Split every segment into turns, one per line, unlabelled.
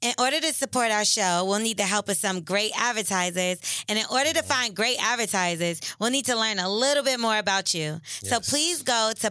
In order to support our show, we'll need the help of some great advertisers. And in order
Mm-hmm.
to find great advertisers, we'll need to learn a little bit more about you. So please go to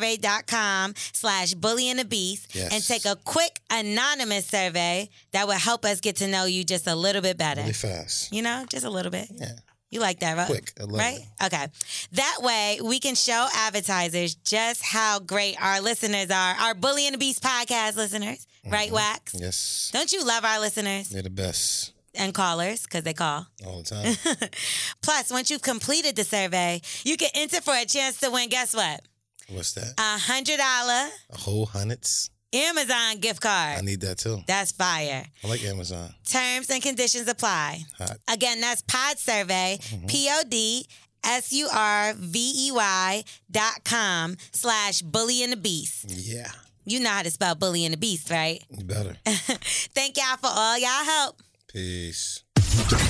podsurvey.com slash bully and the beast
Yes.
and take a quick anonymous survey that will help us get to know you just a little bit better.
Really fast.
You know, just a little bit.
Yeah.
You like that, right?
Quick. I love
right? Okay. That way we can show advertisers just how great our listeners are, our Bully and the Beast podcast listeners, right, Wax?
Mm-hmm. Yes.
Don't you love our listeners
They're the best
and callers because they call?
all the time.
Plus, once you've completed the survey, you can enter for a chance to win. Guess what?
What's that?
A hundred dollar
A whole hundreds?
Amazon gift
I
card.
need that too.
That's fire.
I like Amazon.
Terms and conditions apply.
Hot. Mm-hmm.
Again, that's Pod Survey, P O D S U R V E Y dot com slash bully and the beast.
Yeah.
You know how to spell bully and the beast, right?
You better.
Thank y'all for all y'all help.
Peace.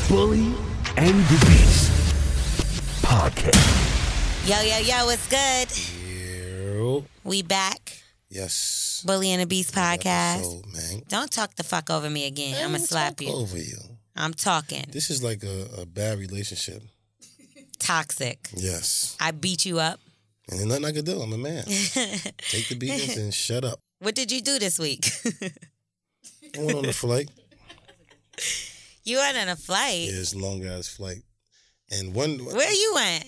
Bully and the Beast podcast.
Yo, yo, yo, it's good?
Yo.
We back.
Yes.
Bully and the Beast podcast.
Episode, man.
Don't talk the fuck over me again. I'm gonna slap you.
Over you.
I'm talking.
This is like a, a bad relationship.
Toxic.
Yes.
I beat you up.
And there's nothing I can do. I'm a man. Take the beatings and shut up.
What did you do this week?
I went on a flight.
you went on a flight.
Yeah, it's a long ass flight. And one,
Where you went?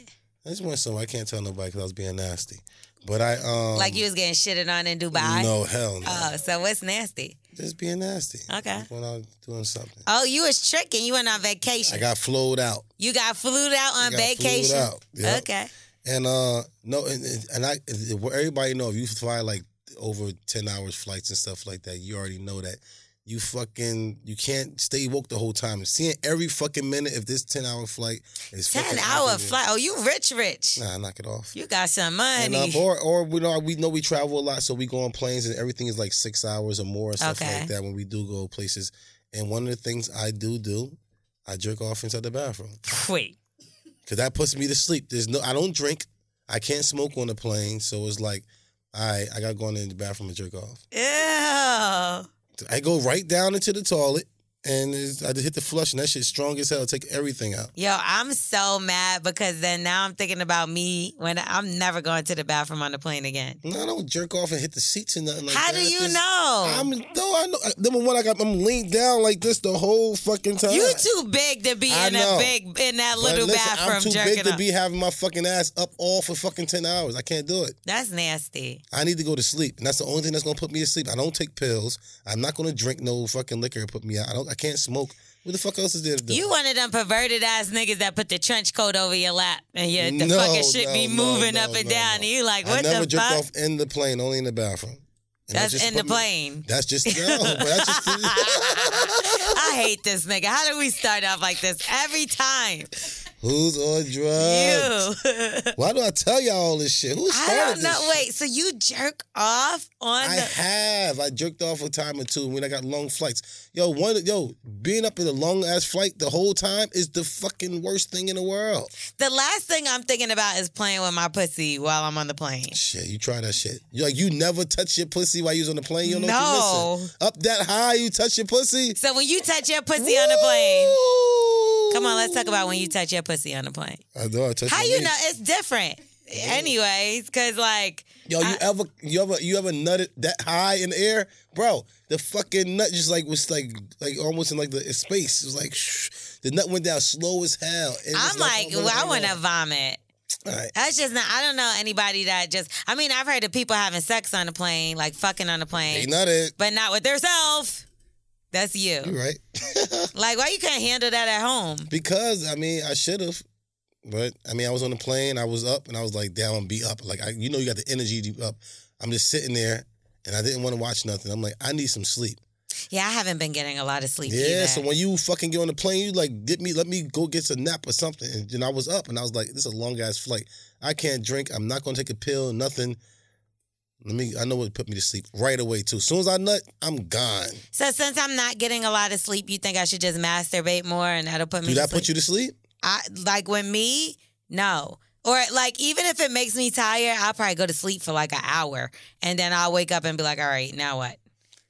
I just went somewhere. I can't tell nobody because I was being nasty. But I um
like you was getting shitted on in Dubai.
No hell no.
Oh, so what's nasty?
just being nasty.
Okay.
Just When I was doing something,
Oh, you was tricking. You went on vacation.
I got flowed out.
you got flued out on
I got flewed
vacation.
out. Yep.
Okay.
And uh no, and, and- and I everybody know if you fly like over ten hours flights and stuff like that, you already know that you fucking you can't stay woke the whole time. Seeing every fucking minute if this ten hour flight is
Ten
fucking
hour
happening.
flight. Oh, you rich, rich.
Nah, knock it off.
You got some money.
And, um, or or we know we know we travel a lot, so we go on planes and everything is like six hours or more and stuff
Okay.
like that when we do go places. And one of the things I do do, I jerk off inside the bathroom
Wait.
because that puts me to sleep. There's no, I don't drink, I can't smoke on the plane, so it's like, all right, I gotta go in the bathroom and jerk off.
Ew. That's
I go right down into the toilet and it's, I just hit the flush and that shit's strong as hell. Take everything out.
Yo, I'm so mad because then now I'm thinking about me when I'm never going to the bathroom on the plane again.
No, I don't jerk off and hit the seats and nothing like
How
that.
do you
Just-
know?
I'm no, I know. Number one, I got I'm leaned down like this the whole fucking time.
you too big to be
I
in
know.
a big in that
But
little
listen,
bathroom
I'm too
jerking
big to
off.
be having my fucking ass up all for fucking ten hours. I can't do it.
That's nasty.
I need to go to sleep, and that's the only thing that's gonna put me to sleep. I don't take pills. I'm not gonna drink no fucking liquor and put me out. I don't. I can't smoke. What the fuck else is there to do?
You one of them perverted ass niggas that put the trench coat over your lap and your the
No,
fucking shit
no,
be
no,
moving
no,
up and
no,
down.
no.
And you like,
I
what
never
the
jerked
fuck?
off in the plane, only in the bathroom. And that
That's
just
in
put
the
me-
plane.
that's just no, but that's just
I hate this nigga. How do we start off like this every time?
who's on drugs.
you.
Why do I tell y'all all this shit? Who
I
Uh, started
don't know.
this shit?
Wait, so you jerk off on
I
the.
have. I jerked off a time or two when I got long flights. Yo, one yo, being up in a long ass flight the whole time is the fucking worst thing in the world.
The last thing I'm thinking about is playing with my pussy while I'm on the plane.
Shit, you try that shit. You like you never touch your pussy while you was on the plane. You don't know
No.
what you missing. Up that high, you touch your pussy.
So when you touch your pussy on the plane,
Woo!
come on, let's talk about when you touch your pussy on the plane.
I know I touched.
How
my
you
meat.
know it's different? Anyways, because like
Yo, you
I-
ever you ever you ever nutted that high in the air, bro? The fucking nut just like was like like almost in like the space. It was like shh. the nut went down slow as hell. And it was
I'm like,
oh,
well, I want to
All
vomit.
right.
That's just not. I don't know anybody that just. I mean, I've heard of people having sex on a plane, like fucking on a
They
plane,
nutted.
but not with themselves. That's
You
you.
right?
Like, why you can't handle that at home?
Because I mean, I should have. But I mean, I was on the plane. I was up, and I was like, "Damn, I'm be up." Like, I, you know, you got the energy to be up. I'm just sitting there, and I didn't want to watch nothing. I'm like, I need some sleep.
Yeah, I haven't been getting a lot of sleep.
Yeah,
either.
so when you fucking get on the plane, you like get me, let me go get a nap or something. And then I was up and I was like, this is a long ass flight. I can't drink. I'm not gonna take a pill. Nothing. Let me. I know what put me to sleep right away too. As soon as I nut, I'm gone.
So since I'm not getting a lot of sleep, you think I should just masturbate more and that'll put me.
Did
to
that put
sleep?
you to sleep?
I like when me no. Or like even if it makes me tired, I'll probably go to sleep for like an hour and then I'll wake up and be like, all right, now what?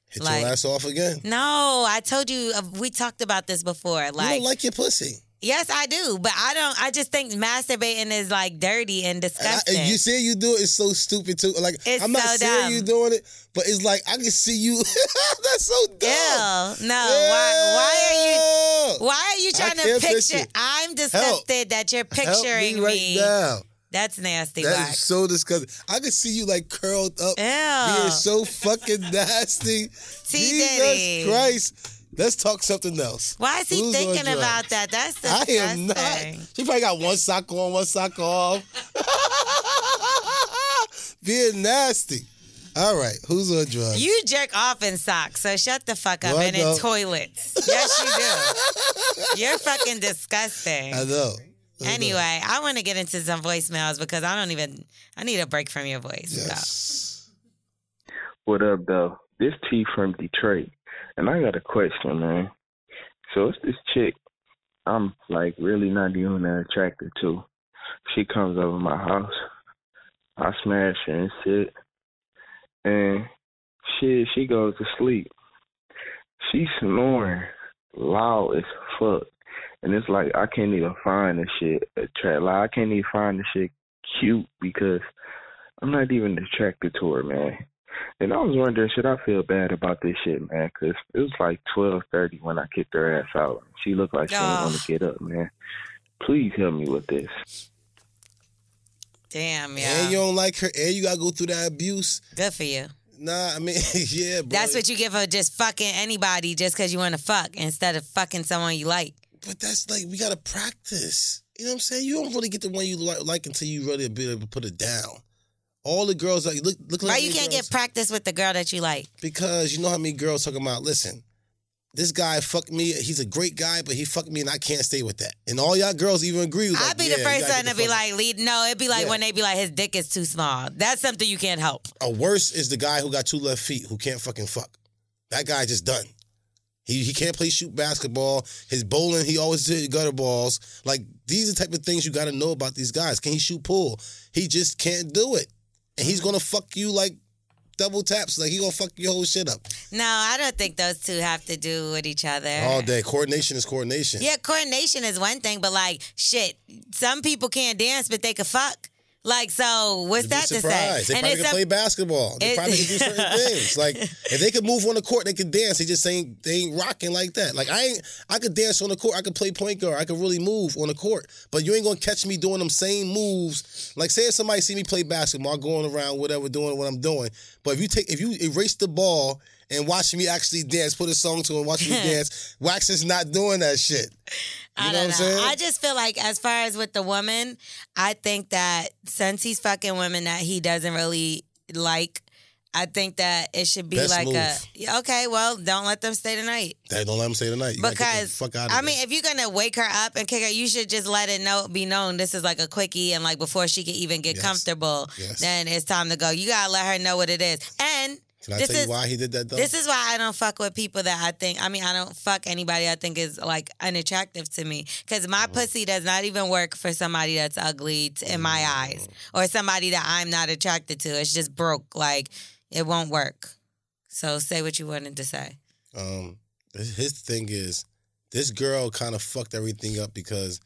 Hit
Like-
your ass off again.
No, I told you uh, we talked about this before.
you
Like,
don't like your pussy.
yes, I do, but I don't. I just think masturbating is like dirty and
And I-
disgusting.
and you say you do it, it's so stupid too. Like
It's
I'm not
so
saying
dumb.
you doing it, but it's like I can see you. That's so dumb.
Ew, no, why? Why
Why
are you? Why are you trying to
can't
picture?
picture.
I'm
Help.
disgusted that you're
Help
picturing
me
me.
right now?
That's nasty.
That
Wax.
is so disgusting. I could see you like curled up,
Ew.
being so fucking nasty. Jesus
Diddy.
Christ! Let's talk something else.
Why is he
Who's on
thinking
drugs?
about that? That's
I
disgusting.
am not. She probably got one sock on, one sock off. being nasty. All right, who's on drugs?
You jerk off in socks, so shut the fuck up.
Well, I
and in
don't.
toilets. Yes, you do. You're fucking disgusting.
I know. I know.
Anyway, I want to get into some voicemails because I don't even. I need a break from your voice. So.
Yes.
What up, though? This T from Detroit, and I got a question, man. So it's this chick I'm like really not even attracted to. She comes over my house, I smash her and shit, and she she goes to sleep. She snoring loud as fuck, and it's like I can't even find the shit attract. Like I can't even find the shit cute because I'm not even attracted to her, man. And I was wondering, should I feel bad about this shit, man? 'Cause it was like twelve thirty when I kicked her ass out. She looked like she didn't
Aw.
want to get up, man. Please help me with this.
Damn,
And you
yeah.
don't like her, and you gotta go through that abuse.
Good for you.
Nah, I mean, yeah, bro.
That's what you give her just fucking anybody just because you want to fuck instead of fucking someone you like.
But that's like we gotta practice. You know what I'm saying? You don't really get the one you like, like until you really be able to put it down. All the girls like look look like
Why
how
you
many
can't
girls-
get practice with the girl that you like?
because you know how many girls talking about. Listen, this guy fucked me. He's a great guy, but he fucked me, and I can't stay with that. And all y'all girls even agree. Like,
I'd be the
yeah, you
first
gotta
one
get
to be
fuck-
like, lead. No, it'd be like
Yeah.
when they be like, his dick is too small. That's something you can't help.
A worse is the guy who got two left feet who can't fucking fuck. That guy just done. He, he can't play shoot basketball. His bowling, he always did gutter balls. Like these are the type of things you got to know about these guys. Can he shoot pool? He just can't do it, and he's gonna fuck you like double taps. Like he gonna fuck your whole shit up
No, I don't think those two have to do with each other.
all day. Coordination is coordination.
Yeah, coordination is one thing, but like, shit, some people can't dance, but they can fuck. Like, so what's
You'd be
that to say?
surprised. They probably
it's
can play basketball. They
it-
probably can do certain things. Like if they could move on the court, they could dance. They just ain't they ain't rocking like that. Like I ain't I could dance on the court. I could play point guard. I could really move on the court. But you ain't gonna catch me doing them same moves. Like say if somebody see me play basketball, going around whatever, doing what I'm doing. But if you take if you erase the ball and watch me actually dance, put a song to it and watch me dance, Wax is not doing that shit. You
I
know
don't
what I'm
know.
saying?
I just feel like, as far as with the woman, I think that since he's fucking women that he doesn't really like, I think that it should be
Best
like a
move.
Yeah, okay. Well, don't let them stay tonight
Hey, don't let him say tonight. You gotta get the
because
fuck out of
I
here.
mean, if you're gonna wake her up and kick her, you should just let it know be known this is like a quickie, and like before she can even get
Yes.
comfortable,
Yes.
then it's time to go. You gotta let her know what it is, and
Can I
this
tell
is-
you why he did that though?
this is why I don't fuck with people that I think. I mean, I don't fuck anybody I think is like unattractive to me because my
Mm-hmm.
pussy does not even work for somebody that's ugly t- in my
Mm.
eyes or somebody that I'm not attracted to. It's just broke. Like it won't work. So say what you wanted to say.
um his his thing is this girl kind of fucked everything up because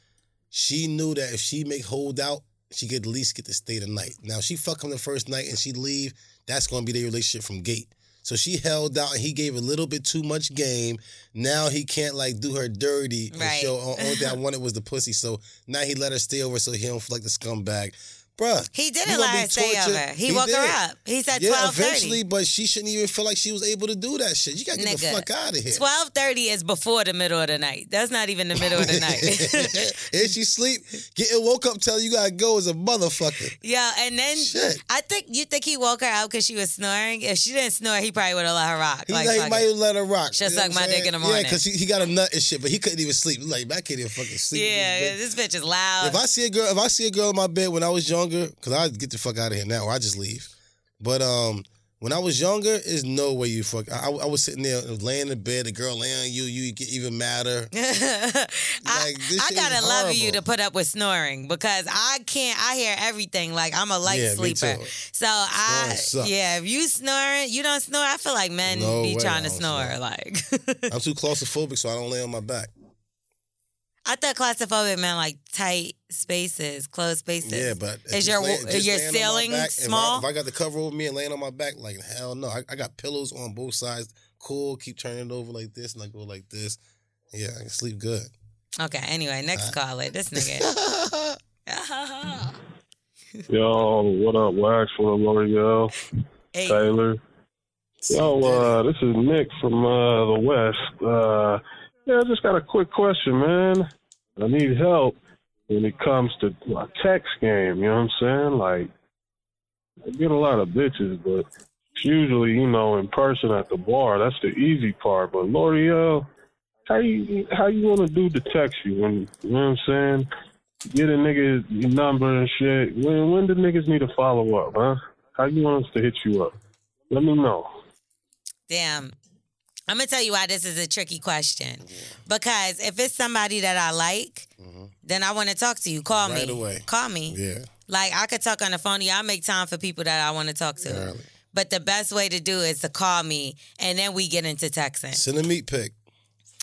she knew that if she make hold out she could at least get to stay the night. Now if she fuck him the first night and she leave, that's gonna be their relationship from gate. So she held out and he gave a little bit too much game. Now he can't like do her dirty and
Right.
show "Oh, only thing I wanted was the pussy. So now he let her stay over so he don't feel like the scumbag. Bruh.
He
you
didn't
gonna
let
be
her stay
tortured.
over. He, woke
did.
her up. He said
Yeah,
twelve
eventually,
thirty.
but she shouldn't even feel like she was able to do that shit. You gotta get the
Nigga,
fuck out of here.
Twelve thirty is before the middle of the night. That's not even the middle of the night.
if she sleep, getting woke up telling you gotta go is a motherfucker.
yeah, and then
Shit.
I think you think he woke her out because she was snoring. If she didn't snore, he probably would have let her rock.
He,
like,
like,
fuck
might
it.
have let her rock.
She'll
know
suck
what
my
I'm
dick in the
saying?
morning.
Yeah, because he, he got a nut and shit, but he couldn't even sleep. Like, I can't even fucking sleep. with
yeah,
this bitch.
this bitch is loud.
If I see a girl, if I see a girl in my bed when I was younger, because I get the fuck out of here now, or I just leave. But um, when I was younger, there's no way you fuck. I, I was sitting there laying in bed, the girl laying on you, you get even madder.
I,
this
I
shit
gotta
is
love you to
horrible.
put up with snoring because I can't. I hear everything. Like I'm a light
Yeah, me
sleeper,
too.
so I
Snoring sucks.
yeah. If you snoring, you don't snore. I feel like men
No
be
way
trying to
I don't
snore.
snore.
Like
I'm too claustrophobic, so I don't lay on my back.
I thought claustrophobic meant like tight spaces, closed spaces.
Yeah, but
Is
just
your-
laying-
is
just
your
laying on my
ceiling
back, if I-
small?
If I, got the cover over me and laying on my back, like hell no. I, I got pillows on both sides. Cool. Keep turning it over like this, and I go like this. Yeah, I can sleep good.
Okay. Anyway, next caller. This nigga.
Yo, what up, Wax? What up, L'Oreal?
hey,
Taylor? Yo, uh, this is Nick from uh, the West. Uh, yeah, I just got a quick question, man. I need help when it comes to my text game. You know what I'm saying? Like, I get a lot of bitches, but it's usually, you know, in person at the bar. That's the easy part. But L'Oreal, how you how you want to do the text you when you know what I'm saying? Get a nigga your number and shit. When when do niggas need to follow up, huh? How you want us to hit you up? Let me know.
damn. I'm gonna tell you why this is a tricky question. Because if it's somebody that I like, then I want to talk to you. Call
Mm-hmm. Right
me.
away.
Call me.
Yeah,
Like I could talk on the phone. to you. I make time for people that I want to talk to.
early.
But the best way to do is to call me, and then we get into texting.
Send a meat pic.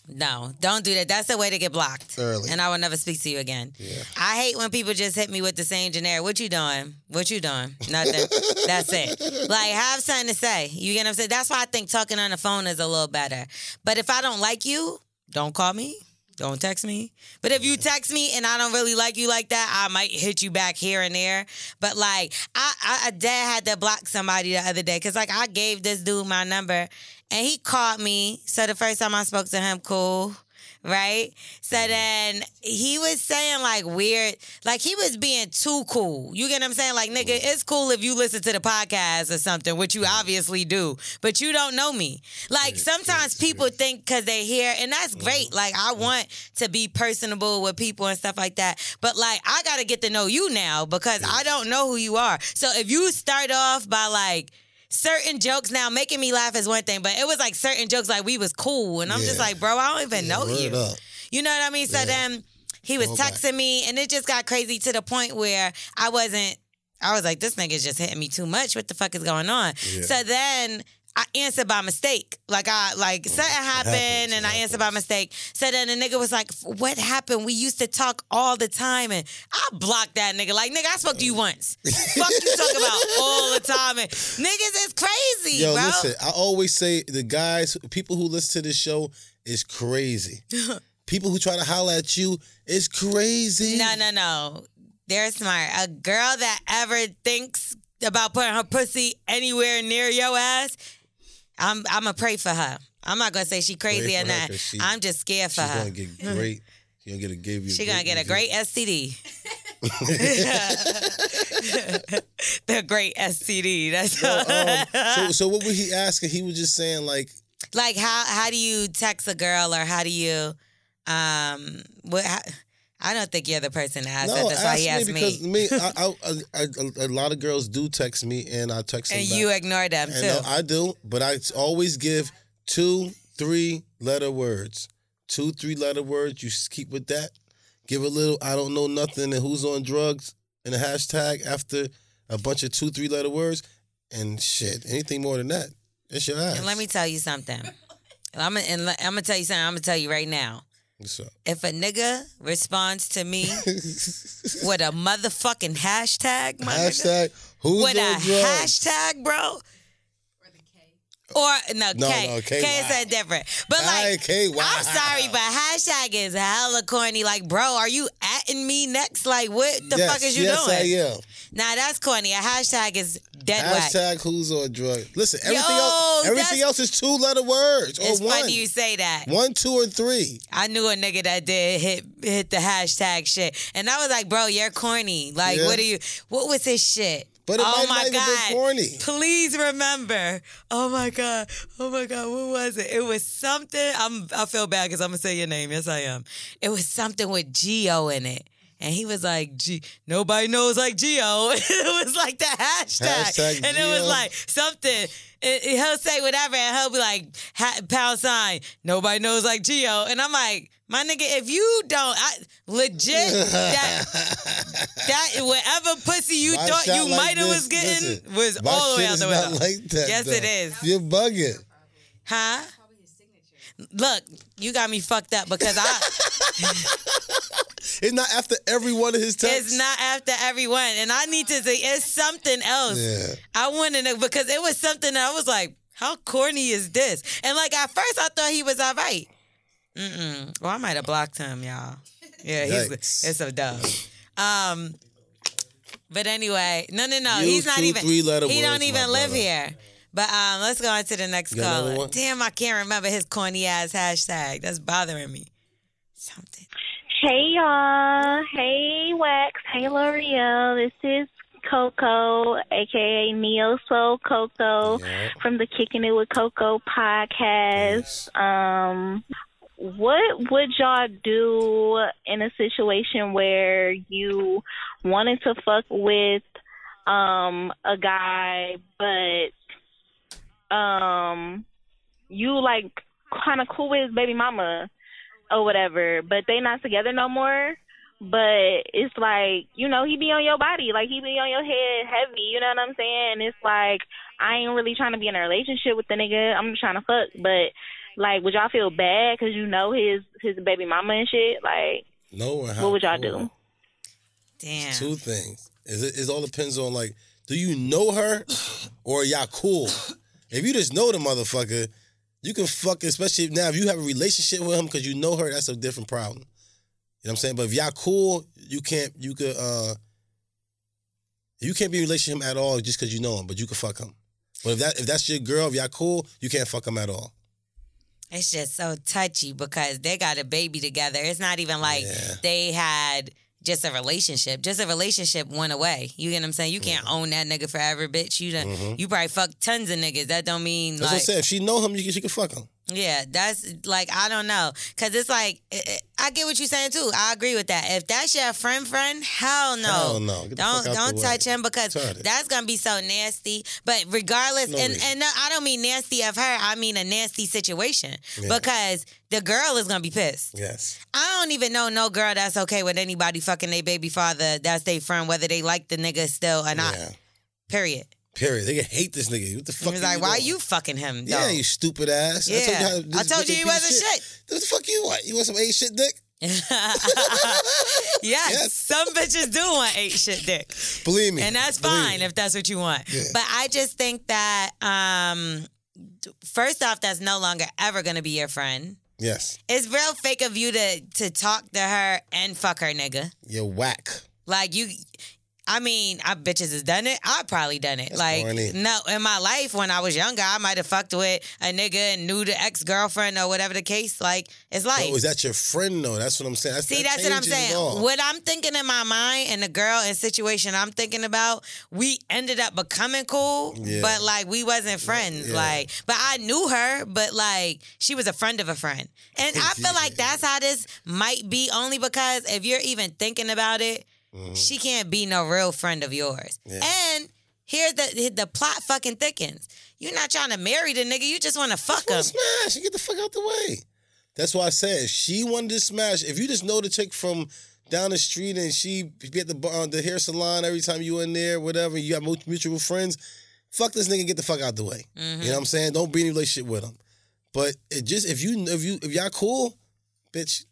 No, don't do that. That's the way to get blocked.
Early.
And I will never speak to you again. I hate when people just hit me with the same generic. What you doing? What you doing? Nothing. That's it. Like have something to say. You get what I'm saying? That's why I think talking on the phone is a little better. But if I don't like you, don't call me. Don't text me. But if you text me and I don't really like you like that, I might hit you back here and there. But like, I, I, I dad had to block somebody the other day because like I gave this dude my number and he called me. So the first time I spoke to him, cool. Right? So then he was saying like weird, like he was being too cool. You get what I'm saying? Like, nigga, it's cool if you listen to the podcast or something, which you obviously do, but you don't know me. Like, sometimes people think because they hear, and that's great. Like, I want to be personable with people and stuff like that. But like, I got to get to know you now because I don't know who you are. So if you start off by like, certain jokes now making me laugh is one thing, but it was like certain jokes like we was cool, and I'm just
Yeah.
like, bro, I don't even know
Word
you.
up.
You know what I mean? So then he was
Go back.
texting me, and it just got crazy to the point where I wasn't. I was like, this nigga's just hitting me too much. What the fuck is going on? So then I answered by mistake. Like I like
Oh,
something happened,
happens,
and
it
I answered by mistake. So then the nigga was like, "What happened? We used to talk all the time." And I blocked that nigga. Like nigga, I spoke to you
Uh.
once. fuck you talk about all the time. And niggas is crazy,
Yo,
bro.
listen, I always say the guys, people who listen to this show is crazy. people who try to holler at you is crazy.
No, no, no. They're smart. A girl that ever thinks about putting her pussy anywhere near your ass, I'm I'm gonna pray for her. I'm not gonna say she crazy
Pray
or
for her
not.
'cause she-
I'm just scared for
She's
her.
gonna get great. She gonna get a give you.
Hmm. She gonna get a great STD. the great STD. That's
um, so, so what was he asking? He was just saying like,
like how how do you text a girl or how do you um what? How, I don't think you're the person to ask that.
no,
That's why
ask
he asked
me because
me,
me, I I I I a lot of girls do text me, and I text them
and
back.
you ignore them too.
And uh, I do, but I always give two, three letter words. Two, three letter words. You s- keep with that. Give a little. I don't know nothing. And who's on drugs? And a hashtag after a bunch of two, three letter words. And shit, anything more than that, it's your ass.
And let me tell you something. I'm gonna, and I'm gonna tell you something. I'm gonna tell you right now.
What's up?
If a nigga responds to me with a motherfucking hashtag, my nigga,
Hashtag who's
with a
on drugs?
hashtag, bro. Or no,
No,
K.
no,
K,
K,
is
wow.
a different. But
Aye,
like,
K, wow.
I'm sorry, but hashtag is hella corny. Like, bro, are you atting me next? Like, what the
yes,
fuck is you
yes,
doing?
I am.
Nah, that's corny. A hashtag is dead whack.
Hashtag who's on drugs. Listen, everything
Yo,
else, everything
that's-
else is two letter words or
It's
one,
funny you say that.
one, two, or three.
I knew a nigga that did hit hit the hashtag shit, and I was like, "Bro, you're corny. Like,
Yeah.
what are you? What was his shit?
But it
oh
might
my
not even be
god,
corny.
Please remember. Oh my god, oh my god, what was it? It was something. I'm I feel bad because I'm gonna say your name. Yes, I am. It was something with Geo in it. And he was like, G- nobody knows like Geo. it was like the hashtag.
Hashtag
and it was
Gio.
like something. And he'll say whatever, and he'll be like, ha- pound sign, nobody knows like Geo. And I'm like, my nigga, if you don't, I, legit, that, that whatever pussy you
My
thought
shot
you
like
might have
this-
was getting
listen,
was
my
all the way
shit
out
is
the
not
window.
like that,
yes,
though.
it is.
You're bugging.
Huh? Look, you got me fucked up because I.
It's not after every one of his texts.
It's not after everyone, and I need to say it's something else.
Yeah.
I want to know because it was something that I was like, "How corny is this?" And like at first, I thought he was all right. Mm-mm. Well, I might have blocked him, y'all. Yeah, he's
Yikes.
it's so dumb. Um, but anyway, no, no, no,
You
he's not
two
even.
three-letter
he
words,
don't
my
even live
brother.
here. But um, let's go on to the next
You got another
caller.
one?
Damn, I can't remember his corny ass hashtag. That's bothering me. Something.
Hey y'all. Hey Wax. Hey L'Oreal. This is Coco, aka Neo Soul Coco
Yeah.
from the Kicking It with Coco podcast. Um what would y'all do in a situation where you wanted to fuck with um a guy but um you like kind of cool with his baby mama or whatever, but they not together no more. But it's like, you know, he be on your body, like he be on your head heavy, you know what I'm saying? It's like I ain't really trying to be in a relationship with the nigga. I'm trying to fuck, but like would y'all feel bad cuz you know his his baby mama and shit? Like
No, and how
what would y'all
cool.
do?
Damn.
Two things. Is it, it all depends on like, do you know her or are y'all cool? If you just know the motherfucker, you can fuck. Especially now, if you have a relationship with him because you know her, that's a different problem. You know what I'm saying? But if y'all cool, you can't. You could. uh You can't be in a relationship with him at all just because you know him, but you can fuck him. But if that if that's your girl, if y'all cool, you can't fuck him at all.
It's just so touchy because they got a baby together. It's not even like
Yeah.
they had just a relationship. Just a relationship went away. You get what I'm saying? You can't own that nigga forever, bitch. You done, you probably fucked tons of niggas. That don't mean
Mm-hmm. That's what
like
I said. If she know him, you can, she can fuck him.
yeah, that's like I don't know, cause it's like it, it- I get what you're saying too. I agree with that. If that's your friend, friend, hell no,
Hell no. Get the
don't
fuck out
don't
the way.
touch him because
Retarded.
that's gonna be so nasty. But regardless,
No
and
reason.
and no, I don't mean nasty of her. I mean a nasty situation
Yeah.
because the girl is gonna be pissed.
Yes.
I don't even know no girl that's okay with anybody fucking their baby father that's their friend, whether they like the nigga still or not.
Yeah.
Period.
Period. They can hate this nigga. What the fuck?
He's
are
like, why are
doing?
you fucking him?
Yeah,
though?
you stupid ass.
Yeah.
I told you, how,
I
this
told you he
wicked piece of
wasn't
What the fuck you want? You want some A shit dick?
yes,
Yes.
some bitches do want eight shit dick,
Believe me.
and that's
Believe
fine
me.
if that's what you want.
Yeah.
But I just think that um, first off, that's no longer ever gonna be your friend.
Yes.
It's real fake of you to to talk to her and fuck her, nigga.
You're whack.
Like you. I mean, I bitches has done it. I probably done it. like
corny.
no, in my life when I was younger, I might have fucked with a nigga and knew the ex girlfriend or whatever the case. Like it's like
No, is that your friend though? That's what I'm saying. That's,
See,
that
that's what I'm
changes it
saying.
all.
What I'm thinking in my mind and the girl and situation I'm thinking about, we ended up becoming cool,
Yeah.
but like we wasn't friends.
Yeah.
Like, but I knew her, but like she was a friend of a friend. And I feel like that's how this might be only because if you're even thinking about it,
Mm-hmm.
she can't be no real friend of yours. And here's the the plot fucking thickens. You're not trying to marry the nigga, you just want to fuck
Well,
him.
smash and get the fuck out the way. That's why I said if she wanted to smash. If you just know the chick from down the street and she be at the bar, the hair salon every time you in there, whatever. You got mu- mutual friends. Fuck this nigga, and get the fuck out the way.
Mm-hmm.
You know what I'm saying? Don't be in a relationship with him. But it just if you if you if y'all cool, bitch,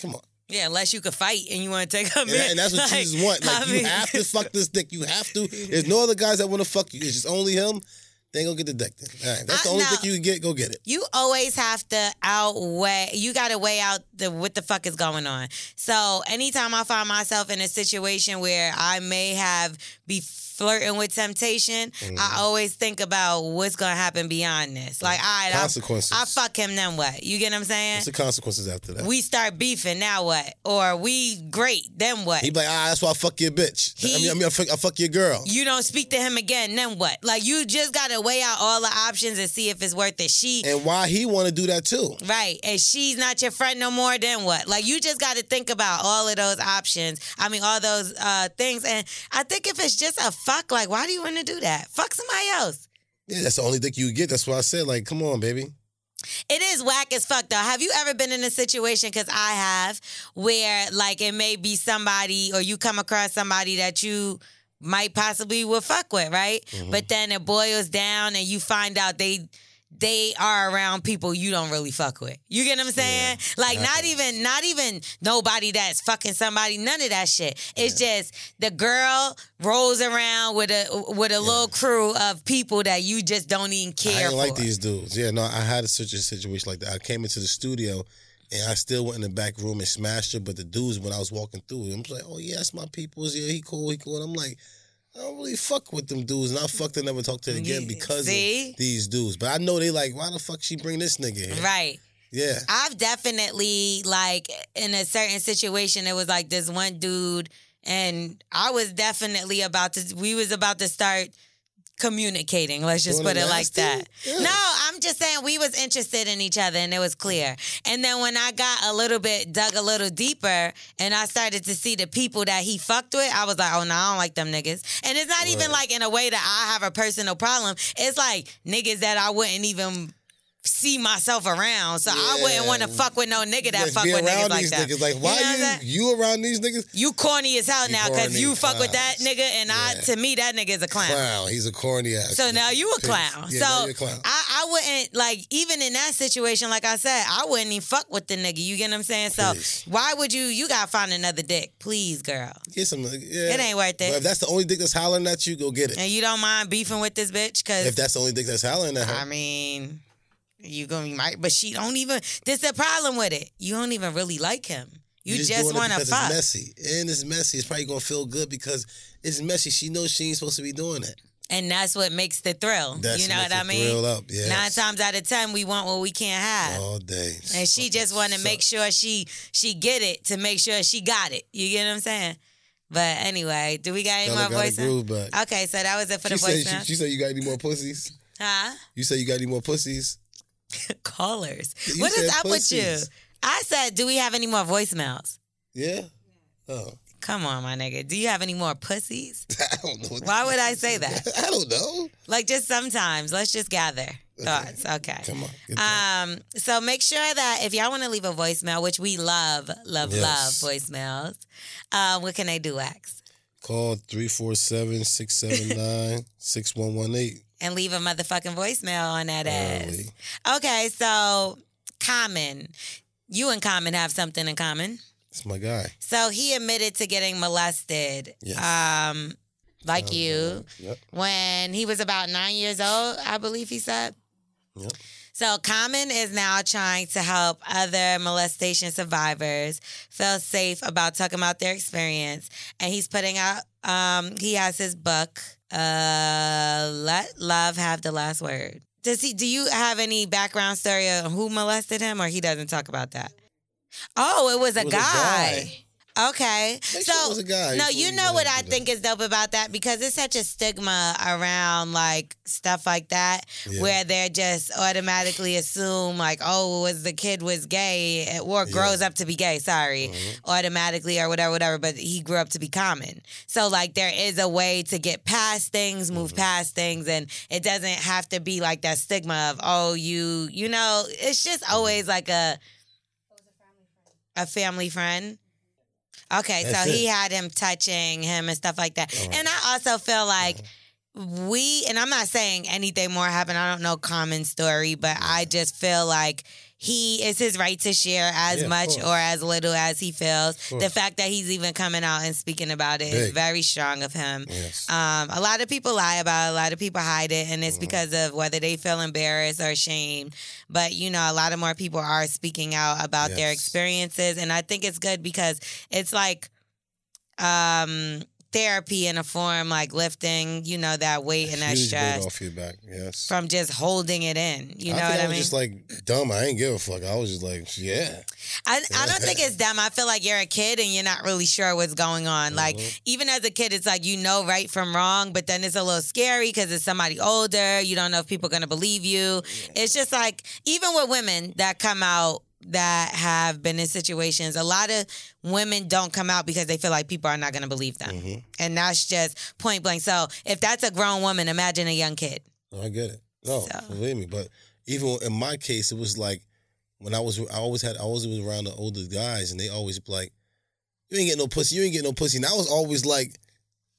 Come on.
Yeah, unless you could fight and you want to take a
And, that- and that's what Jesus want. Like you have to fuck this dick. You have to. There's no other guys that want to fuck you. It's just only him. They gonna get the dick. Then. All right, that's the
I-
only
no.
dick you can get. Go get it.
you always have to outweigh you got to weigh out the what the fuck is going on so anytime i find myself in a situation where i may have be flirting with temptation
Mm.
i always think about what's gonna happen beyond this like all right I,
Consequences.
I fuck him then what you get what i'm saying
What's the consequences after that?
we start beefing now what or we great then what
He be like, ah, that's why I fuck your bitch. I
He-
mean, I mean, I fuck, I fuck your girl.
you don't speak to him again then what like you just gotta weigh out all the options and see if it's worth it she
and why he want to do that too?
Right. And she's not your friend no more, then what? Like, you just got to think about all of those options. I mean, all those uh, things. And I think if it's just a fuck, like, why do you want to do that? Fuck somebody else.
Yeah, that's the only dick you get. That's why I said, like, come on, baby.
It is whack as fuck, though. Have you ever been in a situation, because I have, where, like, it may be somebody or you come across somebody that you might possibly would fuck with, right?
Mm-hmm.
But then it boils down and you find out they. They are around people you don't really fuck with. You get what I'm saying? like not even not even nobody that's fucking somebody. None of that shit. It's just the girl rolls around with a with a little crew of people that you just don't even
I
care
didn't
for.
like these dudes. Yeah, no, I had such a situation like that. I came into the studio and I still went in the back room and smashed her, but the dudes when I was walking through, I'm just like, oh yeah, that's my people's. Yeah, he cool, he cool. And I'm like, I don't really fuck with them dudes, and I fucked and never talked to them again
Yeah,
because
see?
of these dudes. But I know they like, why the fuck she bring this nigga here?
Right.
Yeah.
I've definitely like in a certain situation it was like this one dude and I was definitely about to we was about to start communicating. Let's just put
Doing the
it like
nasty?
that.
Yeah.
No, I'm just saying we was interested in each other and it was clear. And then when I got a little bit dug a little deeper and I started to see the people that he fucked with, I was like, "Oh no, I don't like them niggas." And it's not even like in a way that I have a personal problem. It's like niggas that I wouldn't even see myself around. So I
Yeah.
wouldn't want to fuck with no nigga that
Like,
fuck
be
with niggas
around
like
these
that.
niggas. Like,
You
why
know what I'm saying?
you you around these niggas?
You corny as hell
You
now because
corny
you fuck with that
clowns.
nigga, and I to me that nigga is a clown.
Clown. He's a corny ass.
So now you a
Piss.
clown.
Yeah, now
so
you a clown.
I, I wouldn't like even in that situation, like I said, I wouldn't even fuck with the nigga. You get what I'm saying? So
Please.
why would you? You gotta find another dick, please, girl.
Get some, uh, yeah.
It ain't worth it.
But if that's the only dick that's hollering at you, go get it.
And you don't mind beefing with this bitch because
If that's the only dick that's hollering at her,
I mean, you gonna be might, but she don't even. This the problem with it. You don't even really like him. You,
You're
just,
doing it
want to
because
fuck.
It's messy, and it's messy. It's probably gonna feel good because it's messy. She knows she ain't supposed to be doing it.
And that's what makes the thrill.
That's
you know
what
what I
the
mean?
thrill up, yes.
Nine times out of ten, we want what we can't have.
All day,
and she just want to make sure she she get it to make sure she got it. You get what I'm saying? But anyway, do we got any more
Fella got a
voicemail?
groove back.
Okay, so that was it for
She
the
said, she,
voicemail.
she said you got any more pussies.
huh?
You said you got any more pussies.
Callers.
You
What is
said
up with you?
pussies.
I said, do we have any more voicemails?
Yeah. Oh,
Come on, my nigga. Do you have any more pussies?
I don't know. what
Why would I say that?
the- I don't know.
Like just sometimes. Let's just gather thoughts. Okay.
Come on. Get that.
Um, so make sure that if y'all want to leave a voicemail, which we love, love,
Yes.
love voicemails, uh, what can they do, Wax?
Call 347-679-6118.
And leave a motherfucking voicemail on
Oh,
that ass.
Early.
Okay, so Common. You and Common have something in common.
It's my guy.
So he admitted to getting molested.
Yes.
Um, like you.
Yep.
when he was about nine years old, I believe he said.
Yep.
So Common is now trying to help other molestation survivors feel safe about talking about their experience, and he's putting out. Um, he has his book. Uh, let love have the last word. Does he? Do you have any background story on uh, who molested him, or he doesn't talk about that? Oh, it was a,
It was a
guy.
guy.
Okay,
Make
so
sure it was a guy.
no,
before
you
you
know
let
what
him
I
do that.
think is dope about that because it's such a stigma around like stuff like that
Yeah.
where they're just automatically assume like oh was the kid was gay or grows up to be gay sorry
Uh-huh.
automatically or whatever whatever but he grew up to be common so like there is a way to get past things move
Mm-hmm.
past things and it doesn't have to be like that stigma of oh you you know it's
Mm-hmm.
just always like a a family friend Okay,
That's
so he
it. Oh.
had him touching him and stuff like that. And I also
Uh-huh.
feel like we, and I'm not saying anything more happened. I don't know common story, but I just feel like he it's his right to share as
Yeah, of
much
course.
or as little as he feels.
course.
The fact that he's even coming out and speaking about it is
Big.
very strong of him.
Yes.
Um, a lot of people lie about it, a lot of people hide it, and it's
Mm-hmm.
because of whether they feel embarrassed or ashamed. But you know, a lot of more people are speaking out about their
Yes.
experiences, and I think it's good because it's like um therapy in a form like lifting, you know, that weight and that
Huge weight
stress
off your back. Yes.
from just holding it in. You know
I think
what
I
I
was
mean?
just like dumb. I ain't give a fuck. I was just like, yeah.
I, I don't think it's dumb. I feel like you're a kid and you're not really sure what's going on. Like
Mm-hmm.
even as a kid, it's like you know right from wrong, but then it's a little scary because it's somebody older. You don't know if people are gonna believe you. It's just like even with women that come out that have been in situations, a lot of women don't come out because they feel like people are not gonna believe them,
Mhm.
and that's just point blank. So if that's a grown woman, imagine a young kid.
No, I get it. No,
So-
believe me. But even in my case, it was like when I was, I always had, I always was around the older guys, and they always be like, "You ain't get no pussy. You ain't get no pussy." And I was always like,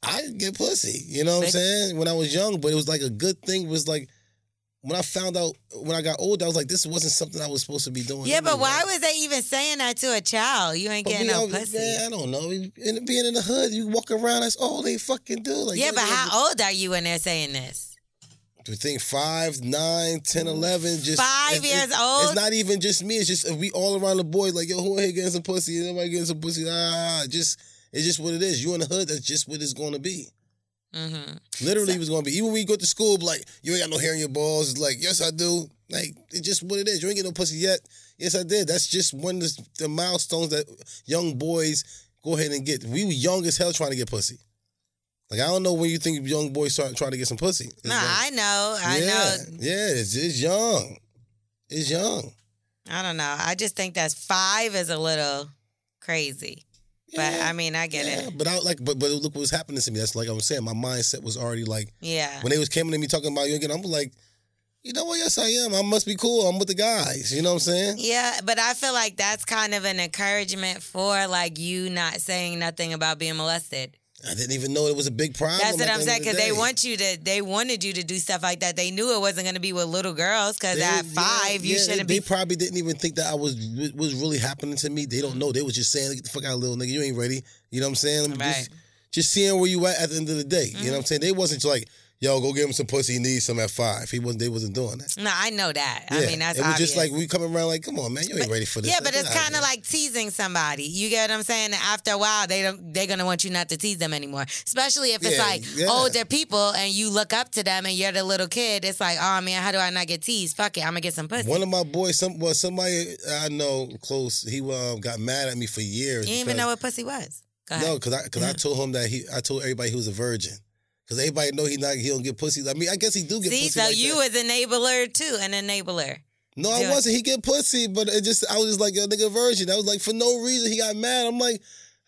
"I get pussy." You know what I'm
Like-
saying? When I was young, but it was like a good thing. Was like when I found out when I got older, I was like, "This wasn't something I was supposed to be doing."
Yeah, but
anyway.
why was they even saying that to a child? You ain't
But
getting
we
no
always-
pussy.
Man, I don't know. We- And being in the hood, you walk around. That's all they fucking do. Like,
yeah,
yo,
but
yo,
how old are you when they're saying this?
Do you think five, nine, ten, eleven? Just
Five
it's-
years
it's-
old?
It's not even just me. It's just uh, we all around the boys. Like yo, who in here getting some pussy? Anybody getting some pussy? Ah, just it's just what it is. You in the hood. That's just what it's going to be.
Mm-hmm.
Literally, it was going to be. Even when you go to school, be like you ain't got no hair in your balls. It's like yes, I do. Like it's just what it is. You ain't get no pussy yet. Yes, I did. That's just one of the, the milestones that young boys go ahead and get. We were young as hell trying to get pussy. Like I don't know when you think young boys start trying to get some pussy. It's
No,
like-
I know. I
yeah.
know.
Yeah, it's, it's young. It's young.
I don't know. I just think that five is a little crazy. But I mean, I get
Yeah,
it.
But I like, but but look what's happening to me. That's like I was saying. My mindset was already like
Yeah.
when they was coming to me talking about you again. I'm like, you know what? Yes, I am. I must be cool. I'm with the guys. You know what I'm saying?
Yeah, but I feel like that's kind of an encouragement for like you not saying nothing about being molested.
I didn't even know it was a big problem.
That's
at
what
the
I'm
end
saying
of the
because they
day.
want you to. They wanted you to do stuff like that. They knew it wasn't going to be with little girls because
They-
at
yeah,
five you
yeah,
shouldn't
they,
be.
They probably didn't even think that I was was really happening to me. They don't know. They was just saying, "Get the fuck out, little nigga. You ain't ready." You know what I'm saying? I'm
Right. Mm-hmm.
Just, just seeing where you at at the end of the day. You know what I'm saying? They wasn't like, "Yo, go give him some pussy. He needs some at five. He wasn't. They wasn't doing that.
no, I know that. I
Yeah.
mean, that's
it was
obvious.
just like we coming around like, "Come on, man. You ain't ready for this."
Yeah, but
Get
it's
out
kind of
here."
like teasing somebody. You get what I'm saying? And After a while, they don't they're gonna want you not to tease them anymore. Especially if it's
Yeah,
like
yeah.
older people and you look up to them and you're the little kid. It's like, oh man, how do I not get teased? Fuck it, I'm gonna get some pussy.
One of my boys, some well, somebody I know close, he uh, got mad at me for years.
you didn't even
because-
know what pussy was. Go ahead.
No, because I because I told him that he I told everybody he was a virgin. Because everybody know he not he don't get pussy. I mean, I guess he do get
See,
pussy.
so
like
you
that.
was enabler too, an enabler.
No, I
Yeah.
wasn't. He get pussy, but it just I was just like a nigga virgin. I was like for no reason he got mad. I'm like,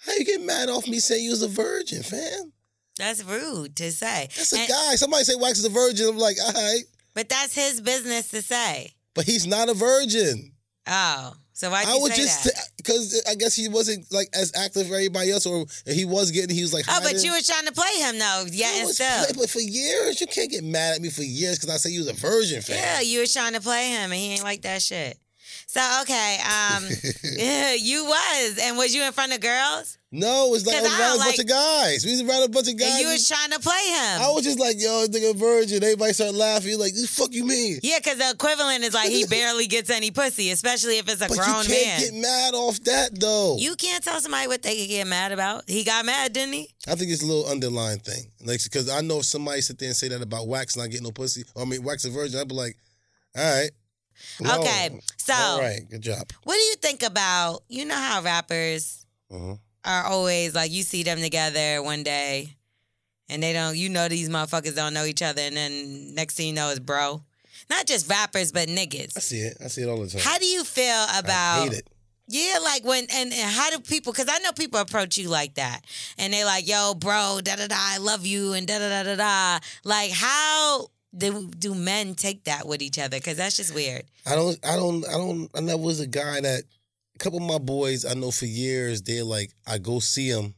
how you get mad off me saying you was a virgin, fam?
That's rude to say.
That's a
And-
guy. Somebody say Wax is a virgin. I'm like, all right,
But that's his business to say.
but he's not a virgin.
Oh, so why
I
you
was
say
just
that?
because I guess he wasn't like as active as everybody else, or if he was getting. He was like,
Oh, but
hiding.
you were trying to play him though.
I
Yeah, and
was
still.
play- but for years you can't get mad at me for years because I say you was a virgin, fam.
Yeah, you were trying to play him, and he ain't like that shit. So okay, um, you was, and was you in front of girls?
No, it's like I
'Cause
was
I
around a
don't
bunch of
like-
guys. We was around a bunch of guys.
and you was trying to play him.
I was just like, yo, this nigga virgin. Everybody started laughing. You're like, the fuck you mean?
yeah, because the equivalent is like he barely gets any pussy, especially if it's a
But you
grown
can't
man.
get mad off that though.
you can't tell somebody what they could get mad about. He got mad, didn't he?
I think it's a little underlying thing, like because I know if somebody sit there and say that about Wax not getting no pussy, or I mean Wax a virgin, I'd be like, all right, No.
Okay, so
all right, good job.
what do you think about? You know how rappers
Mhm.
are always like you see them together one day, and they don't. You know these motherfuckers don't know each other, and then next thing you know is bro. Not just rappers, but niggas.
I see it. I see it all the time.
How do you feel
I
about
hate it.
yeah, like when and, and how do people? Because I know people approach you like that, and they like, "Yo, bro, da da da, I love you," and da da da da da. Like, how do do men take that with each other? Because that's just weird.
I don't, I don't, I don't, I never was a guy that, a couple of my boys I know for years, they're like, I go see them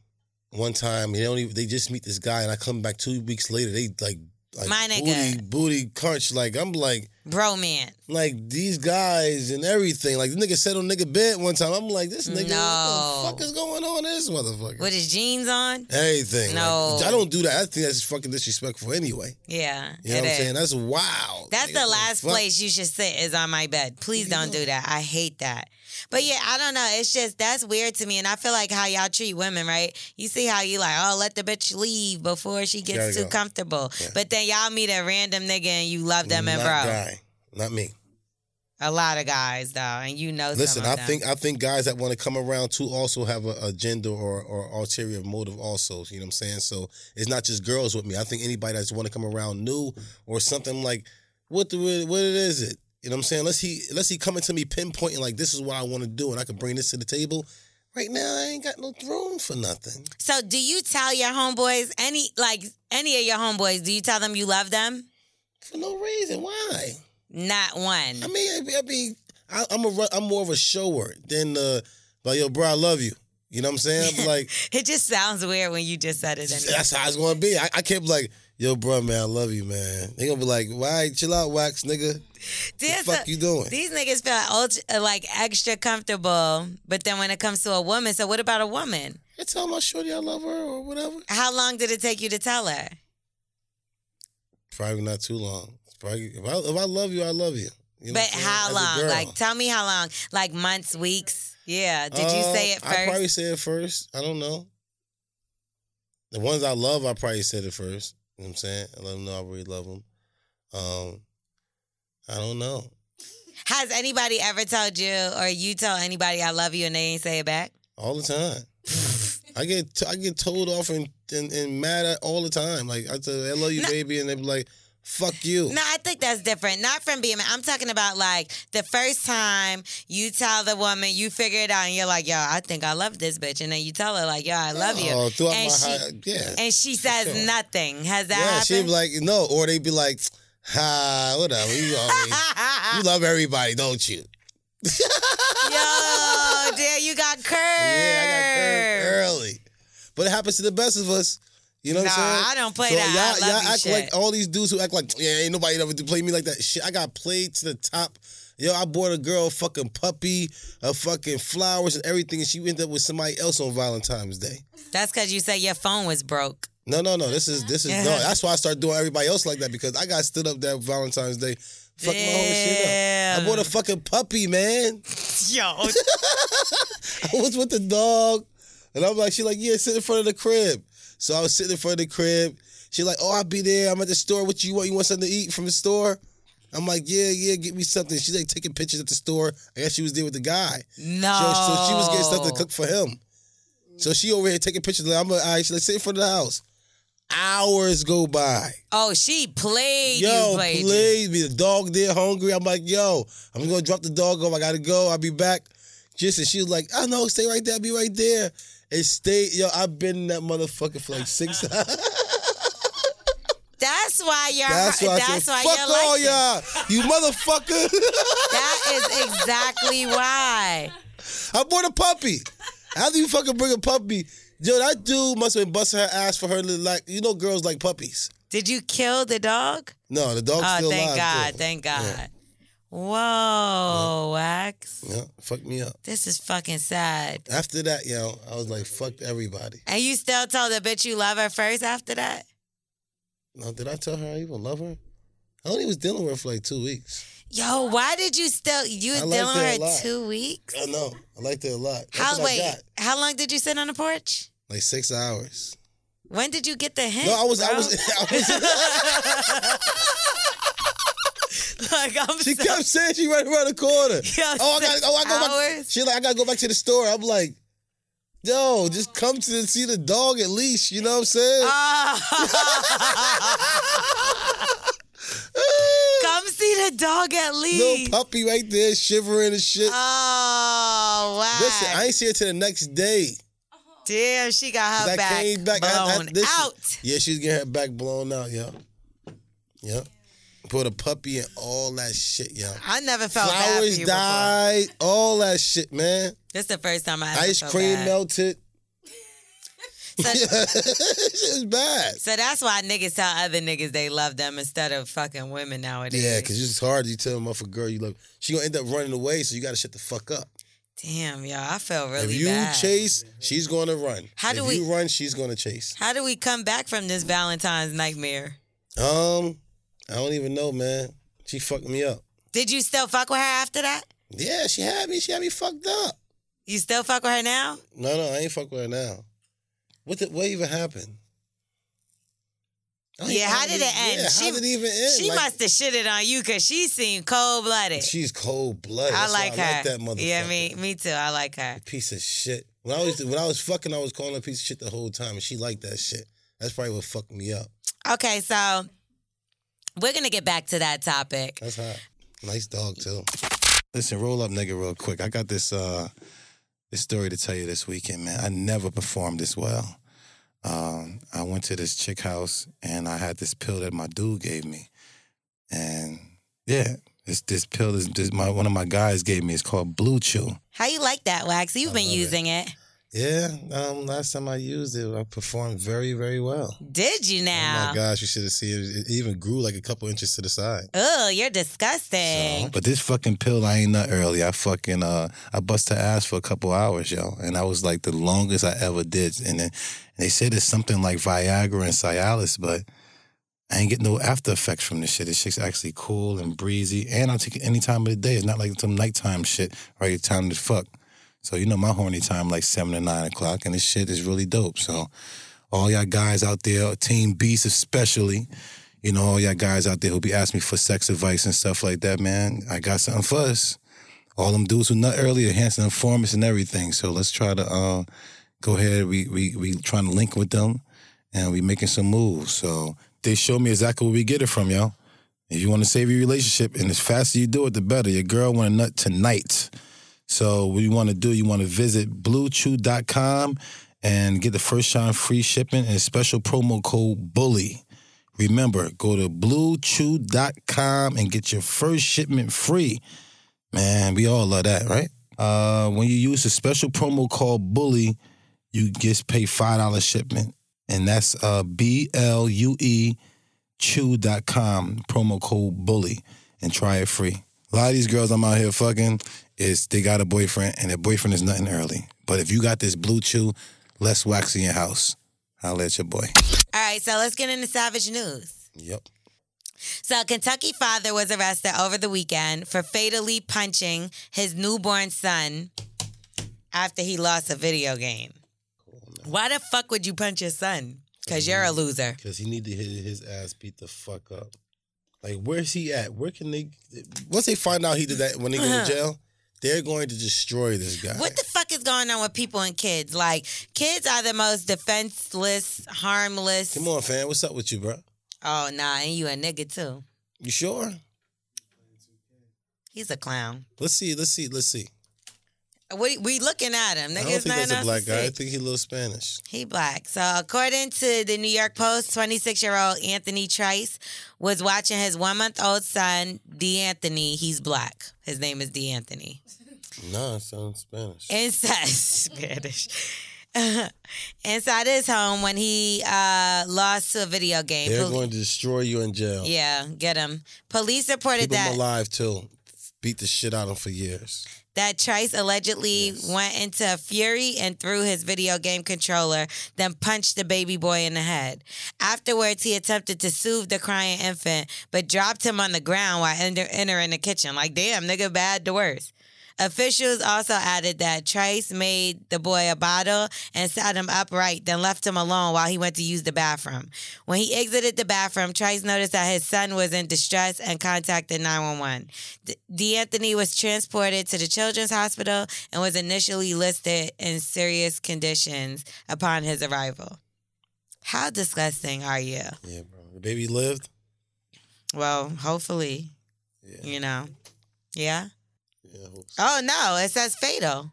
one time, they don't even, they just meet this guy and I come back two weeks later, they like like
My nigga.
booty booty crunch. Like I'm like
Bromance.
like these guys and everything. Like the nigga sat on nigga bed one time. I'm like this nigga.
No.
What the fuck is going on in this motherfucker?
With his jeans on?
Anything.
No.
Like, I don't do that. I think that's fucking disrespectful anyway.
Yeah.
You know
it
what I'm
is.
saying? That's wow.
That's
Nigga,
the
what
last
fuck?
place you should sit is on my bed. Please don't do that. I hate that. But yeah, I don't know. It's just that's weird to me, and I feel like how y'all treat women, right? You see how you like, oh, let the bitch leave before she
Gotta
gets too
go.
comfortable. But then y'all meet a random nigga and you love them
Not
and bro.
guy. Not me.
A lot of guys though, and you know.
Listen,
some of
I
them.
think I think guys that want to come around too also have a agenda or or ulterior motive also. You know what I'm saying? So it's not just girls with me. I think anybody that's want to come around new or something like what the what it is it? You know what I'm saying? Unless he unless he coming to me pinpointing like this is what I want to do and I can bring this to the table. Right now I ain't got no room for nothing.
so. Do you tell your homeboys any like any of your homeboys? Do you tell them you love them?
For no reason. Why?
Not one.
I mean, I, I mean, I, I'm a ru- I'm more of a shower than uh, like yo, bro, I love you. You know what I'm saying? I'm like.
It just sounds weird when you just said it. Anyway.
That's how it's gonna be. I, I kept like, yo, bro, man, I love you, man. They gonna be like, why chill out, wax, nigga?
There's
fuck
a-
you doing?
These niggas feel ultra, like extra comfortable, but then when it comes to a woman, so what about a woman?
I tell my shorty I love her or whatever.
How long did it take you to tell her?
Probably not too long. It's Probably if I, if I love you, I love you. You know
but
what I'm saying?
how
As a
long?
girl.
Like, tell me how long? Like months, weeks? Yeah. Did you
Uh,
say it
I
first?
probably said it first. I don't know. The ones I love, I probably said it first. You know what I'm saying? I let them know I really love them. Um, I don't know.
Has anybody ever told you or you tell anybody I love you and they ain't say it back?
all the time. I get t- I get told off and, and, and mad at all the time. Like I tell, I love you, baby, and they be like, "Fuck you."
No, I think that's different. Not from being. I'm talking about like the first time you tell the woman, you figure it out, and you're like, "Yo, I think I love this bitch," and then you tell her like, "Yo, I love you,"
Oh, throughout
and
my
she
high, yeah,
and she says
sure.
nothing. Has that
yeah. She be
happened?
like, "No," or they be like, "Ha, whatever." You always you love everybody, don't you?
Yo, dear, you got curved.
Yeah, I got curved er, early, but it happens to the best of us. You know what I'm
Nah,
saying?
I don't play
so
that.
Y'all,
I love
y'all
you
act
shit.
like all these dudes who act like yeah, ain't nobody ever played me like that. Shit, I got played to the top. Yo, I bought a girl a fucking puppy, a fucking flowers and everything, and she ended up with somebody else on Valentine's Day.
That's because you said your phone was broke.
No, no, no. This is this is no. That's why I started doing everybody else like that because I got stood up that Valentine's Day. Fuck my whole shit up. I
Damn.
bought a fucking puppy, man.
Yo,
I was with the dog, and I'm like, she like, yeah, sit in front of the crib. So I was sitting in front of the crib. She like, oh, I'll be there. I'm at the store. What you want? You want something to eat from the store? I'm like, yeah, yeah, get me something. She's like taking pictures at the store. I guess she was there with the guy.
no.
So, so she was getting stuff to cook for him. So she over here taking pictures. I'm like, all right, she's like, sit in front of the house. Hours go by.
Oh, she played.
Yo,
you played. you.
please me. The dog did hungry. I'm like, yo, I'm gonna drop the dog off. I gotta go. I'll be back. Just and she was like, I know, stay right there, I'll be right there. And stay, yo, I've been in that motherfucker for like six hours.
That's why you're.
That's why I
that's
said,
why
fuck
you're
all
like this.
y'all, you motherfucker.
That is exactly why.
I bought a puppy. How do you fucking bring a puppy? Yo, that dude must have been busting her ass for her to like, you know, girls like puppies.
Did you kill the dog?
No, the dog's
oh,
still
thank
alive.
God!
too.
Thank God! Whoa, Wax.
Yeah, fuck me up.
This is fucking sad.
After that, yo, I was like, fuck everybody.
And you still told the bitch you love her first after that?
No, did I tell her I even love her? I only was dealing with her for like two weeks.
Yo, why did you still you was
I liked
dealing
her a
with her
lot.
two weeks?
I know. I liked her a lot. That's
How
what I
wait?
got.
How long did you sit on the porch?
Like six hours.
When did you get the hint?
No, I was. I
bro?
was. I was
like I'm
she
so-
kept saying she right around the corner.
Yo,
oh, I got.
six
Oh, I go back.
hours?
She like I gotta go back to the store. I'm like, yo,
Oh.
just come to the, see the dog at least. You know what I'm saying?
Ah, come see the dog at
Little
least.
puppy right there shivering and shit.
Ah. oh wow!
Listen, I ain't see her till the next day.
Damn, she got
'Cause
her
I
back,
came back I- I-
blown
listen,
out.
Yeah, she was getting her back blown out, yo. Yo. Put a puppy and all that shit, yo.
I never felt bad for
Flowers
you before.
died, all that shit, man.
This is the first time I ever
Ice
felt
cream
bad.
melted. it's bad.
So that's why niggas tell other niggas they love them instead of fucking women nowadays.
Yeah, because it's hard. You tell a motherfucker girl you love, she gonna end up running away. So you gotta shut the fuck up.
Damn, y'all, I feel
If
really
you
bad.
chase, she's gonna run.
How do
if
we-
you run, she's gonna chase.
How do we come back from this Valentine's nightmare?
Um, I don't even know, man. She fucked me up.
Did you still fuck with her after that?
Yeah, she had me. She had me fucked up.
You still fuck with her now?
No, no, I ain't fuck with her now. What the, what even happened? I ain't-
Yeah,
I
how
don't
did
even-
it end?
Yeah,
She-
how did it even end?
She
Like,
must have shitted on you because she seemed cold blooded.
She's cold blooded.
I
That's why
like her.
I like that motherfucker.
Yeah, me, me too. I like her.
Piece of shit. When I was when I was fucking, I was calling her a piece of shit the whole time, and she liked that shit. That's probably what fucked me up.
Okay, so we're gonna get back to that topic.
That's hot. Nice dog too. Listen, roll up, nigga, real quick. I got this uh this story to tell you this weekend, man. I never performed this well. Um, I went to this chick house and I had this pill that my dude gave me, and yeah, this this pill is this my one of my guys gave me. It's called Blue Chew.
How you like that, Wax? You've
I
been
love it.
using it.
Yeah, um, last time I used it, I performed very very well.
Did you
Oh
now?
my gosh, you should have seen it. It even grew like a couple inches to the side.
Oh, you're disgusting.
But this fucking pill, I ain't nut early. I fucking uh, I bust her ass for a couple hours, yo, and I was like the longest I ever did. And then and they said it's something like Viagra and Cialis, but I ain't get no after effects from this shit. This shit's actually cool and breezy, and I'll take it any time of the day. It's not like some nighttime shit, right? Time to fuck. So you know my horny time like seven to nine o'clock, and this shit is really dope. So all y'all guys out there, Team Beast especially, you know, all y'all guys out there who be asking me for sex advice and stuff like that, man, I got something for us. All them dudes who nut earlier, Hanson informants and everything. So let's try to uh, go ahead. We we we trying to link with them, and we making some moves. So they show me exactly where we get it from, y'all. If you want to save your relationship, and the faster you do it, the better. Your girl want to nut tonight. So what you want to do, you want to visit bluechew.com and get the first time free shipping and special promo code BULLY. Remember, go to bluechew.com and get your first shipment free. Man, we all love that, right? Uh, when you use a special promo called Bully, you just pay $5 shipment. And that's uh, B L U E chew.com, promo code Bully, and try it free. A lot of these girls I'm out here fucking is they got a boyfriend and their boyfriend is nothing early. But if you got this blue chew, less wax in your house. I'll let your boy.
All right, so let's get into savage news.
Yep.
So, a Kentucky father was arrested over the weekend for fatally punching his newborn son after he lost a video game. Why the fuck would you punch your son? Because you're a loser.
Because he need to hit his ass beat the fuck up. Like, where's he at? Where can they? Once they find out he did that, when they go to jail, they're going to destroy this guy.
Uh-huh. What the fuck is going on with people and kids? Like, kids are the most defenseless, harmless.
Come on, fam. What's up with you, bro?
Oh, nah, and you a nigga too.
You sure?
He's a clown.
Let's see. Let's see. Let's see.
We, we looking at him.
I don't
Niggas oh
think that's a black guy. I
narcissistic.
think he a little Spanish.
He black. So according to the New York Post, 26 year old Anthony Trice was watching his one month old son, D'Anthony. He's black. His name is D'Anthony.
Nah, it sounds Spanish.
Inside Spanish. Inside his home when he uh, lost to a video game.
They're
Pol-
going to destroy you in jail.
yeah, get him. Police reported
Keep him
that
alive too. Beat the shit out of him for years.
that Trice allegedly went into a fury and threw his video game controller, then punched the baby boy in the head. Afterwards, he attempted to soothe the crying infant, but dropped him on the ground while enter- entering the kitchen. Like, damn, nigga, bad to worse. Officials also added that Trice made the boy a bottle and sat him upright, then left him alone while he went to use the bathroom. When he exited the bathroom, Trice noticed that his son was in distress and contacted 911. D- D'Anthony was transported to the Children's Hospital and was initially listed in serious conditions upon his arrival. How disgusting are you?
Yeah, bro. The baby lived.
Well, hopefully,
Yeah.
you know. Yeah?
Yeah. I hope so.
Oh, no, it says fatal.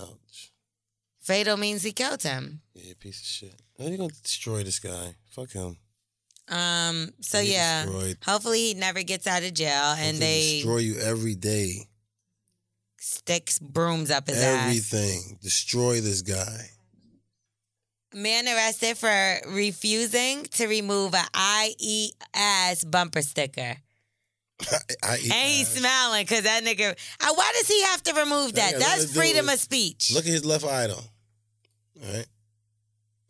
Ouch.
Fatal means he killed him.
Yeah, piece of shit. They're gonna destroy this guy. Fuck him.
Um. So
He
yeah.
destroyed.
Hopefully he never gets out of jail and
They
they
destroy you every day.
sticks brooms up his ass.
Everything. Destroy this guy.
Man arrested for refusing to remove a I eat ass bumper sticker.
I eat
And he's
ass.
smiling because that nigga. Uh, why does he have to remove that?
Yeah,
That's
let's do
freedom
it.
of speech.
Look at his left eye though. All right,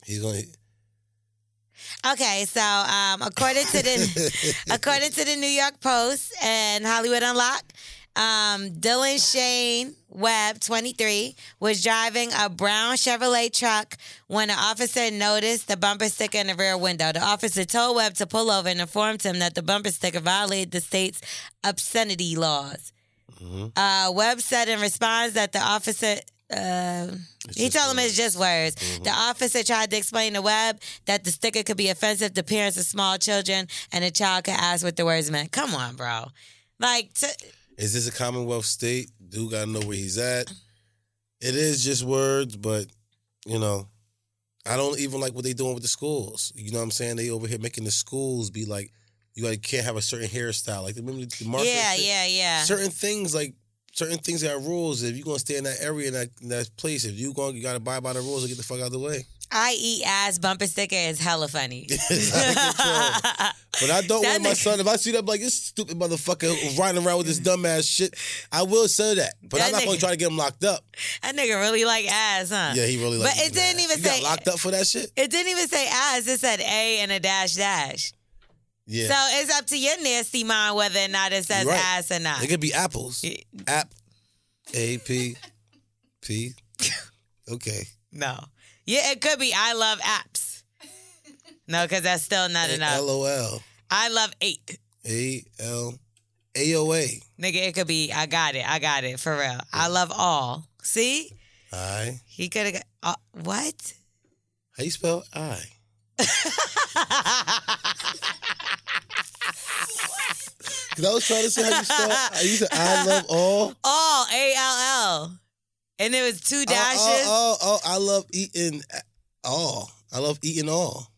he's gonna.
Okay, so um, according to the according to the New York Post and Hollywood Unlocked, um, Dylan Shane Webb, 23, was driving a brown Chevrolet truck when an officer noticed the bumper sticker in the rear window. The officer told Webb to pull over and informed him that the bumper sticker violated the state's obscenity laws. Uh, Webb said in response that the officer. Uh, he told him it's just words.
Mm-hmm.
The officer tried to explain to Webb that the sticker could be offensive to parents of small children, and a child could ask what the words meant. Come on, bro. Like, t-
Is this a Commonwealth state? Dude gotta know where he's at. It is just words, but you know, I don't even like what they doing with the schools. You know what I'm saying? They over here making the schools be like, you like can't have a certain hairstyle. Like remember the market?
yeah, yeah, yeah.
Certain things like certain things got rules. If you gonna stay in that area in that, in that place, if you gonna you gotta abide by the rules and get the fuck out of the way.
I eat ass bumper sticker is hella funny.
It's out of control. But I don't
That
want my
nigga-
son. If I see that, I'm like this stupid motherfucker riding around with this dumbass shit, I will say that. But
That
I'm not gonna
nigga-
try to get him locked up.
that nigga really like ass, huh?
Yeah, he really.
But
liked
it didn't
that.
even
You
say-
got locked up for that shit.
It didn't even say ass. It said A and a dash dash.
Yeah,
So it's up to your nasty mind whether or not it says
You're right.
ass or not.
it could be apples. App, A P, P. Okay,
No. Yeah, it could be I love apps. No, because that's still not enough.
L O L
I love eight.
A L A O A.
Nigga, it could be I got it. I got it for real. I love all. See?
I.
He could have got uh, what?
How you spell I? Cause I was trying to say how you spell. I- You said I love all.
All A L L. And it was two
Oh,
dashes.
oh, oh, oh, I love eating all. I love eating all.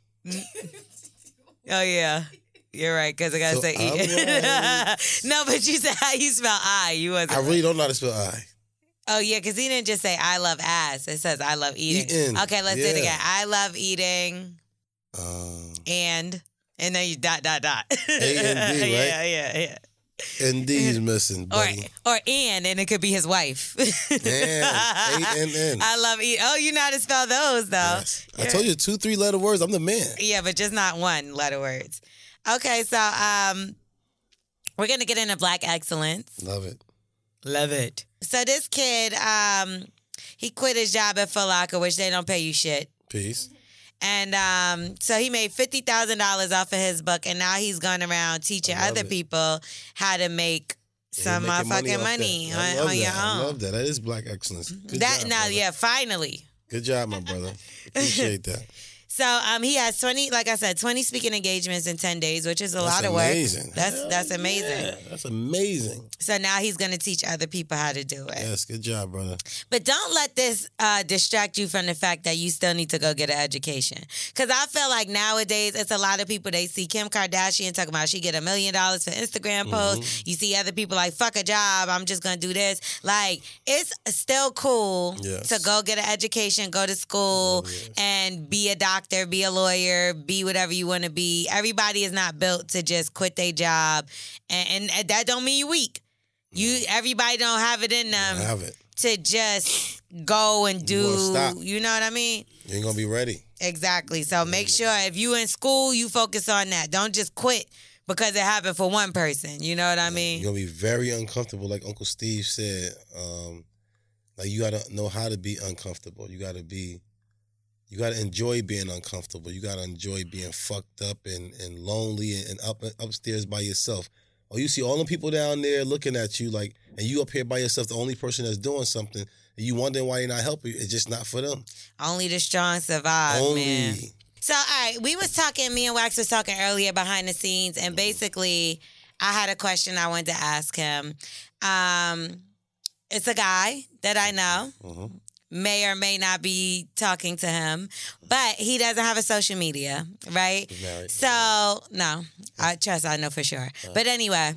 Oh, yeah. You're right, because I gotta
So
say
I'm
E. no, but you said how you spell I. You wasn't.
I really don't know how to spell I.
oh yeah, because he didn't just say I love ass. It says I love eating.
Eating,
Okay, let's do it
yeah.
again. I love eating
Um,
and and then you dot dot dot.
and D,
Yeah,
right?
yeah, yeah.
and D's missing,
Or
buddy.
or and and it could be his wife.
Damn, A N N.
I love eat. Oh, you know how to spell those though.
Yes. I told you two, three letter words. I'm the man.
Yeah, but just not one letter words. Okay, so um, we're gonna get into black excellence.
Love it.
Love it. So this kid, um, he quit his job at Foot Locker, which they don't pay you shit.
Peace.
And um, so he made fifty thousand dollars off of his book, and now he's going around teaching
I love
other
it.
people how to make some
You're making
motherfucking
off
money,
that. I
on,
love
on
that.
your
I
own.
love that. That is black excellence. Good
that
job,
now,
brother.
yeah, finally.
Good job, my brother. Appreciate that.
So um, he has twenty, like I said, twenty speaking engagements in ten days, which is a
That's
lot of work.
amazing.
That's
Hell
that's amazing.
Yeah, that's amazing.
So now he's gonna teach other people how to do it.
Yes, good job, brother.
But don't let this uh, distract you from the fact that you still need to go get an education. Because I feel like nowadays it's a lot of people they see Kim Kardashian talking about she get a million dollars for Instagram
Mm-hmm.
posts. You see other people like fuck a job, I'm just gonna do this. Like it's still cool
Yes.
to go get an education, go to school, and be a doctor, be a lawyer, be whatever you want to be. Everybody is not built to just quit their job, and, and that don't mean you weak. You everybody don't have it in them
I have it.
Um, to just go and
You
do
won't stop.
you know what I mean?
You ain't gonna be ready.
Exactly. So make sure if you in school, you focus on that. Don't just quit because it happened for one person. You know what I
You're
mean?
gonna be very uncomfortable, like Uncle Steve said. Um, like you gotta know how to be uncomfortable. You gotta be, you gotta enjoy being uncomfortable. You gotta enjoy being fucked up and and lonely and, and up upstairs by yourself. Or you see all the people down there looking at you like, and you up here by yourself, the only person that's doing something. And you wondering why you're not helping. It's just not for them.
Only the strong survive,
Only
man. So all right, we was talking, me and Wax was talking earlier behind the scenes,
Mm-hmm.
and basically I had a question I wanted to ask him. Um, it's a guy that I know.
Mm-hmm.
May or may not be talking to him, but he doesn't have a social media, right?
married.
So no, I trust I know for sure. But anyway,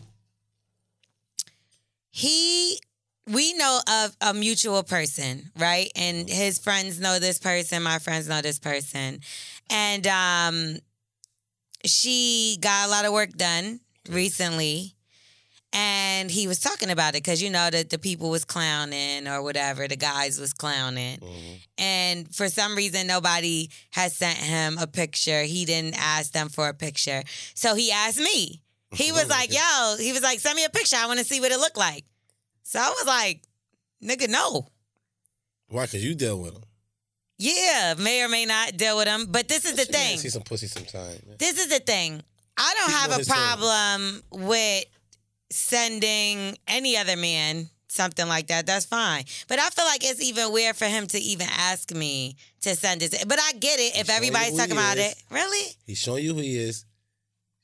he we know of a mutual person, right? And his friends know this person, my friends know this person. And um she got a lot of work done recently. And he was talking about it because you know that the people was clowning or whatever, the guys was clowning. And for some reason, nobody has sent him a picture. He didn't ask them for a picture. So he asked me. He was like, yo, he was like, send me a picture. I want to see what it looked like. So I was like, nigga, no.
Why? Cause you deal with him.
Yeah, may or may not deal with him. But this is the thing.
See some pussy sometime. man.
This is the thing. I don't
Speak on
have a
his terms.
problem with sending any other man something like that. That's fine. But I feel like it's even weird for him to even ask me to send this. But I get it if
showing you
everybody's
who
talking
he
about
is.
it. Really?
He's showing you who he is.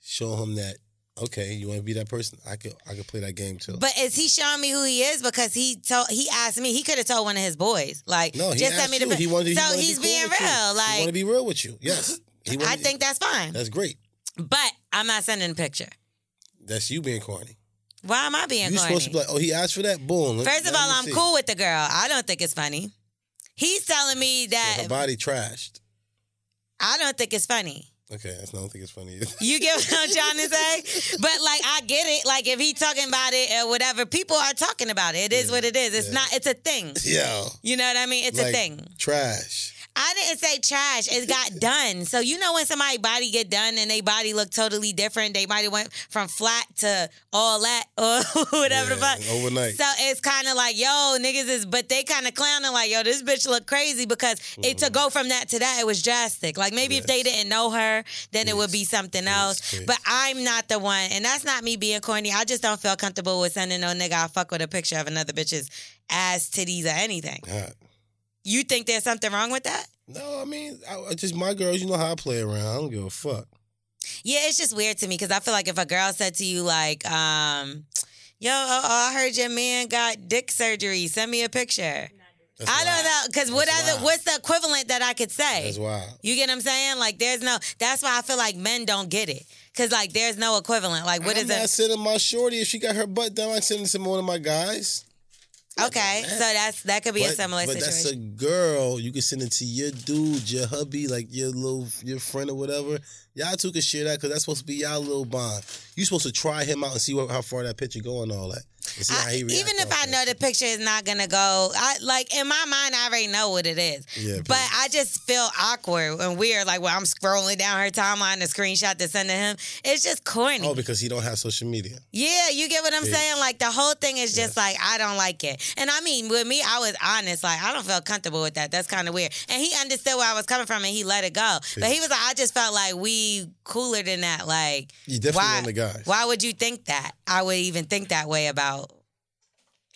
Show him that. Okay, you want to be that person? I could. I could play that game too.
But is he showing me who he is? Because he told he asked me. He could have told one of his boys. Like,
no, he
just
asked
send me
you.
the.
he wanted, he
so
wanted to
he's
be cool
being
with you.
real.
he want to
Like,
be real with you. Yes, He
I
wanted-
think that's fine.
that's great.
but I'm not sending a picture.
That's you being corny.
Why am I being
you
corny?
supposed to be like, oh, he asked for that. Boom. Let-
First of
let
all,
me
I'm
see.
cool with the girl. I don't think it's funny. He's telling me
Yeah,
that
Her body trashed.
I don't think it's funny.
Okay, that's, I don't think it's funny. either.
You get what I'm trying to say? But like I get it. Like if he talking about it or whatever, people are talking about it. It is what it is. It's not it's a thing.
Yo,
You know what I mean? It's a
Like-
thing.
trash.
I didn't say trash. It got done. So you know when somebody body get done and they body look totally different. They body went from flat to all that or Oh, whatever
Yeah,
the fuck.
Overnight.
So it's kind of like, yo, niggas is, but they kind of clowning like, yo, this bitch look crazy because it
Mm-hmm.
to go from that to that, it was drastic. Like maybe if they didn't know her, then it would be something else.
yes.
But I'm not the one, and that's not me being corny. I just don't feel comfortable with sending no nigga I fuck with a picture of another bitch's ass, titties, or anything.
Hot.
You think there's something wrong with that?
No, I mean, I, I just my girls. You know how I play around. I don't give a fuck.
Yeah, it's just weird to me because I feel like if a girl said to you like, um, yo, oh, oh, I heard your man got dick surgery, send me a picture.
That's
I don't
wild.
know because what
That's
other
wild.
what's the equivalent that I could say?
That's wild.
You get what I'm saying? Like there's no. That's why I feel like men don't get it because like there's no equivalent. Like what
I'm
is
not
it?
sending my shorty if she got her butt done. I'm sending it to one of my guys.
Okay, so that's that could be a similar
but
situation.
that's a girl. You can send it to your dude, your hubby, like your little your friend or whatever. Y'all two can share that because that's supposed to be y'all little bond. You supposed to try him out and see what, how far that picture go and all that. And see how
I-
he react
even if
off
I
that.
know the picture is not gonna go, I like in my mind I already know what it is.
Yeah,
but
please.
I just feel awkward and weird. Like when I'm scrolling down her timeline, the screenshot to send to him, it's just corny.
Oh, because he don't have social media.
Yeah, you get what I'm
Yeah.
saying? Like the whole thing is just like I don't like it. And I mean, with me, I was honest. Like I don't feel comfortable with that. That's kind of weird. And he understood where I was coming from, and he let it go. But he was like, I just felt like we cooler than that. Like
You definitely
why?
one of the guys.
Why would you think that? I would even think that way about.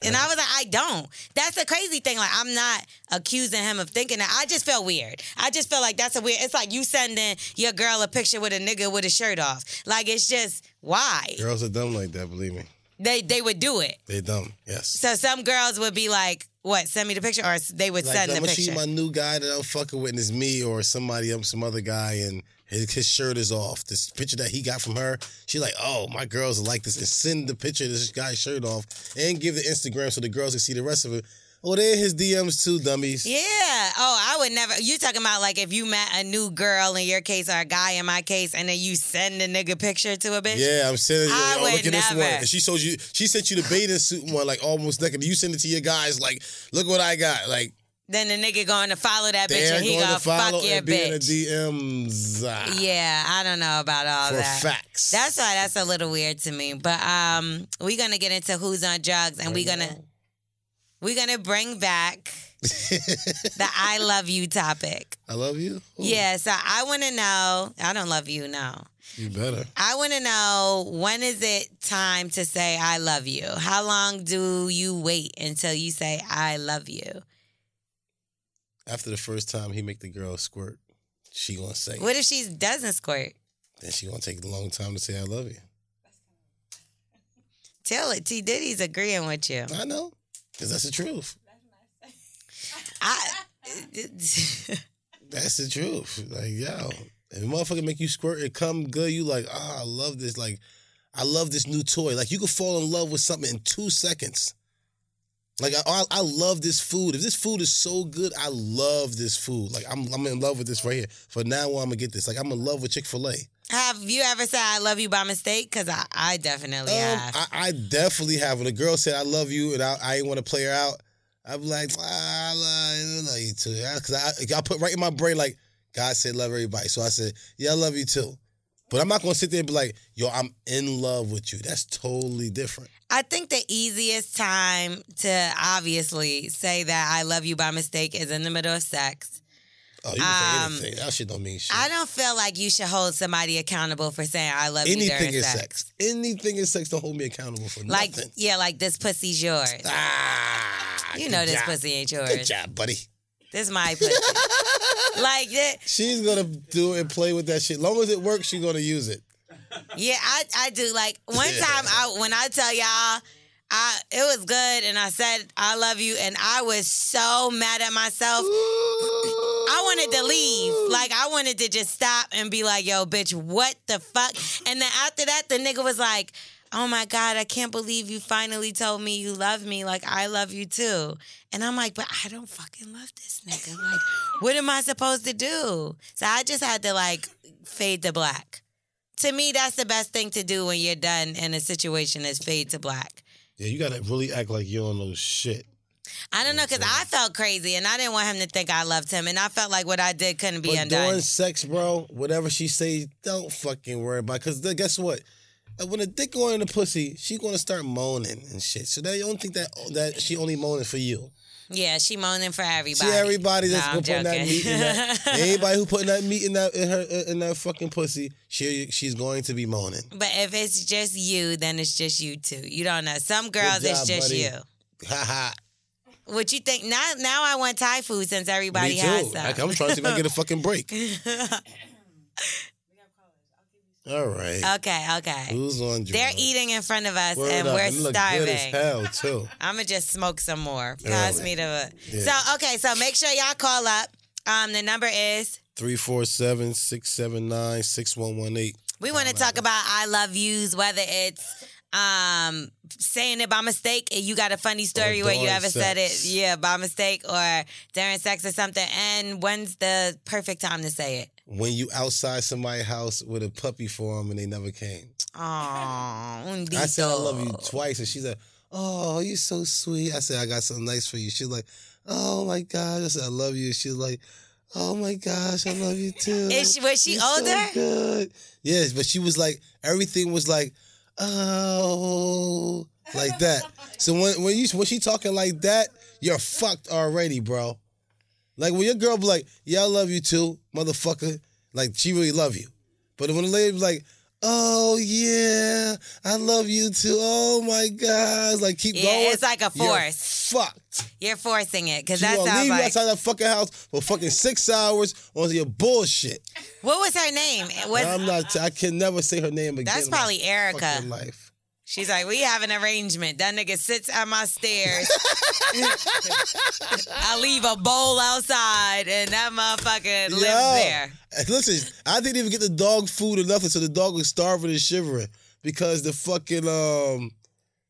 And I was like, I don't. That's the crazy thing. Like, I'm not accusing him of thinking that. I just feel weird. I just feel like that's a weird. It's like you sending your girl a picture with a nigga with a shirt off. Like, it's just why
Girls are dumb like that. Believe me,
they they would do it.
they dumb. Yes.
So some girls would be like, "What? Send me the picture," or they would
Like,
send
I'm
the
gonna show
picture.
you my new guy that I'm fucking with, and it's me or somebody, um, some other guy, and his, his shirt is off. This picture that he got from her, she like, oh, my girls like this, and send the picture of this guy's shirt off, and give the Instagram so the girls can see the rest of it. Oh, they're in his DMs too, dummies.
yeah. Oh, I would never. You talking about like if you met a new girl in your case or a guy in my case, and then you send the nigga picture to a bitch.
Yeah, I'm sending you.
I
oh, look
would
at this one.
never.
And she showed you. She sent you the bathing suit one, like almost naked. You send it to your guys, like, look what I got. Like
Then the nigga going to follow that bitch,
they're
and he
going
gonna
to follow
fuck your
and be in the
bitch.
DMs. ah,
Yeah, I don't know about all
for
that.
facts.
That's why that's a little weird to me. But um, we're gonna get into who's on drugs, and we're gonna we're gonna bring back the I love you topic.
I love you. Ooh,
Yeah, so I want to know. I don't love you, no.
You better.
I want to know when is it time to say I love you? How long do you wait until you say I love you?
After the first time he make the girl squirt, she gonna say,
What if she doesn't squirt?
then she gonna take a long time to say I love you.
Tell it. T Diddy's agreeing with you.
I know, cause that's the truth.
I.
That's the truth. Like yo, if a motherfucker make you squirt and come good, you like ah, I love this. Like I love this new toy. Like you could fall in love with something in two seconds. Like I, I, I love this food. If this food is so good, I love this food. Like I'm, I'm in love with this right here. For now, on, I'm gonna get this. Like I'm in love with Chick Fil A.
Have you ever said "I love you" by mistake? Because I, I definitely have.
Um, I, I definitely have. When a girl said "I love you" and I, I want to play her out, I'm like, "Ah, I love, I love you too. Because I, I put right in my brain like, God said love everybody, so I said, yeah, I love you too. But I'm not gonna sit there and be like, yo, I'm in love with you. That's totally different.
I think the easiest time to obviously say that I love you by mistake is in the middle of sex.
Oh, you can
Um,
say anything. That shit don't mean shit.
I don't feel like you should hold somebody accountable for saying I love you
Anything
during
is
sex.
sex. Anything is sex. Don't hold me accountable for
Like
nothing.
yeah, like this pussy's yours.
Ah,
you
good
know this
job.
pussy ain't
Good
yours.
job, buddy.
This my pussy. like that.
She's gonna do it and play with that shit. Long as it works, she's gonna use it.
Yeah, I, I do. Like one
Yeah.
time, I when I tell y'all, I it was good, and I said I love you, and I was so mad at myself. I wanted to leave. Like I wanted to just stop and be like, "Yo, bitch, what the fuck?" And then after that, the nigga was like, "Oh my god, I can't believe you finally told me you love me. Like I love you too." And I'm like, "But I don't fucking love this nigga. Like, what am I supposed to do?" So I just had to like fade to black. To me, that's the best thing to do when you're done and a situation is fade to black.
Yeah, you gotta really act like you don't know shit.
I don't know because I felt crazy and I didn't want him to think I loved him, and I felt like what I did couldn't be
But
undone.
during sex, bro, whatever she say, don't fucking worry about. Because guess what? Uh, When a dick going in the pussy, she gonna start moaning and shit. So they don't think that that she only moaning for you.
Yeah, she moaning for everybody.
See everybody that's
No,
gonna put that
I'm
meat in that.
joking.
anybody who putting that meat in that in her in that fucking pussy, she she's going to be moaning.
But if it's just you, then it's just you too. You don't know. Some girls, it's
job,
just
buddy.
you.
Haha.
What you think? Now, now I want Thai food since everybody
Me
has
too.
some.
Like, I'm trying to see if I can get a fucking break. All right.
okay, okay.
Who's on?
They're
drugs?
eating in front of us,
Word
and
up.
we're
You look good as
starving.
hell too.
I'ma just smoke some more. Pass me the.
Yeah.
So okay, so make sure y'all call up. Um, the number is.
347-679-6118.
We want to talk about I love yous, whether it's um saying it by mistake and you got a funny story where you
during
ever said it,
sex.
yeah, by mistake or during sex or something. And when's the perfect time to say it?
When you outside somebody's house with a puppy for them and they never came.
Oh, undito.
I said I love you twice and she said, oh, you're so sweet. I said, I got something nice for you. She's like, oh my gosh. I said, I love you. She's like, oh my gosh, I love you too.
Is she, was she
You're so
older?
good. Yes, but she was like everything was like, oh, like that. So when when you when she talking like that, you're fucked already, bro. Like when your girl be like, yeah, I love you too, motherfucker. Like she really love you, but when a lady be like. Oh yeah, I love you too. Oh my gosh, like keep
Yeah,
going.
it's like a
you're
force.
Fucked.
You're forcing it because
She
that
gonna leave
sounds
you
like.
outside that fucking house for fucking six hours on your bullshit.
What was her name? It was-
I'm not. I can never say her name again.
that's
in my
probably Erica.
fucking Life.
She's like, we have an arrangement. That nigga sits at my stairs. I leave a bowl outside, and that motherfucker lives
Yo.
there.
And Listen, I didn't even get the dog food or nothing, so the dog was starving and shivering because the fucking um,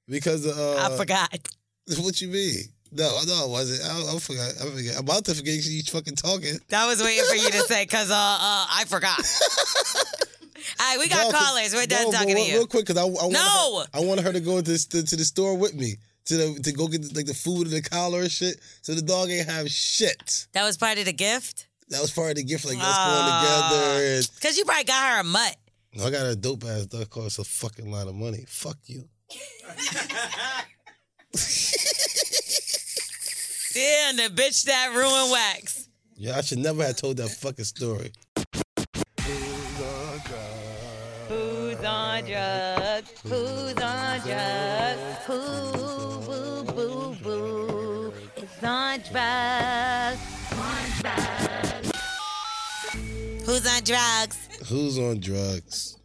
because the uh,
I forgot.
What you mean? No, no, I wasn't. I, I forgot. I forgot. I'm about to forget 'cause you fucking talking.
That was waiting for you to say, cause uh, uh I forgot. All right, we got
No, 'cause-
callers. We're done
no, but
talking to
real-
you.
Real quick, because I, I wanted
No!
her, I wanted her to go to the, to the store with me to the, to go get like the food and the collar and shit, so the dog ain't have shit.
That was part of the gift.
That was part of the gift. Like let's
Ah.
go together and
Cause you probably got her a mutt.
No, I got a dope ass dog costs a fucking lot of money. Fuck you.
Damn, the bitch that ruined wax.
Yeah, I should never have told that fucking story.
Who's on drugs? Who's on drugs? Who, boo, boo, boo, is on drugs? Who's on drugs?
Who's on drugs?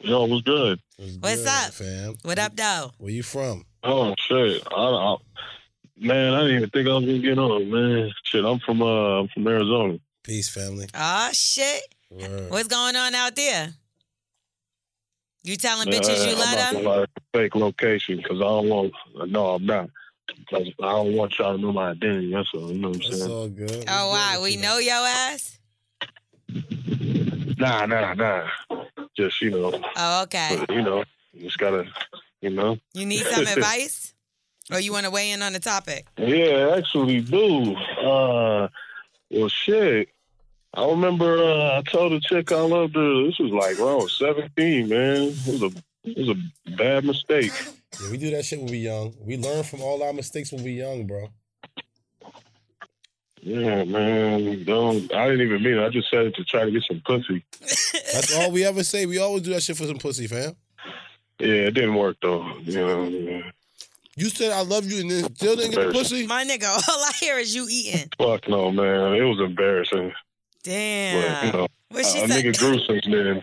Yo, what's good?
What's up?
fam?
What up, though?
Where you from?
Oh shit! I, I man, I didn't even think I was gonna get on. Man, shit, I'm from uh, I'm from Arizona.
Peace, family.
Oh, shit.
Word.
What's going on out there? You telling
Yeah,
bitches you
I'm not
love
gonna
them?
lie, fake location because I don't want. No, I'm not. Because I don't want y'all to know my identity. That's all. You know what I'm
It's
saying?
all good.
Oh wow, we know your ass.
Nah, nah, nah. Just you know,
Oh okay.
but, you know, you just gotta, you know.
You need some advice, or you want to weigh in on the topic?
Yeah, actually, do. Uh, well, shit. I remember uh, I told a chick I loved her. This was like when I was 17, man. It was a it was a bad mistake.
Yeah, we do that shit when we young. We learn from all our mistakes when we young, bro.
Yeah, man. Don't. I didn't even mean it. I just said it to try to get some pussy.
That's all we ever say. We always do that shit for some pussy, fam.
Yeah, it didn't work though. You know. yeah.
You said I love you and then still didn't get the pussy.
My nigga, all I hear is you eating.
Fuck no, man. It was embarrassing. But you
Damn.
know,
What
I,
she
I
say?
nigga grew since then.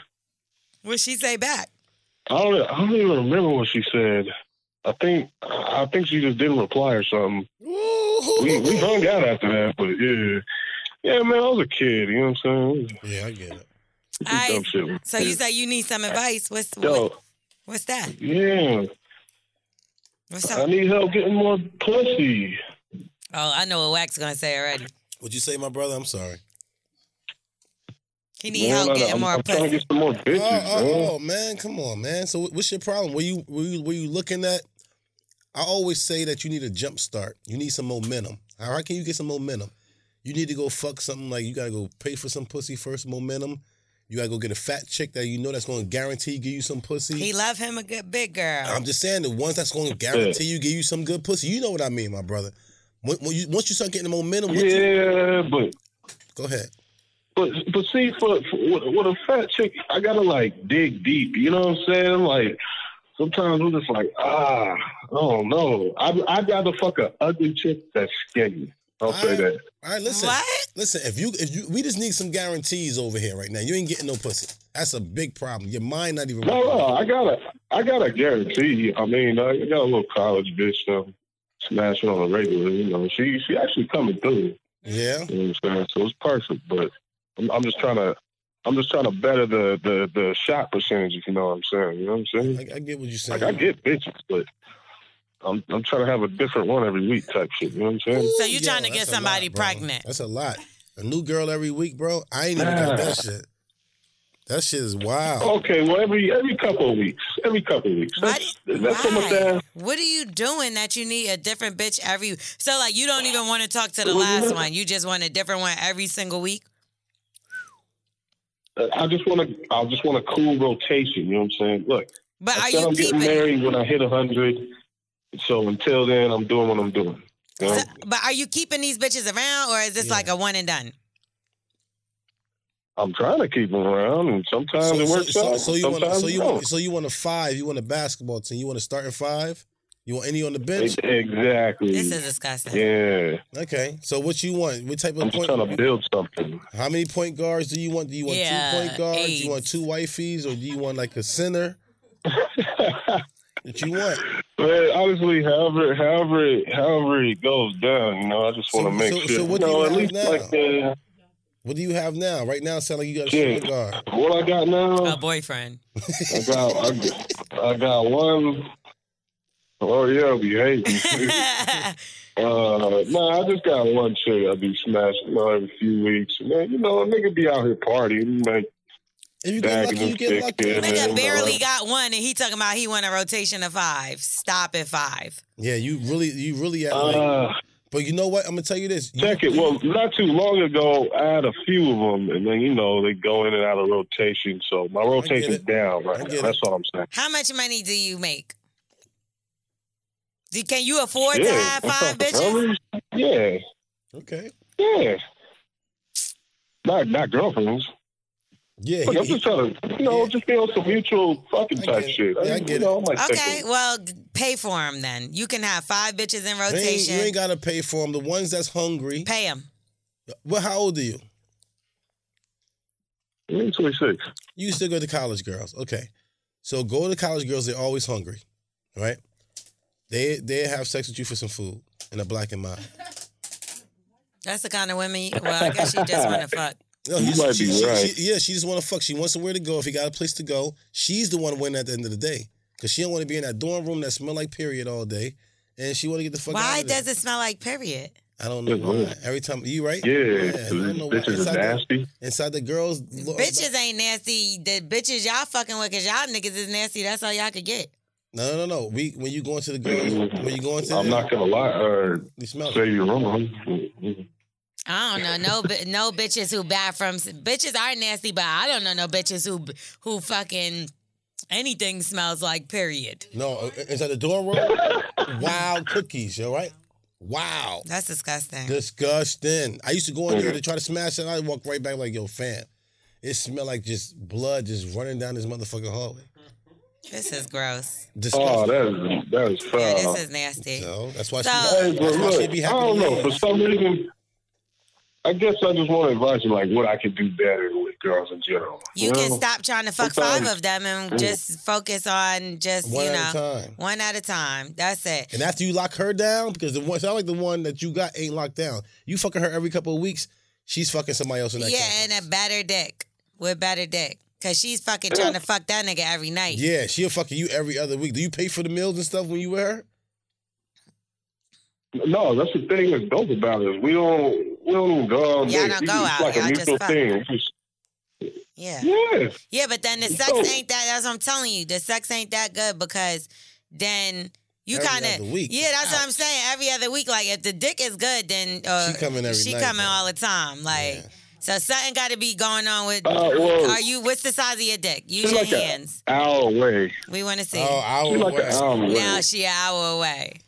What she say back?
I don't. I don't even remember what she said. I think. I think she just didn't reply or something. we, we hung out after that, but yeah. Yeah, man, I was a kid, you know what I'm saying?
Yeah, I get it.
Some
All
dumb
right.
shit.
So you say you need some advice. What's
Yo,
what, what's that?
yeah,
What's
I
up?
need help getting more pussy.
Oh, I know what Wax gonna say already.
Would you say, my brother? I'm sorry.
He need
Man, I-
help getting
I'm,
more
I'm trying to
pussy.
get some more
Oh,
bitches,
oh, oh, man, come on, man. So wh- what's your problem? Were you were you, were you looking at? I always say that you need a jump start. You need some momentum. How how can you get some momentum? You need to go fuck something like you gotta go pay for some pussy first. Momentum. You gotta go get a fat chick that you know that's gonna guarantee give you some pussy.
He love him a good big girl.
I'm just saying the ones that's going to guarantee you give you some good pussy. You know what I mean, my brother. When, when you, once you start getting the momentum,
man.
with you,
Yeah, but
go ahead.
But but see, for, for with a fat chick, I gotta like dig deep. You know what I'm saying? Like sometimes I'm just like, ah, I don't know. I I'd rather fuck a ugly chick that's skinny. I'll say
Alright.
that.
All right, listen,
What?
listen. If you if you, we just need some guarantees over here right now. You ain't getting no pussy. That's a big problem. Your mind not even.
No, no, I gotta, I gotta guarantee. I mean, I got a little college bitch um, smashing on the regular. You know, she she actually coming through.
Yeah.
You know what I'm saying? So it's perfect. But I'm, I'm just trying to, I'm just trying to better the the the shot percentage. If you know what I'm saying, you know what I'm saying?
I, I get what you're saying.
Like I get bitches, but I'm I'm trying to have a different one every week type shit. You know what I'm saying?
So you trying to get
that's a
somebody
bro.
pregnant.
That's a lot. A new girl every week, bro. I ain't even got that shit. That shit is wild.
Ah. Okay, well every every couple of weeks, every couple of weeks.
Why?
That's,
do-
that's so much
why?
ass.
What are you doing that you need a different bitch every? So like you don't even want to talk to the
Well, you
last
know-
one. You just want a different one every single week.
Uh, I just want to, I just want a cool rotation. You know what I'm saying? Look,
But
I
are
said
you
I'm
keeping?
getting married when I hit hundred. So until then, I'm doing what I'm doing. You know?
so- but are you keeping these bitches around, or is this
Yeah.
like a one and done?
I'm trying to keep them around, and sometimes it works
so,
out.
so you want
sometimes
to so you
it
want
don't.
so you want a five? You want a basketball team? You want to start in five? You want any on the
Ex-
bench?
exactly.
This is disgusting.
yeah,
Okay, so what you want? What type of
I'm just
point?
trying to build something.
How many point guards do you want? Do you want
Yeah,
two point guards? Do
eight.
you want two wifeys, or do you want like a center? What you want?
But honestly, however, however, it- however it goes down, you know, I just
So-
want to make
so- so
sure.
what
you
do
know,
you
at
have
least
now?
like uh,
What do you have now? Right now, it sound like you got a
Yeah.
shooting guard.
what I got
A
now.
boyfriend.
I got, I got, I got one. Oh yeah, I'll be hating. Uh, nah, I just got one chick I be smashing on every few weeks. Man, you know, a nigga be out here partying, like
If you get
bagging
lucky, you
them
get
chicks.
lucky.
yeah, man,
Nigga barely
like,
got one, and he talking about he want a rotation of five. Stop at five.
Yeah, you really, you really at. like,
Uh,
but you know what? I'm gonna tell you this. You-
check it. Well, not too long ago, I had a few of them, and then you know they go in and out of rotation. So my rotation's
it.
down
I
right
get
now. That's
it.
all I'm saying.
How much money do you make? Do, can you afford to
Yeah,
have five bitches?
Girlfriends? Yeah,
okay.
yeah. Not not girlfriends.
Yeah,
Look,
he-
I'm just trying to, you know,
yeah.
just be on some mutual fucking
I
type
get it.
shit.
Yeah, I get
you know,
it.
I might take
Okay,
a-
well, g- pay for them then. You can have five bitches in
you ain't,
rotation.
you ain't gotta pay for them. The ones that's hungry.
pay them.
Well, how old are you?
I'm 26.
You still go to college girls. Okay. So go to college girls, they're always hungry. Right? They they have sex with you for some food in a black and mild.
That's the kind of women. You, well, I guess you just want to fuck.
No,
You
she-
might
she-
be
she-
right.
she- yeah, she just want to fuck. She wants somewhere to go. If you got a place to go, she's the one winning at the end of the day. Cause she don't want to be in that dorm room that smell like period all day. and she want to get the fuck.
Why
out of there.
does it smell like period?
I don't know
It's
why.
weird.
Every time you right?
Yeah,
I don't know why.
bitches
Inside
are
the-
nasty.
Inside the girls.
Bitches ain't nasty. The bitches y'all fucking with, cause y'all niggas is nasty. That's all y'all could get.
No, no, no, no. We when you go into the girls, when you go into,
Mm-hmm. I'm
them,
not gonna lie, uh,
You smell
say
it.
you're wrong.
I don't know no bi- no bitches who bad from bitches are nasty, but I don't know no bitches who who fucking anything smells like period.
No, uh, inside the dorm room. wild cookies. All right.
Oh.
Wow.
That's disgusting.
Disgusting. I used to go in there to try to smash it. and I walk right back like, yo, fam. It smelled like just blood just running down this motherfucking hallway.
This is gross.
Oh,
Disgusting.
that is that is
Yeah,
foul.
this is nasty.
so that's why she.
So-
Hey, but
that's why she
look,
be
I
happy.
don't
to
know.
leave.
For some reason, I guess I just want to advise you, like, what I could do better with girls in general.
You can
know?
stop trying to fuck
sometimes-
five of them and just focus on just
One
you
at a
know
time.
one at a time. That's it.
And after you lock her down, because the one sound like the one that you got ain't locked down. You fucking her every couple of weeks. She's fucking somebody else in that.
Yeah,
complex.
and a better dick with better dick, cause she's fucking trying to fuck that nigga every night.
yeah, she'll fucking you every other week. Do you pay for the meals and stuff when you with her?
No, that's the thing that's dope about it. is We don't we don't even go out.
Y'all
there.
don't
We
go
just
out.
Like
Y'all
a
just
mutual
fuck.
thing. It's just-
yeah.
yeah.
Yeah, but then the sex
So-
ain't that. That's what I'm telling you. The sex ain't that good because then you
Every
kind
other
of
week.
yeah. That's what I'm
Ouch.
saying. Every other week, like if the dick is good, then uh,
She coming every
She
night,
coming
though.
all the time. Like so, something got to be going on with.
Uh, well,
are you? What's the size of your dick? Use
she's
your
like an
hands.
hour away.
we want to see.
Oh, I
She's
would.
like an hour away.
now she an hour away.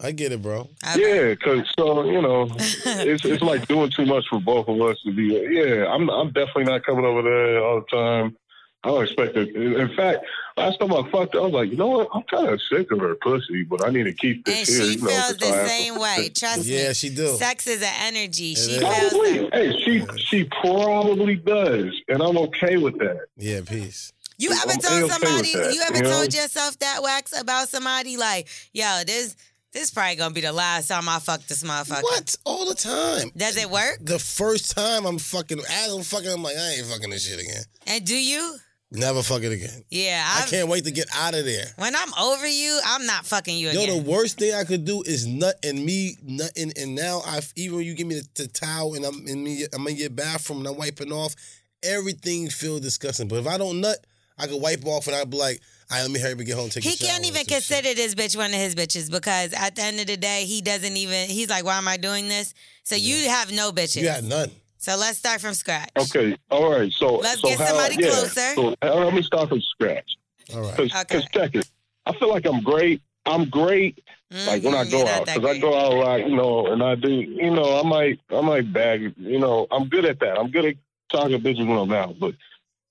I get it, bro.
Okay.
Yeah, cause so you know, it's it's like doing too much for both of us to be. Yeah, I'm I'm definitely not coming over there all the time. I don't expect it. In in fact, last time I fucked, her, I was like, you know what? I'm kind of sick of her pussy, but I need to keep
And
this here.
she
you know,
feels
so I
the
have-
same way. Trust
Yeah,
me.
she do.
Sex is an energy. She
is.
feels that.
Probably. Hey, she she probably does, and I'm okay with that.
Yeah, peace.
You
I'm
ever
okay
told
with
somebody?
that,
you ever
you know?
told yourself that wax about somebody? Like, yo, this this probably gonna be the last time I fuck this motherfucker.
What all the time?
Does it work?
The first time I'm fucking, as I'm fucking, I'm like, I ain't fucking this shit again.
And do you?
Never fuck it again.
Yeah,
I
I've,
can't wait to get out of there.
when I'm over you, I'm not fucking you
Yo,
again.
the worst thing I could do is nut and me nutting, and now I even when you give me the, the towel and I'm in me, I'm in your bathroom and I'm wiping off, everything feel disgusting. But if I don't nut, I could wipe off and I'd be like, all right, let me hurry up and get home. and Take a
he
shower
can't
or
even
some shit."
consider this bitch one of his bitches because at the end of the day, he doesn't even. He's like, why am I doing this? So you have no bitches.
You had none.
So let's start from scratch.
Okay, all right. So
Let's
so
get
how,
somebody
yeah,
closer.
So how, let me start from scratch.
All right.
Cause,
Okay.
'cause check it. I feel like I'm great. I'm great. Like when I
Mhm,
go
you're not
out,
that
because I
great.
go out like you know, and I do you know, I might I might bag you know, I'm good at that. I'm good at talking bitches when I'm out, but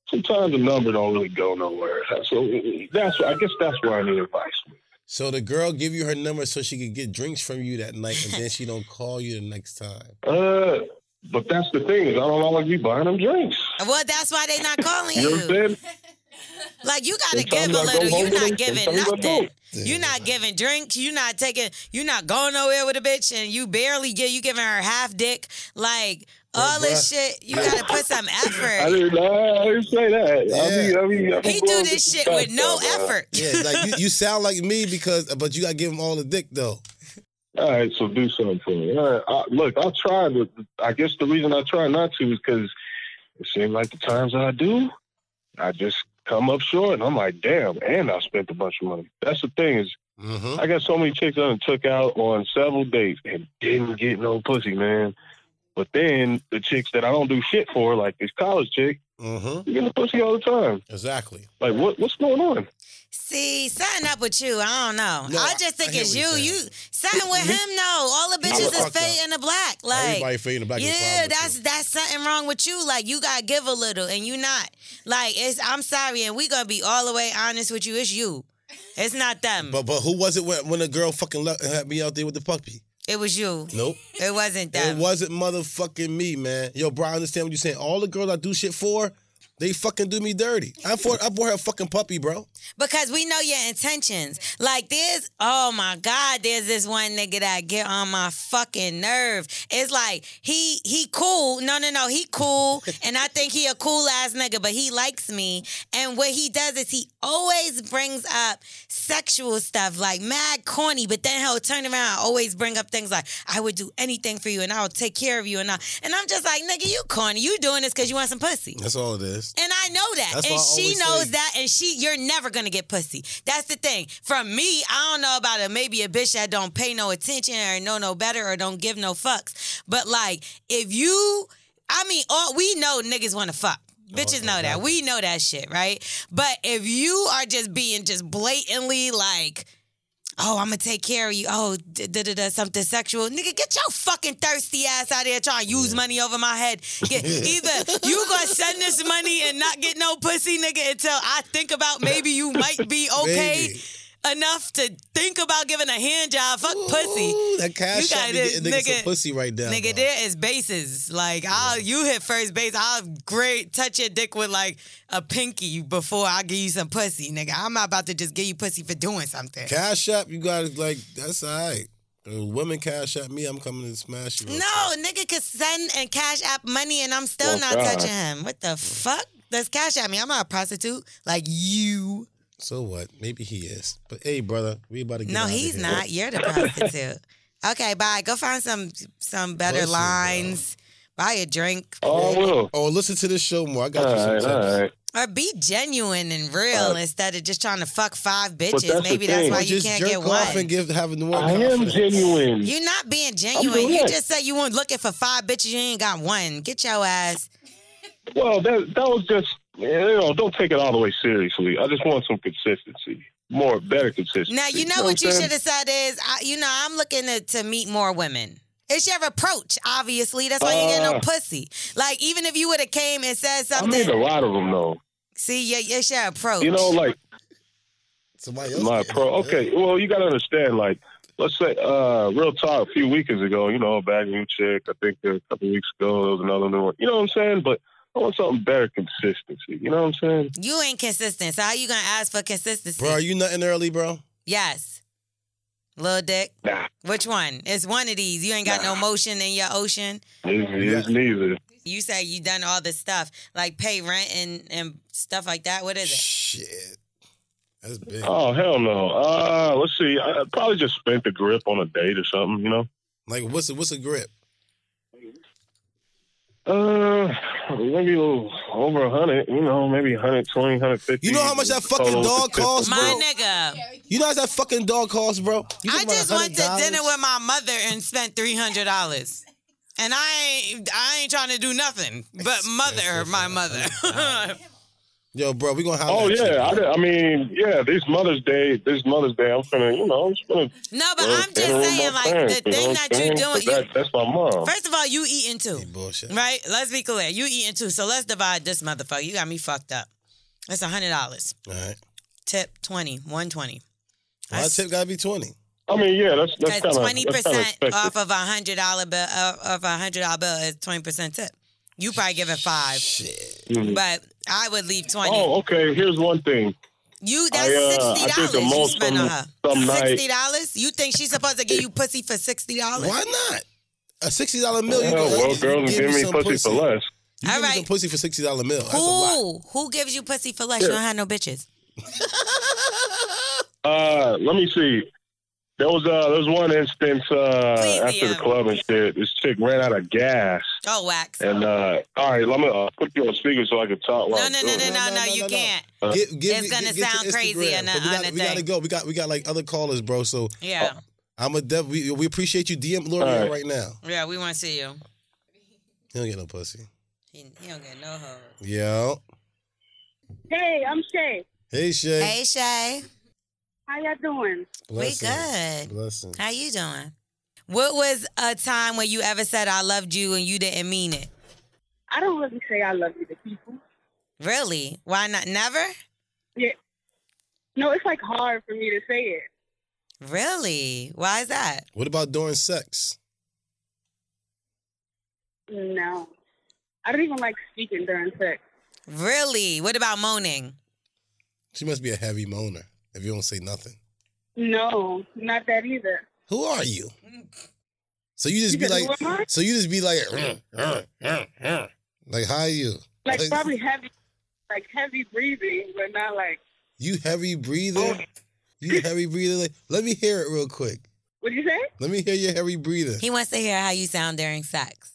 sometimes the number don't really go nowhere. So that's I guess that's where I need advice.
So the girl give you her number so she could get drinks from you that night, and then she don't call you the next time.
Uh, but that's the thing is I don't always be buying them drinks.
Well, that's why they not calling
You know what I'm
you.
saying?
Like you gotta
Sometimes
give a
I go
little.
home
You're
with
not
them,
giving
sometimes I
nothing.
don't.
You're not giving drinks. You're not taking. You're not going nowhere with a bitch, and you barely get. You giving her half dick. Like all this shit. You gotta put some
I
effort.
didn't, I didn't Uh, say that. I mean, I mean, I
He
be
do
going
this
to
shit
the
with no
bathroom, man.
effort.
Yeah, like you, you sound like me because, but you gotta give them all the dick though.
All right, so do something for me. All right, I, look, I tried, but I guess the reason I try not to is because it seems like the times I do, I just come up short, and I'm like, damn, and I spent a bunch of money. That's the thing is,
Mm-hmm.
I got so many chicks I done took out on several dates and didn't get no pussy, man. But then the chicks that I don't do shit for, like this college chick,
Mm-hmm.
you get the pussy all the time.
Exactly.
Like, what what's going on?
See, something up with you. I don't know.
No,
I just
I-
think
I hear
it's
what
you.
you're saying.
You something with him. No, all the bitches
was
is
fucked
fade
up.
in the black. Like
Everybody fading the back. is fine
Yeah,
with
that's
you.
that's something wrong with you. Like you gotta give a little, and you not. Like it's. I'm sorry, and we gonna be all the way honest with you. It's you. It's not them.
But but who was it when when the girl fucking left, had me out there with the puppy?
it was you.
Nope.
It wasn't them.
It wasn't motherfucking me, man. Yo, bro, I understand what you're saying. All the girls I do shit for, They fucking do me dirty. I bought, I bought her a fucking puppy, bro.
Because we know your intentions. Like there's, oh my God, there's this one nigga that get on my fucking nerve. It's like he he cool. No, no, no, he cool, and I think he a cool ass nigga, but he likes me. And what he does is he always brings up sexual stuff, like mad corny. But then he'll turn around, and always bring up things like I would do anything for you, and I'll take care of you, and I. And I'm just like, nigga, you corny. You doing this because you want some pussy.
That's all it is.
And I know that.
That's
and
why I
she
always
knows
say-
that. And she, you're never gonna get pussy. That's the thing. From me, I don't know about it. Maybe a bitch that don't pay no attention or know no better or don't give no fucks. But like, if you, I mean, all we know niggas want to fuck.
Oh,
Bitches know that. We know that shit, right? But if you are just being just blatantly like, oh, I'm gonna take care of you. Oh, da da da, something sexual, nigga. Get your fucking thirsty ass out of here trying to use money over my head. Get, either you gonna send this money and not get no pussy, nigga, until I think about maybe you might be okay
Maybe.
enough to think about giving a hand job. Fuck pussy.
Ooh, that cash
You got
shot be
this,
getting niggas
nigga.
some pussy right there.
Nigga,
bro.
there is bases. Like, I'll you hit first base. I'll great touch your dick with like a pinky before I give you some pussy, nigga. I'm not about to just give you pussy for doing something.
Cash app, you gotta like that's all right. Uh, Women cash at me, I'm coming to smash you.
No, nigga could send and cash app money and I'm still
Oh,
not
God.
touching him. What the fuck? That's cash at me. I'm not a prostitute like you.
So what? Maybe he is. But hey, brother, we about to get
no,
outta
he's
here.
not. You're the prostitute. okay, bye. Go find some some better
Pussy, bro.
lines. Buy a drink.
Oh, I will.
Oh, listen to this show more. I got
All
you some
right,
tips.
all right.
Or be genuine and real
Uh,
instead of just trying to fuck five bitches.
that's the
Maybe that's
thing.
why
Or
But
you
just
can't
jerk
get
off and
one.
give having the one.
I am
confidence.
genuine.
You're not being genuine. You
doing it.
just said you weren't looking for five bitches. You ain't got one. Get your ass.
Well, that that was just you know, don't take it all the way seriously. I just want some consistency, more better consistency.
Now you know what you
I'm saying?
should have said is, I, you know, I'm looking to, to meet more women. It's your approach, obviously. That's why you get no
Uh.
pussy. Like even if you would have came and said
I made a
something,
lot of them though.
see, yeah, it's your approach.
You know, like
Somebody else.
my
did.
pro. Okay, well, you gotta understand, like. Let's say, uh, real talk, a few weekends ago, you know, a bad new chick. I think a couple weeks ago, there was another new one. You know what I'm saying? But I want something better consistency. You know what I'm saying?
you ain't consistent. So how you gonna ask for consistency?
Bro, are you nothing early, bro?
yes, little dick.
Nah,
Which one? It's one of these. You ain't got no motion in your ocean.
it's, it's neither.
You say you done all this stuff, like pay rent and and stuff like that. What is it?
Shit. That's big.
Oh, hell no. Uh, let's see. I probably just spent the grip on a date or something, you know?
Like what's a, what's a grip?
Uh, maybe over a hundred. You know, maybe 120, 150.
You know how much that fucking
Total
dog costs, bro?
My nigga.
You know how much that fucking dog costs, bro? You
I
talking about
just went to
$100?
dinner with my mother and spent three hundred dollars. And I ain't, I ain't trying to do nothing but mother my mother.
Yo, bro, we gonna have
Oh yeah, I, did- I mean, yeah. This Mother's Day, this Mother's Day, I'm finna, you know, I'm just finna.
no, but
go
I'm just
dinner with
saying,
my
like the
parents, you know
thing
what
that
I'm saying?
you doing.
But
You,
that, that's my mom.
first of all, you eating too,
Bullshit.
right? Let's be clear. You eating too. So let's divide this motherfucker. You got me fucked up. That's hundred dollars.
All right.
Tip 20, 120.
My tip gotta be twenty.
I mean, yeah, that's that's
Because
kind of
twenty
that's kind
percent
of
off of a hundred dollar bill uh, of a hundred dollar bill is twenty percent tip. You probably giving five, but I would leave twenty.
Mm-hmm. Oh, okay. Here's one thing.
You that's
I, uh, I
sixty
think
dollars
the
you
most
spend
some-
on her.
some night-
Sixty dollars? You think she's supposed to give you pussy for sixty dollars?
Why not? A sixty dollar
Hell,
meal. you go-
Oh, well,
you
girls give me
some
pussy, for less.
You
All
give me
right.
some pussy for sixty dollar meal. Uh, That's a lot.
Who who gives you pussy for less? You don't have no bitches.
Uh, let me see. There was uh, there was one instance
Please
uh, after the
DM.
club and shit. This chick ran out of gas,
Oh wax. No
and uh, all right, let me uh, put you on speaker so I can talk. While
no
I'm
no no
doing
no
it.
no no you
no, no.
can't.
uh, Give- give
It's
me-
gonna
get- get
sound
your
crazy
Instagram,
on
but
the-
we
on
gotta-
the
We gotta
thing.
go. We got we got like other callers, bro. So
Yeah.
I'm a dev. We, we appreciate you. DM Lori
All
right.
right.
now.
Yeah, we wanna see you.
He don't get no pussy.
He, he don't get no hoe.
Yo.
Hey, I'm Shay.
Hey Shay.
Hey Shay.
How y'all doing?
We
Blessings.
good.
Blessings.
How you doing? What was a time when you ever said I loved you and you didn't mean it?
I don't really say I love you to people.
Really? Why not? Never?
Yeah. No, it's like hard for me to say it.
Really? Why is that?
What about during sex?
No. I don't even like speaking during sex.
Really? What about moaning?
She must be a heavy moaner if you don't say nothing.
No, not that either.
Who are you? So you just
You
be
said,
like,
"Who am I?"
so you just be like, "Mm, mm, mm, mm." like how are you?
Like probably heavy, like heavy breathing, but not like.
You heavy
Oh.
breathing? You heavy breathing? Like, let me hear it real quick.
What do you say?
Let me hear your heavy breathing.
He wants to hear how you sound during sex.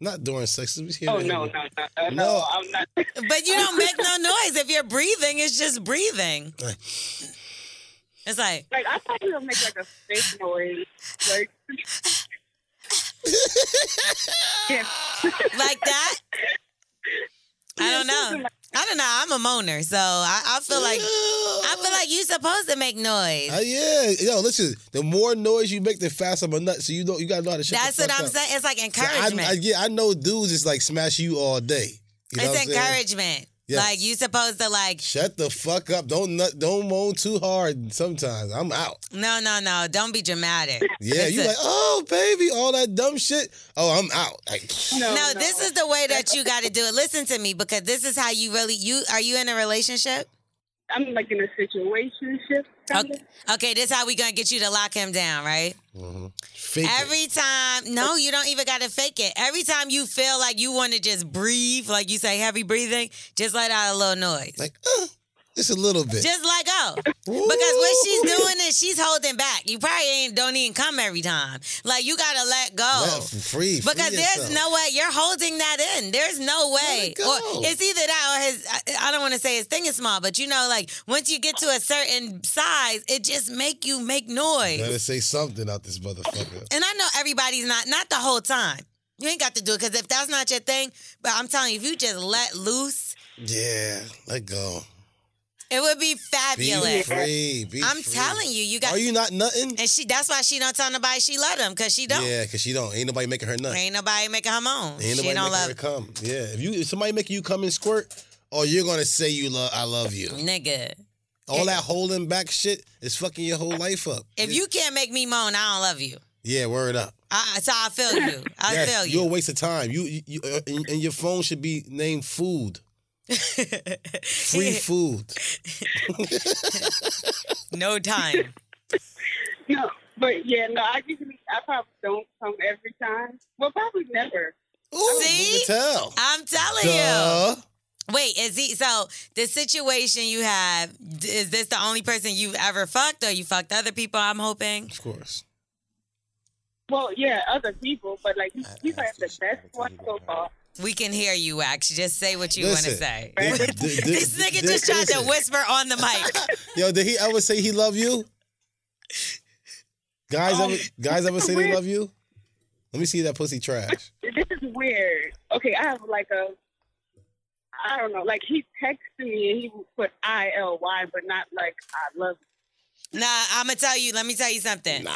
Not during sex. Let me hear
Oh
the
no,
heavy-
no, no, no,
No.
no! I'm not.
But you don't make no noise. If you're breathing, it's just breathing. It's like,
Like I thought you would make like a fake noise. Like yeah,
like that? I don't know. I don't know. I'm a moaner, so I, I feel like I feel like you're supposed to make noise.
Uh, yeah, yo, listen. The more noise you make, the faster I'm a nut. So you know you gotta know how to shut
That's
the fuck
what I'm
up.
saying. It's like
So I-
encouragement.
I, yeah, I know dudes is like smash you all day. You know what
it's
I'm saying?
encouragement.
Yeah.
Like you supposed to like
Shut the fuck up. Don't nut, don't moan too hard. Sometimes I'm out.
no no no don't be dramatic.
Yeah,
It's
you
a-
like oh baby, all that dumb shit. Oh, I'm out. Like
no,
no, this is the way that you got to do it. Listen to me because this is how you really you are you in a relationship?
I'm like in a situation shift.
Okay, okay this how we going to get you to lock him down, right?
Mm-hmm. fake. it.
Every time, no, you don't even got to fake it. Every time you feel like you want to just breathe, like you say heavy breathing, just let out a little noise.
like uh, just a little bit.
Just let go. Because what she's doing is she's holding back. You probably ain't don't even come every time. Like you gotta let go.
Let- free, free
because there's
yourself.
no way you're holding that in. There's no way.
it go.
Or it's either that or his. I, I don't want to say his thing is small, but you know, like once you get to a certain size, it just make you make noise.
Gotta say something out this motherfucker.
And I know everybody's not not the whole time. You ain't got to do it because if that's not your thing, but I'm telling you, if you just let loose,
Yeah, let go.
it would be
Be
fabulous.
free. Be
I'm
free.
telling you, you got
Are you not nutting?
And she that's why she don't tell nobody she love them because she don't.
Yeah, cause she don't. Ain't nobody making her nut.
Ain't nobody making her moan.
Ain't
She don't
nobody making
love
her come. Yeah, if you if somebody making you come and squirt, or you're gonna say you love, I love you.
nigga.
All that holding back shit is fucking your whole life up.
If you can't make me moan, I don't love you.
yeah, word up.
I, I- so I feel you. I
Yes,
feel
You're a
you.
waste of time. You, you, you uh, and, and your phone should be named food. Free food.
no time.
No, but yeah, no, I usually I probably don't come every time. Well, probably never.
Ooh,
See?
you can tell.
I'm telling
Duh.
you. Wait, is he so the situation you have, d- is this the only person you've ever fucked or you fucked other people, I'm hoping?
Of course.
Well, yeah, other people, but like he's, he's like the best one so far.
We can hear you, Wax. Just say what you want to
Listen,
say.
thi- thi- thi-
This nigga
thi-
just tried to
listen.
whisper on the mic.
Yo, did he ever say he love you? Guys
Oh.
ever guys ever say they love you? Let me see that pussy trash.
This is weird. Okay, I have like a, I don't know, like he texted me and he would put I L Y, but not like I love. you.
Nah, I'm gonna tell you. Let me tell you something. Nah.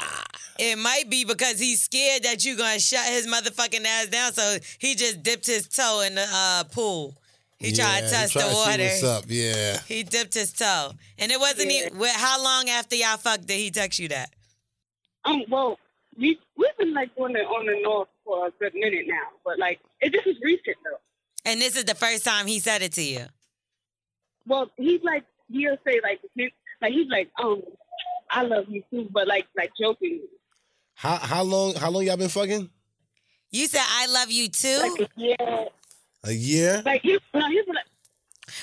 It might be because he's scared that you gonna shut his motherfucking ass down, so he just dipped his toe in the uh, pool. He tried to
Yeah,
touch
he tried
the
to see
water.
What's up? Yeah.
He dipped his toe, and it wasn't.
Yeah.
even- well, how long after y'all fucked did he text you that?
Um, well, we we've been like on and on and off for a good minute now, but like it this is recent though.
And this is the first time he said it to you.
Well, he's like he'll say like he- like he's like um I love you too, but like like joking
How how long how long y'all been fucking?
You said I love you too.
like yeah
A year?
like he no he's like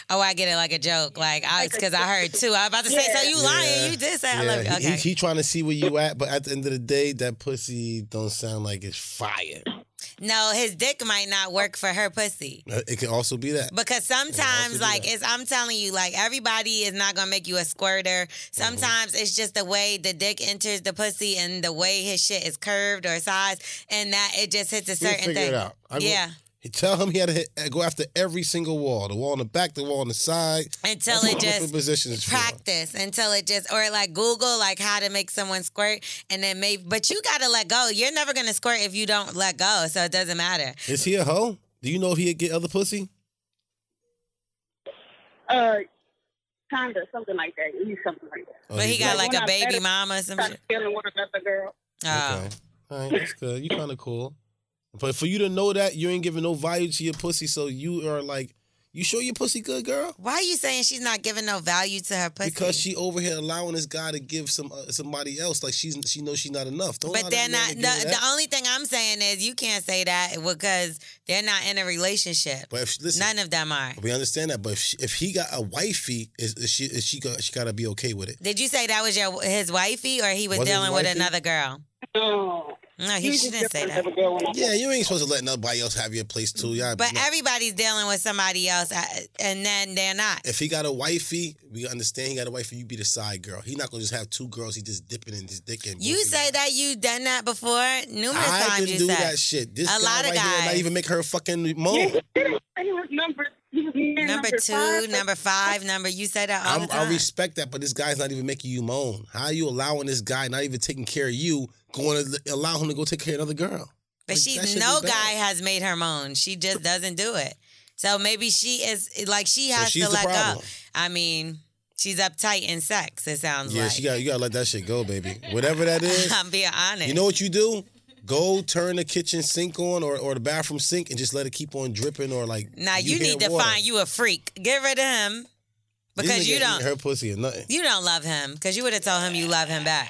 Oh, I get it like a joke. Like I because I heard too. I was about to say, so you
Yeah.
lying? You did say I love you.
he-
Okay.
He, he trying to see where you at, but at the end of the day, that pussy don't sound like it's fire.
no, his dick might not work for her pussy.
Uh, It can also be that.
Because
do
sometimes, like,
that.
it's I'm telling you, like, everybody is not gonna make you a squirter. Sometimes it's just the way the dick enters the pussy and the way his shit is curved or sized, and that it just hits a
We'll
certain
figure
thing.
it out. I go-
yeah,
he tell him he had to hit, go after every single wall, the wall on the back, the wall on the side.
until
That's
it
what different
just
positions. for.
practice until it just or like Google like how to make someone squirt, and then maybe. But you gotta let go. You're never gonna squirt if you don't let go, so it doesn't matter.
Is he a hoe? Do you know if he'd get other pussy?
uh kinda something like that. He's something like that.
Oh,
but he got
Like,
like
when
a
I
baby
better-
mama or some
Trying
shit.
to feeling with another girl.
Oh.
Okay. All right, that's good. You kind of cool. But for you to know that, you ain't giving no value to your pussy, so you are like, You sure your pussy good, girl?
Why are you saying she's not giving no value to her pussy?
Because she over here allowing this guy to give some uh, somebody else like she's she knows she's not enough. Don't allow
but
that
they're
man
not.
to
The,
give her that.
the only thing I'm saying is you can't say that because they're not in a relationship.
But if she, listen,
None of them are.
we understand that. But if, she, if he got a wifey, is, is she is she got she got to be okay with it?
Did you say that was your his wifey or he was
Was it his
dealing with
wifey?
another girl?
No.
No, he, she didn't say that.
Yeah, you ain't supposed to let nobody else have your place too. Yeah,
But everybody's dealing with somebody else, I- and then they're not.
if he got a wifey, we understand he got a wifey. You be the side girl. He not gonna just have two girls. He just dipping in his dick in.
You
both of
say that you done that before numerous
I
times.
can
You
do
said
that shit. This
A
guy
lot of
right here not
guys.
even make her fucking moan.
He was number. He was man
number,
number
two,
five.
number five, number. You say that all
I'm,
the time.
I respect that, but this guy's not even making you moan. How you allowing this guy not even taking care of you, going to allow him to go take care of another girl?
But
Like, that
she's
should
no
be
guy
bad.
has made her moan. She just doesn't do it. So maybe she is like she
So
has
she's
to
the
let go.
problem.
I mean, she's uptight in sex. It sounds
Yeah,
like.
she got you gotta let that shit go, baby. Whatever that is,
I'm being honest.
you know what you do? Go turn the kitchen sink on or, or the bathroom sink and just let it keep on dripping or like.
now you,
hear
need to
water.
find you a freak. Get rid of him
This
because you
nigga
don't
ain't her pussy or nothing.
you don't love him because you would have told him you love him back.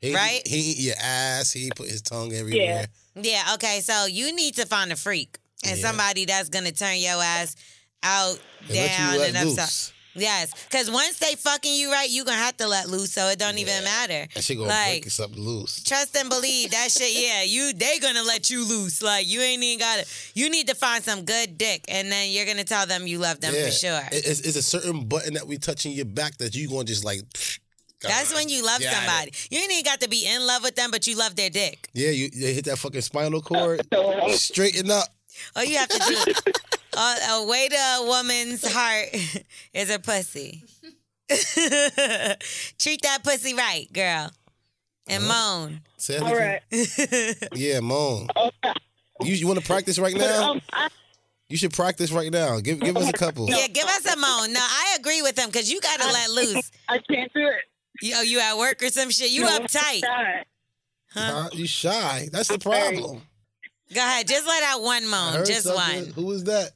He,
Right?
He eat your ass. He put his tongue everywhere.
Yeah.
Yeah. Okay. So you need to find a freak and
Yeah.
somebody that's gonna turn your ass out
And let you
down
let
and upside.
loose.
Yes, because once they fucking you right, you gonna have to let loose, so it don't even matter.
That shit gonna
Like-
break something loose.
Trust and believe that shit. Yeah, you they gonna let you loose. Like you ain't even gotta. You need to find some good dick, and then you're gonna tell them you love them
yeah.
for sure.
It- It's, it's a certain button that we touching your back that you gonna just like.
That's when you love
got it.
somebody. You ain't even got to be in love with them, but you love their dick.
Yeah, you, you hit that fucking spinal cord. Straighten up.
All you have to do, a, a way to a woman's heart is a pussy. Treat that pussy right, girl, and moan.
Uh-huh. Say that
All
again.
right. Oh,
Yeah, moan. You, you want to practice right now?
Um, I,
You should practice right now. Give give us a couple.
Yeah, give us a moan. No, I agree with him because you got to let loose.
I can't do it.
Yo, you at work or some shit. You
No,
uptight.
God.
Huh? You shy. That's the problem.
Go ahead. Just let out one
I
moan.
heard
Um, Just
something.
one.
Who was that?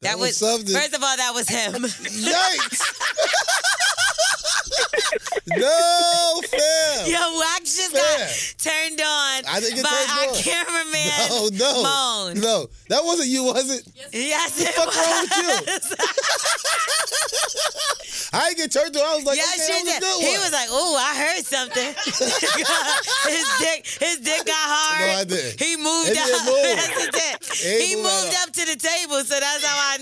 That, was,
something.
first of all, that was him.
Yikes! no, fam.
Yo, I just
Fair.
got turned on
I didn't get
by
turned
our
on.
cameraman.
No, no,
moan.
no. That wasn't you, was it?
Yes, it
fuck wrong with you?
was.
I didn't get turned on. I was like,
yes,
okay,
she
that
did.
was a good
He
one.
was like, "Ooh, I heard something." his dick, his dick got hard.
No, I didn't.
He moved
It
up.
didn't move.
Yes, it did.
It
he
moved at
moved
all.
up to the table, so that's how I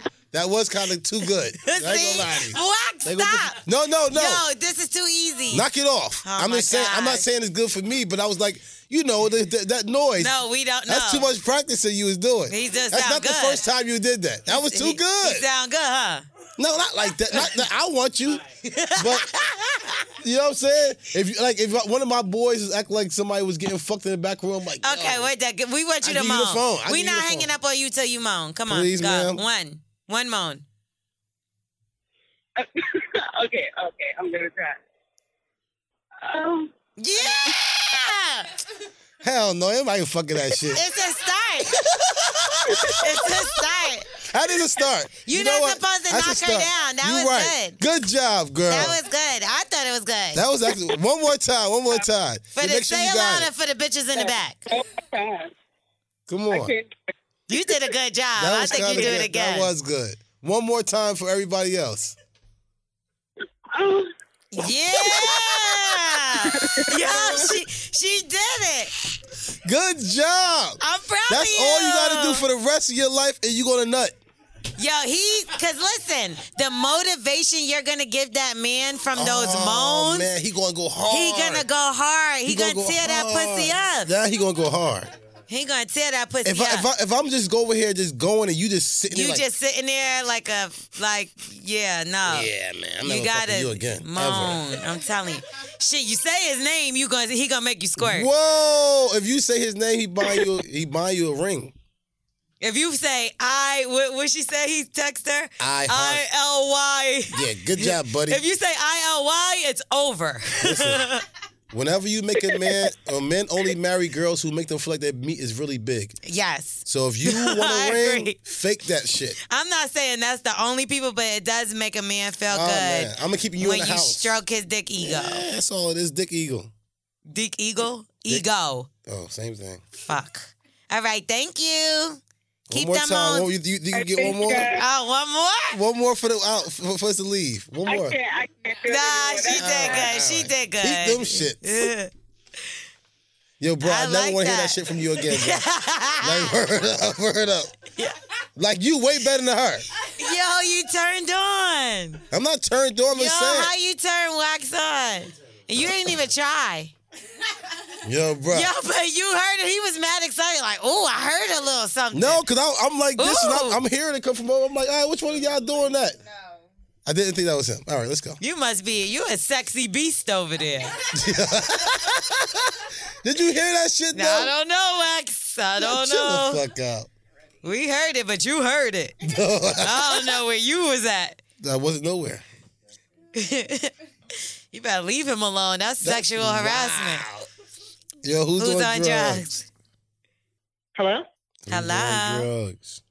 know.
fam. That was kind of too good. I ain't gonna lie to
See,
you.
what?
They gonna
Stop.
put- No, no, no.
Yo, this is too easy.
Knock it off.
Oh
I'm
my
just saying. I'm not
God.
saying it's good for me, but I was like, you know, the, the, that noise.
no, we don't know.
That's too much practice that you was doing.
He just
That's
sound
not the
good.
first time you did that. That was too
He-
good.
He sound good, huh?
no, not like that. Not that I want you, but you know what I'm saying. If you like, if one of my boys is acting like somebody was getting fucked in the back room, like oh,
Okay,
yo,
wait. That we want you to
I give you
moan.
the phone. I
we
give you
not
the
hanging
phone.
up on you till you moan. Come on,
Please,
go.
ma'am.
One, one moan.
okay, okay, I'm gonna try. Um,
Yeah,
hell no, anybody fucking that shit.
it's a start. it's a start.
How did it start?
You
know
not
what?
supposed to
That's
knock
a
her
start.
down. That
you
was
right. good. job, girl.
That was good. I thought it was good.
That was actually one more time. One more time.
for
Yeah,
the
make sure
say
you
aloud
got
and
it.
for the bitches in the back.
God.
Come on.
Okay.
You did a good job.
That
I
was
think you
kinda
do it
good.
again.
That was good. One more time for everybody else.
Um,
Yeah. Yo, she she did it.
Good job.
I'm proud
That's
of you.
all you got to do for the rest of your life, and you're gonna nut.
Yo, he cause listen, the motivation you're gonna give that man from those
oh,
moans,
man, he gonna go hard.
he gonna go hard. He, gonna,
go
tear that
hard.
pussy up.
Nah, he gonna go hard.
He gonna tear that pussy
If
up.
I if I if I'm just go over here just going and you just sitting
you
there like,
just sitting there like a like yeah no
yeah man, I'm
you
never fucking
gotta
you again ever.
moan. I'm telling you, shit. You say his name, you gonna he gonna make you squirt.
Whoa! If you say his name, he buy you he buy you a ring.
If you say I, what what she say? He text her
I heart-
I L Y.
Yeah, good job, buddy.
If you say I L Y, it's over.
Whenever you make a man, or men only marry girls who make them feel like their meat is really big.
Yes.
So if you want
I
to ring, fake that shit.
I'm not saying that's the only people, but it does make a man feel
Oh,
good.
man. I'ma keep you in
when
the
you
house.
stroke his dick ego.
Yeah, that's all it is, Dick Eagle.
Dick ego, ego.
Oh, same thing.
Fuck. All right, thank you. Keep
one more
them
time.
on.
One, you, you, you can get one more.
Oh, one more.
One more for the out for, for us to leave. One more.
I can't do
Nah, she did
All
good.
right,
She did good.
Keep them shit.
Yeah.
Yo, bro, I,
I
never
like
want to hear that
that.
shit from you again, bro. like, word up, word up. Like, you way better than her.
Yo, you turned on.
I'm not turned on, I'm
Yo,
just saying.
how you turn wax on? And you didn't even try.
Yo, bro.
Yo, but you heard it. He was mad excited. Like, oh, I heard a little something.
No, because I'm like, this is
Ooh.
not, I'm hearing it come from over. I'm like, all right, which one of y'all doing that? No. I didn't think that was him. All right, let's go.
You must be, you a sexy beast over there.
Did you hear that shit,
Now, I
though?
don't know, Wax. I don't
Chill the
know.
fuck out.
We heard it, but you heard it. I don't know where you was at.
I wasn't nowhere.
You better leave him alone. That's sexual harassment.
Yo, who's,
Who's
doing
on drugs?
Hello?
Who's doing
Hello?
drugs?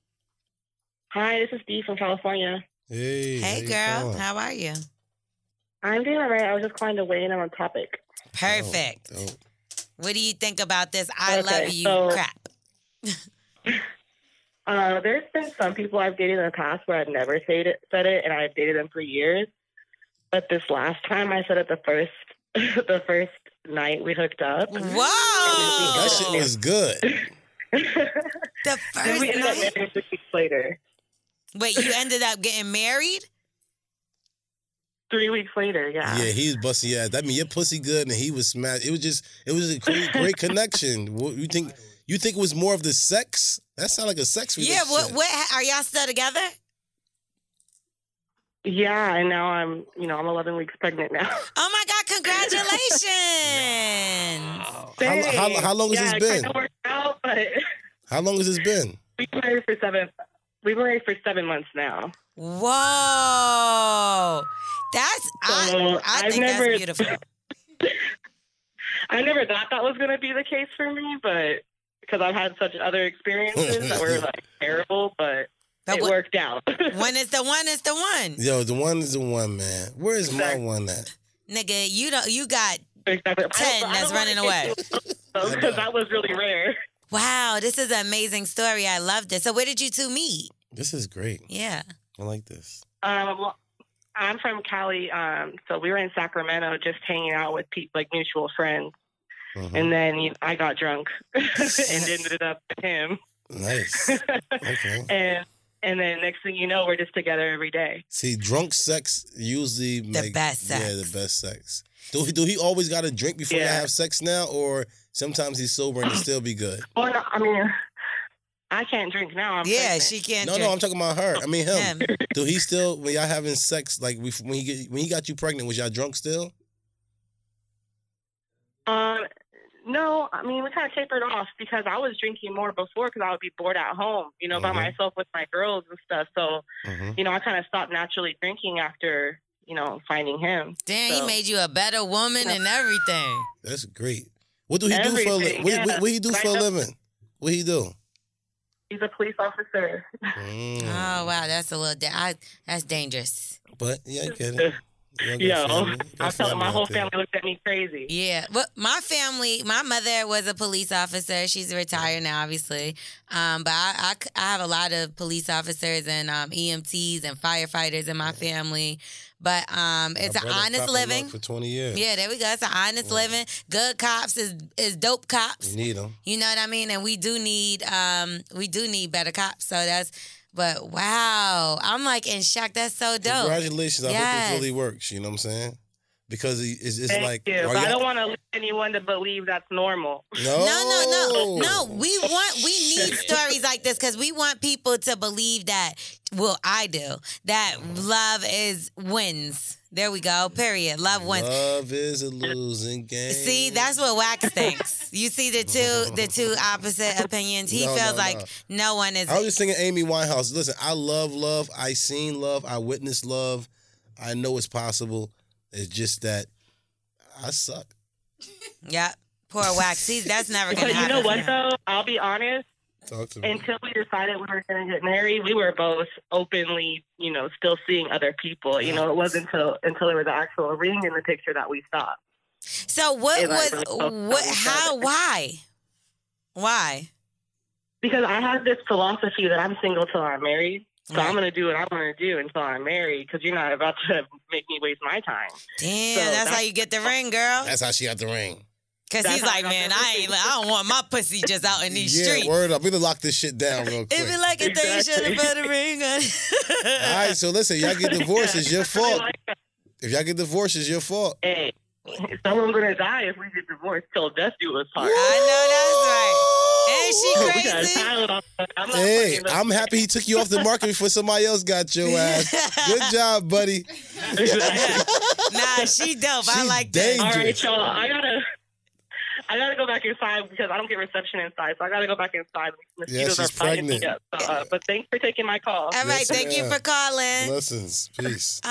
Hi, this is Dee from California.
Hey, how
Hey,
you
girl.
doing?
How are you?
I'm doing all right. I was just calling to weigh in on a topic.
Perfect.
Dope.
What do you think about this I
Okay,
love you
so-
crap?
Uh, there's been some people I've dated in the past where I've never said it, said it, and I've dated them for years. But this last time, I said it the first, the first night we hooked up.
Whoa!
That shit was good.
the
Then
first
we ended
night.
up marrying six weeks later.
Wait, you ended up getting married?
Three weeks later,
Ah.
yeah.
Yeah, he was busting your ass. I mean, your pussy good, and he was smashed. It was just, it was a great, great connection. What you think? You think it was more of the sex? That sound like a sex
Yeah.
relationship.
What? What? Are y'all still together?
Yeah, and now I'm, you know, I'm 11 weeks pregnant now.
Oh my God! Congratulations!
How- how-
Dang.
how long has
yeah,
this
it kinda
been?
worked out, but
How long has this been?
we've been married for seven. We've been married for seven months now.
Whoa! That's I.
So,
I
I've
think
never-
that's beautiful.
I never thought that was going to be the case for me, but because I've had such other experiences that were like terrible, but
But
it
wh-
worked out.
When it's the one, it's the one.
Yo, the one is the one, man. Where is my
Exactly.
one at?
Nigga, you don't. You got.
exactly.
Ten that's running away.
Because that was really rare.
Wow, this is an amazing story. I loved it. So, where did you two meet?
This is great.
Yeah.
I like this.
Um, well, I'm from Cali, um, so we were in Sacramento just hanging out with people, like mutual friends.
Mm-hmm.
Mhm.
And then you know, I got drunk and ended up with him.
Nice. Okay.
And and then next thing you know, we're just together every day.
See, drunk sex usually the
best
Yeah,
sex.
the best sex. Do he, do he always got to drink before they
Yeah.
have sex now, or sometimes he's sober and it still be good?
Well, no, I mean, I can't drink now. I'm
yeah,
pregnant.
she can't.
No, no, I'm
drink.
talking about her. I mean him.
Him.
Do he still when y'all having sex like we- when he get, when he got you pregnant was y'all drunk still?
Um, no, I mean we kind of tapered off because I was drinking more before because I would be bored at home, you know,
Mhm.
by myself with my girls and stuff. So
Mm-hmm.
you know, I kind of stopped naturally drinking after you know finding him.
Damn, he
So-
made you a better woman and everything.
That's great. What do he do for a li-
Everything,
what,
yeah.
what, what he do
Like
for a
the-
living? What he do?
He's a police officer.
Mm.
Oh wow, that's a little. Da- I, that's dangerous.
But yeah, I get
uh,
it. Y'all got
Yo,
family- got
I'm telling
family
oh, my
out
whole
there.
family looked at me crazy.
Yeah. Well, my family, my mother was a police officer. She's retired now, obviously. Um, but I, I c- I have a lot of police officers and um, EMTs and firefighters in my family. But um,
My
it's an
brother
honest
propped him up
living.
for twenty years.
Yeah, there we go. It's an honest living. Good cops is is dope cops.
You need him.
You know what I mean? And we do need um we do need better cops. So that's but wow. I'm like in shock. That's so dope.
Congratulations. I
Yes.
hope it really works. You know what I'm saying? Because he- it's, it's
Thank
like
you.
are
But I
y'all-
don't want to lead anyone to believe that's normal.
no,
No, no,
Oh.
no, no. We want, we need stories like this because we want people to believe that. Well, I do that. Love is wins. There we go. Period. Love wins.
Love is a losing game.
See, that's what Wax thinks. You see the two, the two opposite opinions. He
No,
feels
no,
like no one is.
I was just singing Amy Winehouse. Listen, I love love. I seen love. I witnessed love. I know it's possible. It's just that I suck.
Yep. Poor wax. See, that's never gonna
But you
happen.
know what though? I'll be honest.
Talk to
Until we decided we were going to get married, we were both openly, you know, still seeing other people.
Mm-hmm.
You know, it wasn't until until there was an actual ring in the picture that we stopped.
So what
It
was
was
what? How? Why? Why?
Because I have this philosophy that I'm single till I'm married. So I'm going to do what I want to do until I'm married because you're not about to make me waste my time.
Damn, that's, how you get the ring, girl.
That's how she got the ring.
Because
That's
he's
how I
like,
got
man,
the
I ain't. I don't want my pussy just out in these
yeah,
streets.
word up. We done lock this shit down real quick.
It'd be like if they should have put a ring on.
All right, so listen, y'all get divorced, it's your fault. If y'all get divorced, it's your fault.
Hey, someone's going to die if we get divorced till death do us part.
I
know
know
that's
that's
right.
right.
Ain't she I'm not
Hey,
fucking-
I'm happy he took you off the market before somebody else got your ass. Good job, buddy.
nah, she dope. I like
All right,
dangerous.
y'all. I gotta, I gotta go back inside because I don't get reception inside, so I gotta go back inside. Mosquitoes
Yeah, she's
are fighting me
pregnant.
up. So, uh, but thanks for taking my call.
All right, thank you for calling.
Blessings. Peace.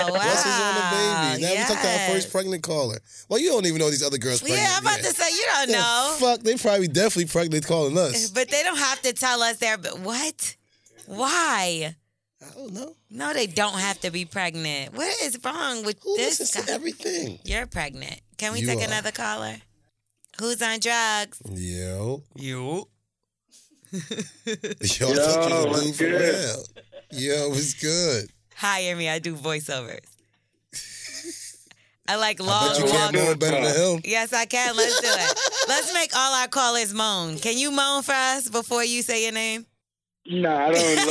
Oh, wow.
Blessings on the baby. Now we took our first
yes.
pregnant caller. Well, you don't even know these other girls pregnant.
Yeah, I'm about to say you don't
The
know,
Fuck, they probably definitely pregnant calling us.
but they don't have to tell us they're. But what? Why?
I don't know.
No, they don't have to be pregnant. What is wrong with this? guy?
everything?
You're pregnant. Can we
You
take
are.
another caller? Who's on drugs?
Yo.
Yo.
Yo, I thought you
Yo,
was a
what's
dude for
good?
real. Yo, what's good?
Hire me. I do voiceovers. I like long
I bet you can't
walk-
know it better than him.
Yes, I can. Let's do it. Let's make all our callers moan. Can you moan for us before you say your name?
No, I don't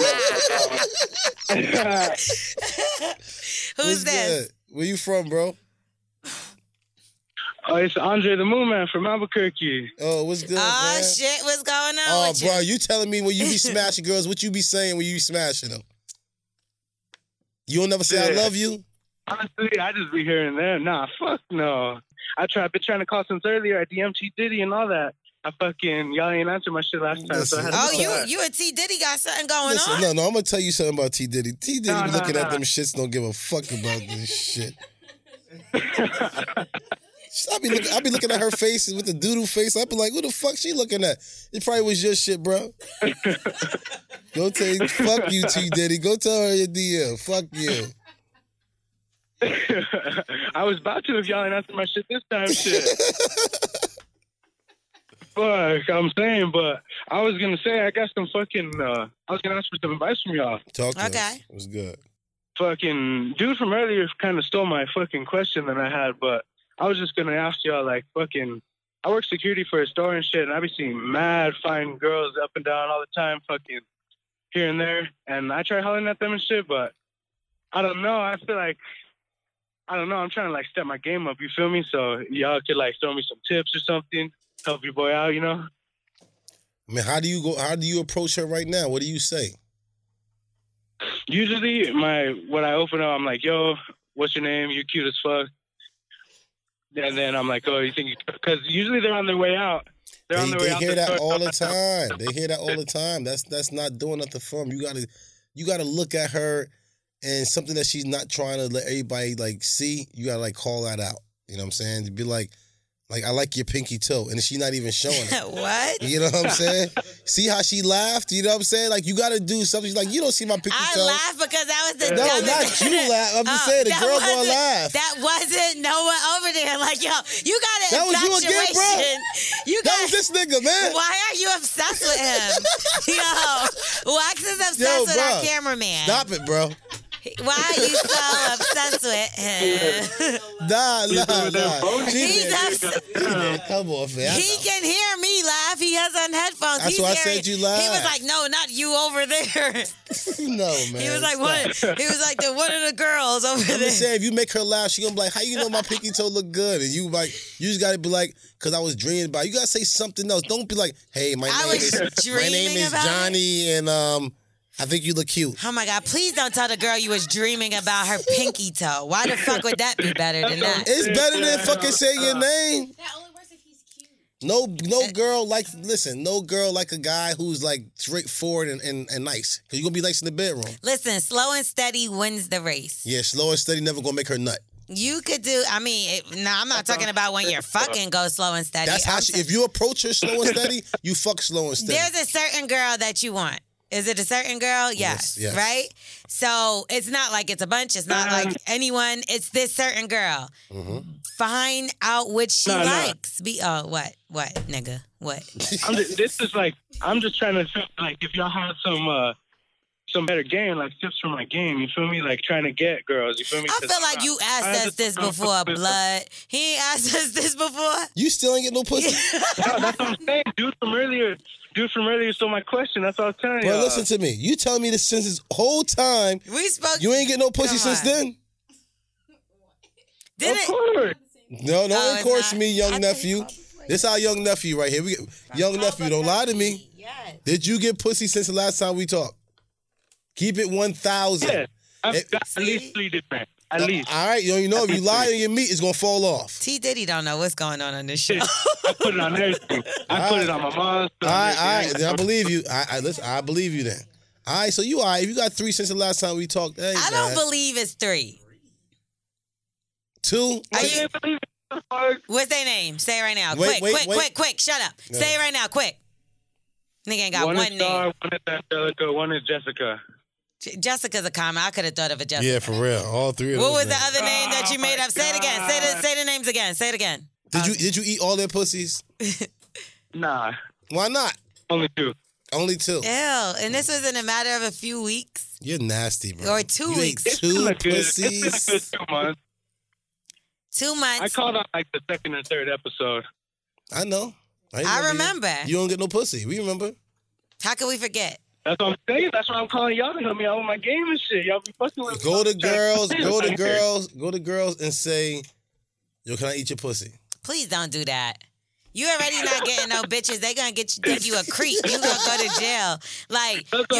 love
people.
Who's this?
Where you from, bro?
Oh, it's Andre the Moon Man from Albuquerque.
Oh, what's good,
Oh
man?
shit, what's going on?
Oh,
with you?
bro, you telling me when you be smashing girls, what you be saying when you be smashing them? You don't never say I
Yeah.
love you.
Honestly, I just be hearing them. Nah, fuck no. I tried, been trying to call since earlier. I DM T Diddy and all that. I fucking y'all ain't answered my shit last time, so I had to
Oh,
reply.
you you and T Diddy got something going
Listen,
on?
no, no, I'm gonna tell you something about T Diddy. T Diddy
No,
be
no,
looking at
no.
them shits, don't give a fuck about this shit. I be looking, I be looking at her face with the doodle face. I be like, who the fuck she looking at? It probably was your shit, bro. Go tell fuck you, T Diddy. Go tell her your DM. Fuck you.
I was about to if y'all ain't answered my shit this time. Shit. Fuck, I'm saying, but I was gonna say I got some fucking. Uh, I was gonna ask for some advice from y'all.
Talk to
Okay.
us. It was good.
Fucking dude from earlier kind of stole my fucking question that I had, but I was just gonna ask y'all like fucking. I work security for a store and shit, and I be seeing mad fine girls up and down all the time, fucking here and there, and I try hollering at them and shit, but I don't know. I feel like I don't know. I'm trying to like step my game up. You feel me? So y'all could like throw me some tips or something, help your boy out. You know.
I mean, how do you go? How do you approach her right now? What do you say?
Usually, my when I open up, I'm like, "Yo, what's your name? You're cute as fuck." And then I'm like, "Oh, you think?" Because usually they're on their way out. They're on
They,
their way
they
out.
hear
the
that
door.
all the time. They hear that all the time. That's that's not doing nothing for 'em. You gotta you gotta look at her and something that she's not trying to let everybody like see. You gotta like call that out. You know what I'm saying? Be like, like I like your pinky toe, and she's not even showing it.
what?
You know what I'm saying? see how she laughed? You know what I'm saying? Like you gotta do something. She's like, you don't see my pinky
I
toe.
laugh because that was the
No,
dumbest-
not you laugh. I'm just
Oh,
saying the
that
girl gonna
wasn't-
laugh.
That wasn't no one over there. Like yo, you got an
That was you
infatuation.
again, bro.
You
That
got
was this nigga, man.
Why are you obsessed with him? yo, Wax is obsessed
Yo,
with
bruh,
our cameraman.
Stop it, bro.
Why are you so obsessed with him?
Nah, nah, nah.
He's
She- Come on, man. I
He
know.
can hear me laugh. He has on headphones.
That's
He's
why I
hearing-
said you
He was
laugh.
like, no, not you over there.
no, man.
he was like,
stop.
what? He was like the one of the girls over
I'm
there.
just saying, if you make her laugh, she gonna be like, "How you know my pinky toe look good?" And you like, you just gotta be like, "Cause I was dreaming about." It. You gotta say something else. Don't be like, "Hey, my
I
name
was
is my name
dreaming
is
about it."
Johnny, and um, I think you look cute."
Oh my God! Please don't tell the girl you was dreaming about her pinky toe. Why the fuck would that be better than that?
It's better than fucking saying your name. No,
Uh,
no girl like listen. No girl like a guy who's like straightforward and and, and nice. Cause you gonna be nice in the bedroom.
Listen, slow and steady wins the race.
Yeah, slow and steady never gonna make her nut.
You could do. I mean, it, no, I'm not talking about when you're fucking go slow and steady. Um,
That's how
I'm
she, if you approach her slow and steady, you fuck slow and steady.
There's a certain girl that you want. Is it a certain girl? Yes.
yes.
Right? So it's not like it's a bunch. It's not like anyone. It's this certain girl. Find out what she
No, no.
likes. Be oh what? What, nigga? What?
I'm just, this is like I'm just trying to feel like if y'all had some uh some better game, like tips for my game. You feel me? Like trying to get girls. You feel me?
I feel like you
I
asked us
just-
this before, blood. He ain't asked us this before.
You still ain't get no pussy.
no, that's what I'm saying, dude. From earlier, dude. From earlier stole my question. That's what I was telling you.
But listen to me. You tell me this since this whole time.
We spoke.
You ain't get no pussy since then.
Did
of
course.
No, don't encourage me, young nephew. This our young nephew right here. We get, young nephew, don't lie to me. Did you get pussy since the last time we talked? Keep it one thousand.
Yeah, I've got at least three different. At least.
All right, you don't- you know if you lie on your meat, it's gonna fall off.
T Diddy don't know what's going on on this show.
I put it on everything. I put it on my mom's.
All right, all right. Then I believe you. I, I listen. I believe you then. All right, so you all right. If you got three since the last time we talked, that ain't
I don't
bad.
believe it's three.
two.
Are you? What's their name? Say it right now.
Wait,
quick,
wait,
quick,
wait.
quick, quick. Shut up.
No.
Say it right now, quick. Nigga ain't got one,
one is
name.
Star, one is Angelica, one is Jessica.
J- Jessica's a comma. I could have thought of a Jessica.
Yeah, for real. All three of
What was
those
the
names.
other name that you made up? Say it again. Say the say the names again. Say it again.
Did you did you eat all their pussies?
nah.
Why not?
Only two.
Only two.
Ew. And this was in a matter of a few weeks.
You're nasty, bro.
Mm.
Or two
you
weeks.
Ate
It's been
two
a good- it's been a
pussies.
Good two months.
Two months.
I called on like the second and third episode.
I know. I, ain't
I
gonna be-
remember.
You don't get no pussy. We remember.
How could we forget?
That's what I'm saying. That's why I'm calling y'all to help me out with my game and shit. Y'all be fucking with
Go to girls. Go to girls. Go to girls and say, "Yo, can I eat your pussy?"
Please don't do that. You already not getting no bitches. They gonna get you think you a creep. You gonna go to jail. Like
That's what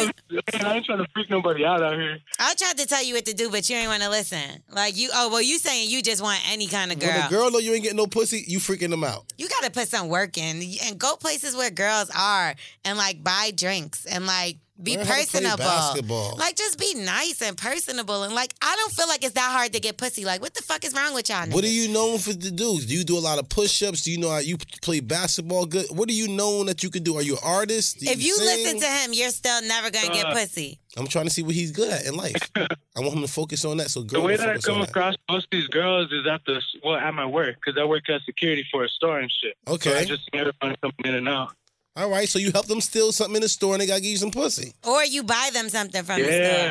I'm, I ain't trying to freak nobody out out here.
I tried to tell you what to do, but you ain't want to listen. Like you, oh well, you saying you just want any kind of girl.
When a girl know you ain't getting no pussy, you freaking them out.
You gotta put some work in and go places where girls are and like buy drinks and like be
Learn how to play
personable.
basketball.
Like just be nice and personable and like I don't feel like it's that hard to get pussy. Like what the fuck is wrong with y'all?
What are
niggas?
you known for to do? Do you do a lot of push-ups? Do you know how you play basketball good? What are you known that you can do? Are you an artist? Do
If you
sing?
listen to him, you're still never gonna get
Uh,
pussy.
I'm trying to see what he's good at in life. I want him to focus on that. So girl,
the way
don't
that I
focus
come
on that.
across most of these girls is at the well at my work because I work as security for a store and shit.
Okay.
So I just see everyone coming in and out.
All right, so you help them steal something in the store and they gotta give you some pussy.
Or you buy them something from
yeah.
the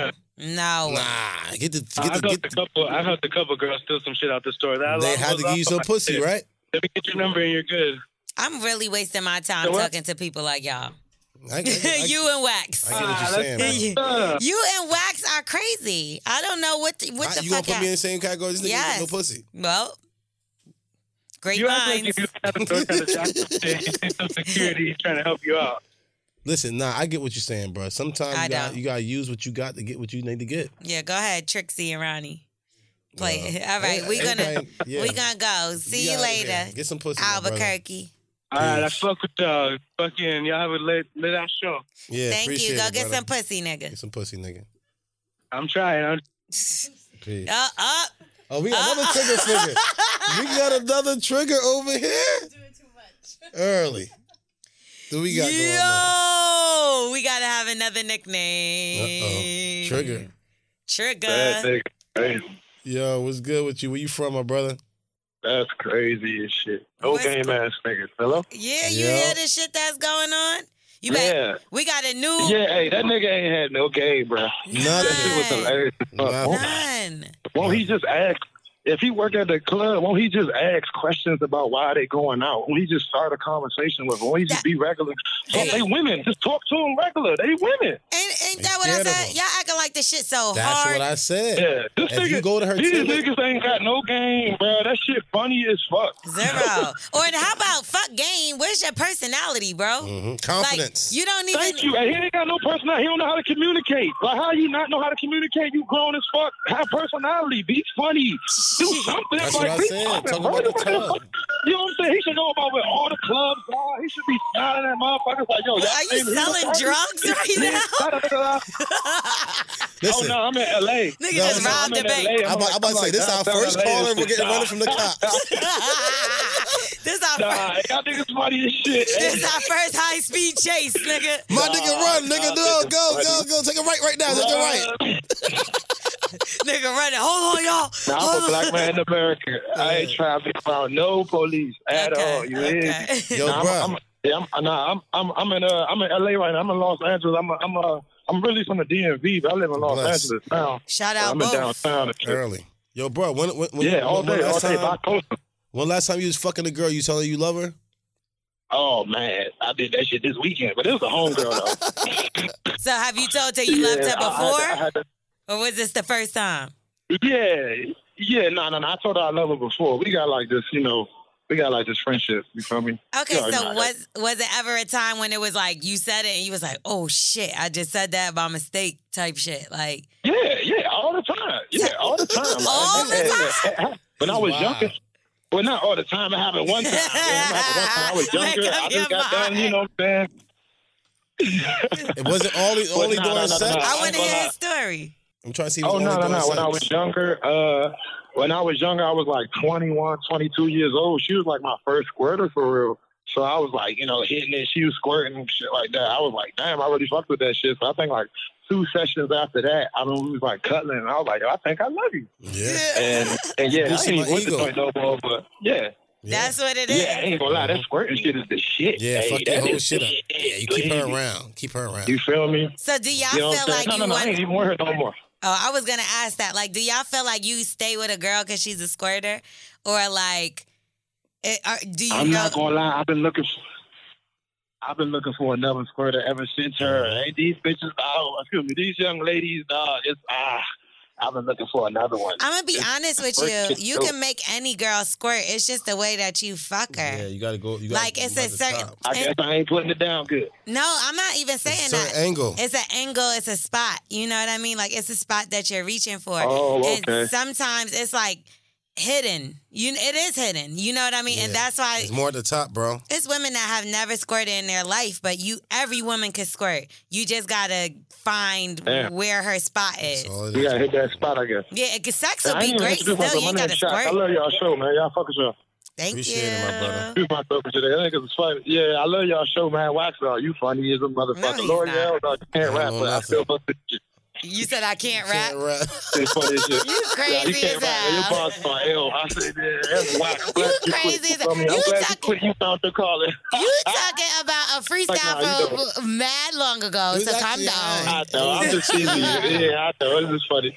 store. No.
Nah, get the. Get
I've
the,
helped
get
a couple. I've helped a couple girls steal some shit out the store. That
they
alarm
had
goes
to give you
off,
some
I'm like,
pussy,
"Shit,
right?
Let me get your number and you're good.
I'm really wasting my time
So what?
talking to people like y'all.
I get- I-
you and Wax.
I get what you're saying, man.
You- you and Wax are crazy. I don't know what the, what
I-
the
you gonna
fuck.
put
I-
me in the same category? This nigga ain't
yes.
getting no pussy.
Well, great
You act like
minds.
you have a door trying to jack some shit. You see some security trying to help you out.
Listen, nah, I get what you're saying, bro. Sometimes
I
you gotta,
don't.
you gotta use what you got to get what you need to get.
yeah, go ahead, Trixie and Ronnie. Play. it.
Yeah.
All right, we gonna
Everybody- yeah.
we gonna go. See you
gotta-
later,
yeah, Get some pussy, my brother.
Albuquerque.
All right, I fuck with y'all. Fucking y'all have a lit lit ass show.
Yeah,
Thank you.
appreciate
Go
it,
get
brother.
some pussy, nigga.
Get some pussy, nigga.
I'm trying. I'm
Peace.
Uh, up.
Oh, we got another trigger finger. We got another trigger over here. Early. Do we got going on?
Yo, we gotta have another nickname.
Trigger.
Trigger.
Yo, what's good with you? Where you from, my brother?
That's crazy as shit. No
What's
game ass niggas. Hello?
Yeah, you
Yeah.
hear the shit that's going on? You bet.
yeah.
We got a new
Yeah, hey, that nigga ain't had no game, bro. Nothing. That shit was hilarious. Uh, Won't,
None.
won't he just ask? If he work at the club, won't he just ask questions about why they going out? Won't he just start a conversation with them? Won't he just be regular? So they women. Just talk to them regular. They women.
Ain't, ain't that what I
scared of
said?
him.
Y'all acting like the shit so
That's
hard.
what
I said.
Yeah. This
If
nigga,
you go to her
these
Tinder-
niggas ain't got no game, bro. That shit funny as fuck.
Zero. Or how about fuck game? Where's your personality, bro?
Mm-hmm.
Confidence. Like, you don't even.
Thank you. Hey, he ain't got no personality. He don't know how to communicate. Like, how you not know how to communicate? You grown as fuck. Have personality. Be funny. Do something.
That's
like,
what I
be
said.
something,
Talk
bro.
about the
You know what I'm saying? He should know about where all the clubs are. He We should be smiling at motherfuckers like, yo, y'all
Are you
ain't here
selling
for us.
drugs right
Yeah,
now?
shut up, nigga. Oh no, I'm in LA.
Nigga just robbed the bank.
I'm
I'm about-
like,
I'm about to
come
say,
on,
this our
downtown
first
LA,
caller, we're
this shit,
getting
nah.
running from the this is our
Nah,
first.
y'all niggas funny as shit.
This is our first high speed chase, nigga.
My Nah, nigga run, nigga, nah, no, nigga go, go, funny.
go. Take a right right now. Take a right. nigga running. Hold on, y'all.
Nah, I'm a
Hold
black
on.
man in America. I ain't trying to be around no police at all. You hear?
Yo,
nah,
bruh.
I'm, I'm, yeah, I'm, nah, I'm, I'm, I'm in, uh, I'm in LA right now. I'm in Los Angeles. I'm, a, I'm, a, I'm really from the DMV, but I live in Los
Bless.
Angeles now.
Shout
out I'm in both. downtown.
Early. Yo, bro, when, when, when
Yeah, all
when
day,
last
all day,
time-
bipolar.
When last time you was fucking a girl, you tell her you love her?
Oh man, I did that shit this weekend, but it was a homegirl though.
So have you told her you loved her
Yeah, I had to- I
before,
had to-
or was this the first time?
Yeah, yeah, no, no, no. I told her I love her before. We got like this, you know, we got like this friendship. You feel me?
Okay,
You already
so
know how that-
was was it ever a time when it was like you said it and you was like, oh shit, I just said that by mistake type shit, like
Yeah, yeah, all the time. Yeah, all the time. Like,
All the
yeah, yeah. When I was younger, well, not all the time. It happened one time. Yeah, it happened one time. I was
Make
younger.
up
I
your
just got done. You know what I'm saying?
It wasn't only
But
only
nah,
during
nah, nah,
sex.
nah, I wanna hear his
story.
I'm trying to see. if it
Oh
was
no, no,
only during
no. When I
sex.
was younger, uh, when I was younger, I was like 21, 22 years old. She was like my first squirter for real. So I was like, you know, hitting it. She was squirting and shit like that. I was like, damn, I really fucked with that shit. So I think like two sessions after that, I mean, we was like cuddling, and I was like, yo, I think I love you.
Yeah.
And, and yeah, I
Boosting
ain't
my
with the
ego.
joint no more, but yeah.
that's what it is.
Yeah, I ain't gonna lie, that squirting shit is the shit.
Yeah,
Hey,
fuck your
that
whole
is
shit up.
the
Yeah, you keep her around. Keep her around.
You feel me?
So do y'all
You know what I'm
feel
saying?
like
no,
you
no, no,
want?
I ain't even want her no more.
Oh, I was gonna ask that. Like, do y'all feel like you stay with a girl because she's a squirter, or like, it, are, do you?
I'm
know,
not gonna lie. I've been looking. I've been looking for another squirter ever since her. Hey, these bitches. Oh, excuse me. These young ladies. Nah, it's ah. I've been looking for another one.
I'm gonna be honest with you.
It's
You
dope.
can make any girl squirt. It's just the way that you fuck her.
Yeah, you gotta go. You gotta
like it's a certain.
I guess I ain't putting it down good.
No, I'm not even saying
certain
that.
angle.
It's an angle. It's a spot. You know what I mean? Like it's a spot that you're reaching for.
Oh, okay.
And sometimes it's like hidden. You, it is hidden. You know what I mean? And
Yeah.
that's why
It's more at the top, bro.
It's women that have never squirted in their life, but you, every woman can squirt. You just gotta find
Yeah.
where her spot is.
You gotta hit that spot, I guess.
Yeah, 'cause sex
I
will be
ain't even
great
introduced
still.
myself.
You ain't
My
gotta
name's Shaq. I
squirt.
love y'all show, man. Y'all fuck with y'all.
Thank
Appreciate
you.
it, my brother. Introduce myself to today. That nigga's funny. Yeah, I love y'all show, man. Wax all. You funny as a motherfucker.
he's
Lord,
not.
yeah, no, you can't rap, but I still fuck with you.
You said I can't rap.
Say funny as shit.
You
Nah, you
crazy as
can't rap. Your
hell.
boss my L. I said, yeah, that's wax. Glad You
crazy as
quit. You feel me?
hell.
I'm
You
glad you
talking-
quit. You found the calling.
You talking about a freestyle
Like, nah, you
from mad long ago,
You
so calm
actually-
down.
I know. I'm just teasing you. Yeah, I know. This is funny.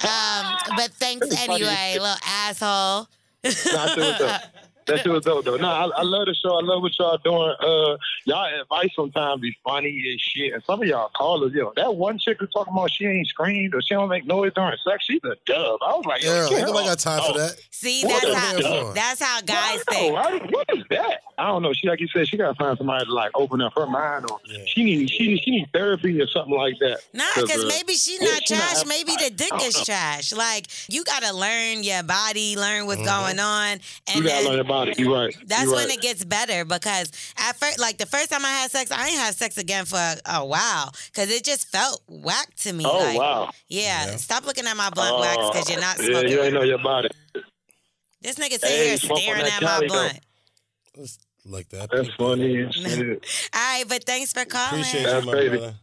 Um, but thanks
This is funny as
anyway,
shit.
little asshole.
Nah, that shit was dope. That shit was dope, though. Nah, I, I love the show. I love what y'all doing. Uh, y'all advice sometimes be funny as shit. And some of y'all callers, yo, that one chick who talking about she ain't screamed or she don't make noise during sex, she's a dub. I was like, yo,
Girl,
get
ain't
her
nobody
off.
got time
Oh.
for that.
See,
What
that's
the hell?
how that's how guys
I
think.
know, I- what is that? I don't know. She, like you said, she gotta find somebody to like open up her mind, or she need she need, she need therapy or something like that.
Nah,
uh,
because maybe she
yeah,
not
she
trash.
having-
maybe the dick
I don't
is
know.
trash. Like you gotta learn your body, learn what's going on, and
Mm-hmm. You gotta
then-
learn about it. You right.
That's
you
when
right.
it gets better because at first, like the first time I had sex, I ain't have sex again for a, a while because it just felt whack to me.
Oh,
like,
wow.
Yeah, stop looking at my blunt wax wax because you're not
Oh, Yeah,
smoking.
you ain't know your body.
This nigga sitting
Hey,
here
smoke on
staring
that
at my
Cali, though.
blunt.
Like that.
That's funny. as shit.
All right, but thanks for calling.
Appreciate
That's
you, my
crazy.
brother.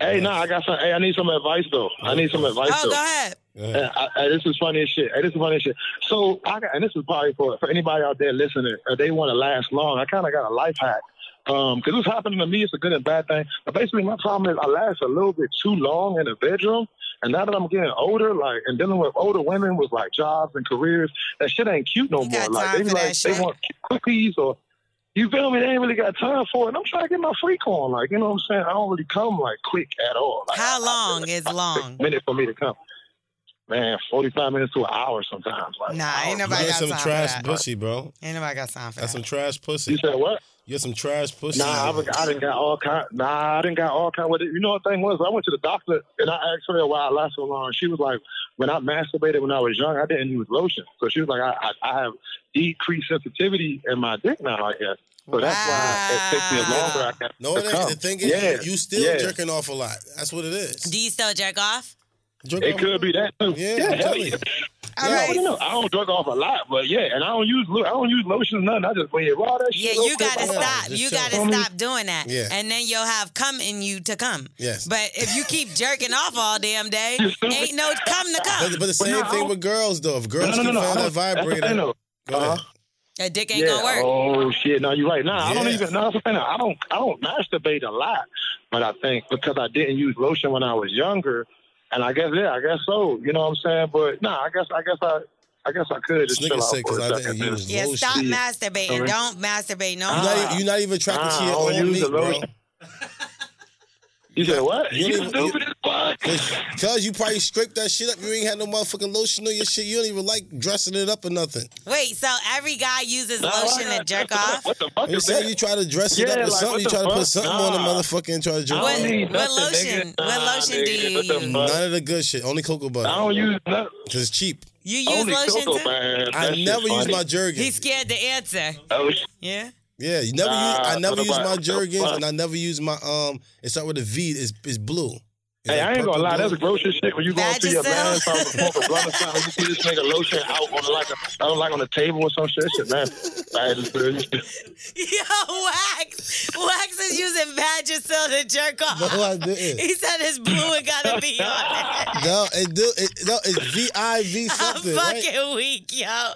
Hey, no, I got some. Hey, I need some advice though. I need some advice
Oh,
though.
go ahead.
Yeah, I, I, this is funny as shit. Hey, this is funny as shit. So, I got, and this is probably for, for anybody out there listening, if they want to last long, I kind of got a life hack. Because it's happening to me, it's a good and bad thing. But basically, my problem is I last a little bit too long in the bedroom. And now that I'm getting older, like, and dealing with older women with like jobs and careers, that shit ain't cute no more. Like,
time
they
for
like,
that
they
shit.
want cookies or you feel me? They ain't really got time for it. And I'm trying to get my freak on. Like, you know what I'm saying? I don't really come like quick at all. Like,
How long is long?
minute for me to come. Man, forty five minutes to an hour sometimes. Like,
Nah, ain't
I don't
nobody
know.
got
That's some
time for
trash
that.
pussy, bro.
Ain't nobody got time for
That's
that.
some trash pussy.
You said what?
You're some trash pussy.
Nah, I, was, I didn't got all kind. Nah, I didn't got all kind. With it. You know what the thing was? I went to the doctor and I asked her why I last so long. She was like, when I masturbated when I was young, I didn't use lotion. So she was like, I, I, I have decreased sensitivity in my dick now. I guess. So that's why it takes me longer. I can
No, it
to
ain't.
come.
The thing is,
yeah,
you still
yeah.
jerking off a lot. That's what it is.
Do you still jerk off?
Jerk
It
off.
could be that too.
Yeah,
yeah
I'm
hell
telling
yeah. I don't know. I don't drug off a lot, but yeah, and I don't use lo- I don't use lotion or nothing. I just wear raw that
Yeah,
shit.
you gotta stop. You gotta stop doing that.
Yeah.
And then you'll have cum in you to come.
Yes.
But if you keep jerking off all damn day, ain't no cum to come.
But, but the same thing with girls, though. If girls
no, no,
can
no,
find
I
that
don't- that's the
vibrator,
thing, though.
go ahead.
A dick ain't gonna work.
Oh shit! No, you're right. Nah, I don't
Yeah.
even. No, that's the thing. I don't. I don't masturbate a lot, but I think because I didn't use lotion when I was younger, and I guess yeah, I guess so. You know what I'm saying? But nah, I guess I guess I. I guess I could just
This nigga
chill out
said
for
'cause
a
I
second.
didn't use
Yeah, stop masturbating.
oh, Sorry.
Don't masturbate no
You're,
more.
not, you're not even attracted
Nah,
to
I
your
don't
own
use
meat,
the
bro.
lotion. You said what? You stupid as fuck.
Cause you probably scraped that shit up. You ain't had no motherfucking lotion on your shit. You don't even like dressing it up or nothing.
Wait, so every guy uses lotion to jerk off?
What the fuck
You
is
said
that?
you try to dress it
Yeah,
up or
like,
something.
what
You
the
try to put
fuck?
something on a
Nah.
motherfucker and try to jerk
I don't
off.
need What nothing,
lotion?
nigga. What Nah, lotion do nigga, you what the use? fuck?
None of the good shit. Only cocoa butter.
I don't use nothing.
Cause it's cheap.
You use Only lotion cocoa too? butter.
I
That shit
never use
funny.
my Jergens.
He's scared to answer.
Oh,
Yeah.
Yeah, you never
Nah,
use. I never
what
use my
about-
Jergens, and I never use my um. It's not with a V. It's it's blue. It's
Hey,
like
I ain't gonna
purple
lie,
blue.
that's gross as shit when you going through your man's house and smoking blunt or something. You see this nigga lotion out on like a, I don't like on the table or some shit. That Shit, man. Bad as bitch.
Yo, Wax. Wax is using Vagisil to jerk off.
No, I didn't.
He said it's blue and gotta be on it.
No, it do. It, no, it's V I V
I'm
something. right?
fucking weak, yo.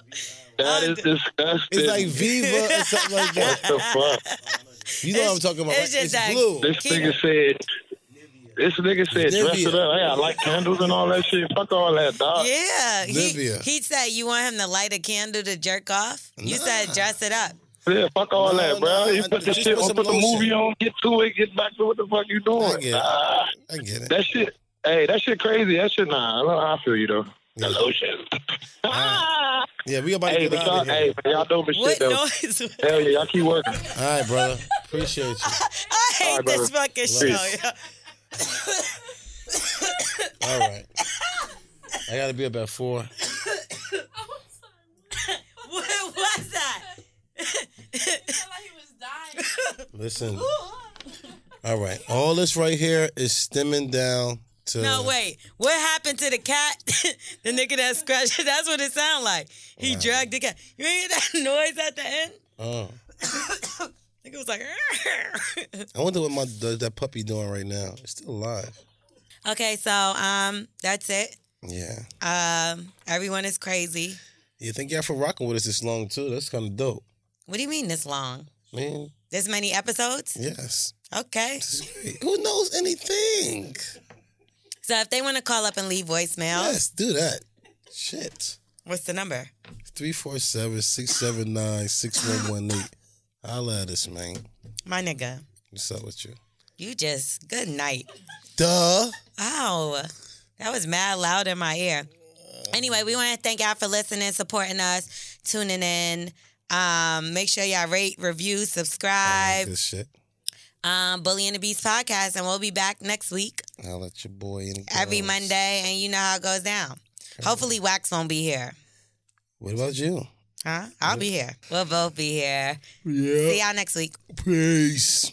That is disgusting.
It's like Viva or something like that.
What the
fuck? You know what I'm talking about.
it's
right?
just that-
blue.
This nigga said. This nigga said dress it up. Hey, I like candles and all that shit. Fuck all that, dog.
Yeah. He,
Livia.
he said you want him to light a candle to jerk off? You said dress it up.
Yeah, fuck all that, bro. you put the
just
shit
put
on,
some
put the
lotion.
movie on, get to it, get back to what the fuck you doing.
I get it.
Ah,
I get it.
that shit, hey, that shit crazy. That shit, nah, I, don't, I feel you though. The lotion.
Ah,
Yeah, we about to
hey,
get
but
out
y'all,
of here.
hey, but y'all doing this shit though. Hell yeah, y'all keep working.
All right, brother. Appreciate you.
I
All
hate
right,
this
brother.
fucking
Love
show,
you.
yo.
All right. I gotta be about four.
What was that?
Listen. All right. All this right here is stemming down to.
No, wait. What happened to the cat? the nigga that scratched. That's what it sound like. He dragged the cat. You hear that noise at the end?
Oh.
Nigga was like.
I wonder what my th- that puppy doing right now. It's still alive.
okay, so um, that's it.
Yeah.
Um, everyone is crazy.
Yeah. Thank y'all for rocking with us this long too. That's kind of dope,
What do you mean this long?
man.
This many episodes?
Yes.
Okay.
Who knows anything?
So if they want to call up and leave voicemails,
Yes. Do that. Shit.
what's the number?
347-679-6118. Holla at us, man.
My nigga,
What's up with you?
you just good night.
Duh.
Ow. That was mad loud in my ear. Anyway, we want to thank y'all for listening, supporting us, tuning in. Um, make sure y'all rate, review, subscribe.
Good shit.
Um, Bully and the Beast podcast, and we'll be back next week
Holla at your boy. And
every Monday, and you know how it goes down. Hopefully, Wax won't be here.
What about you?
Huh? I'll be here. We'll both be here.
Yeah.
See y'all next week.
Peace.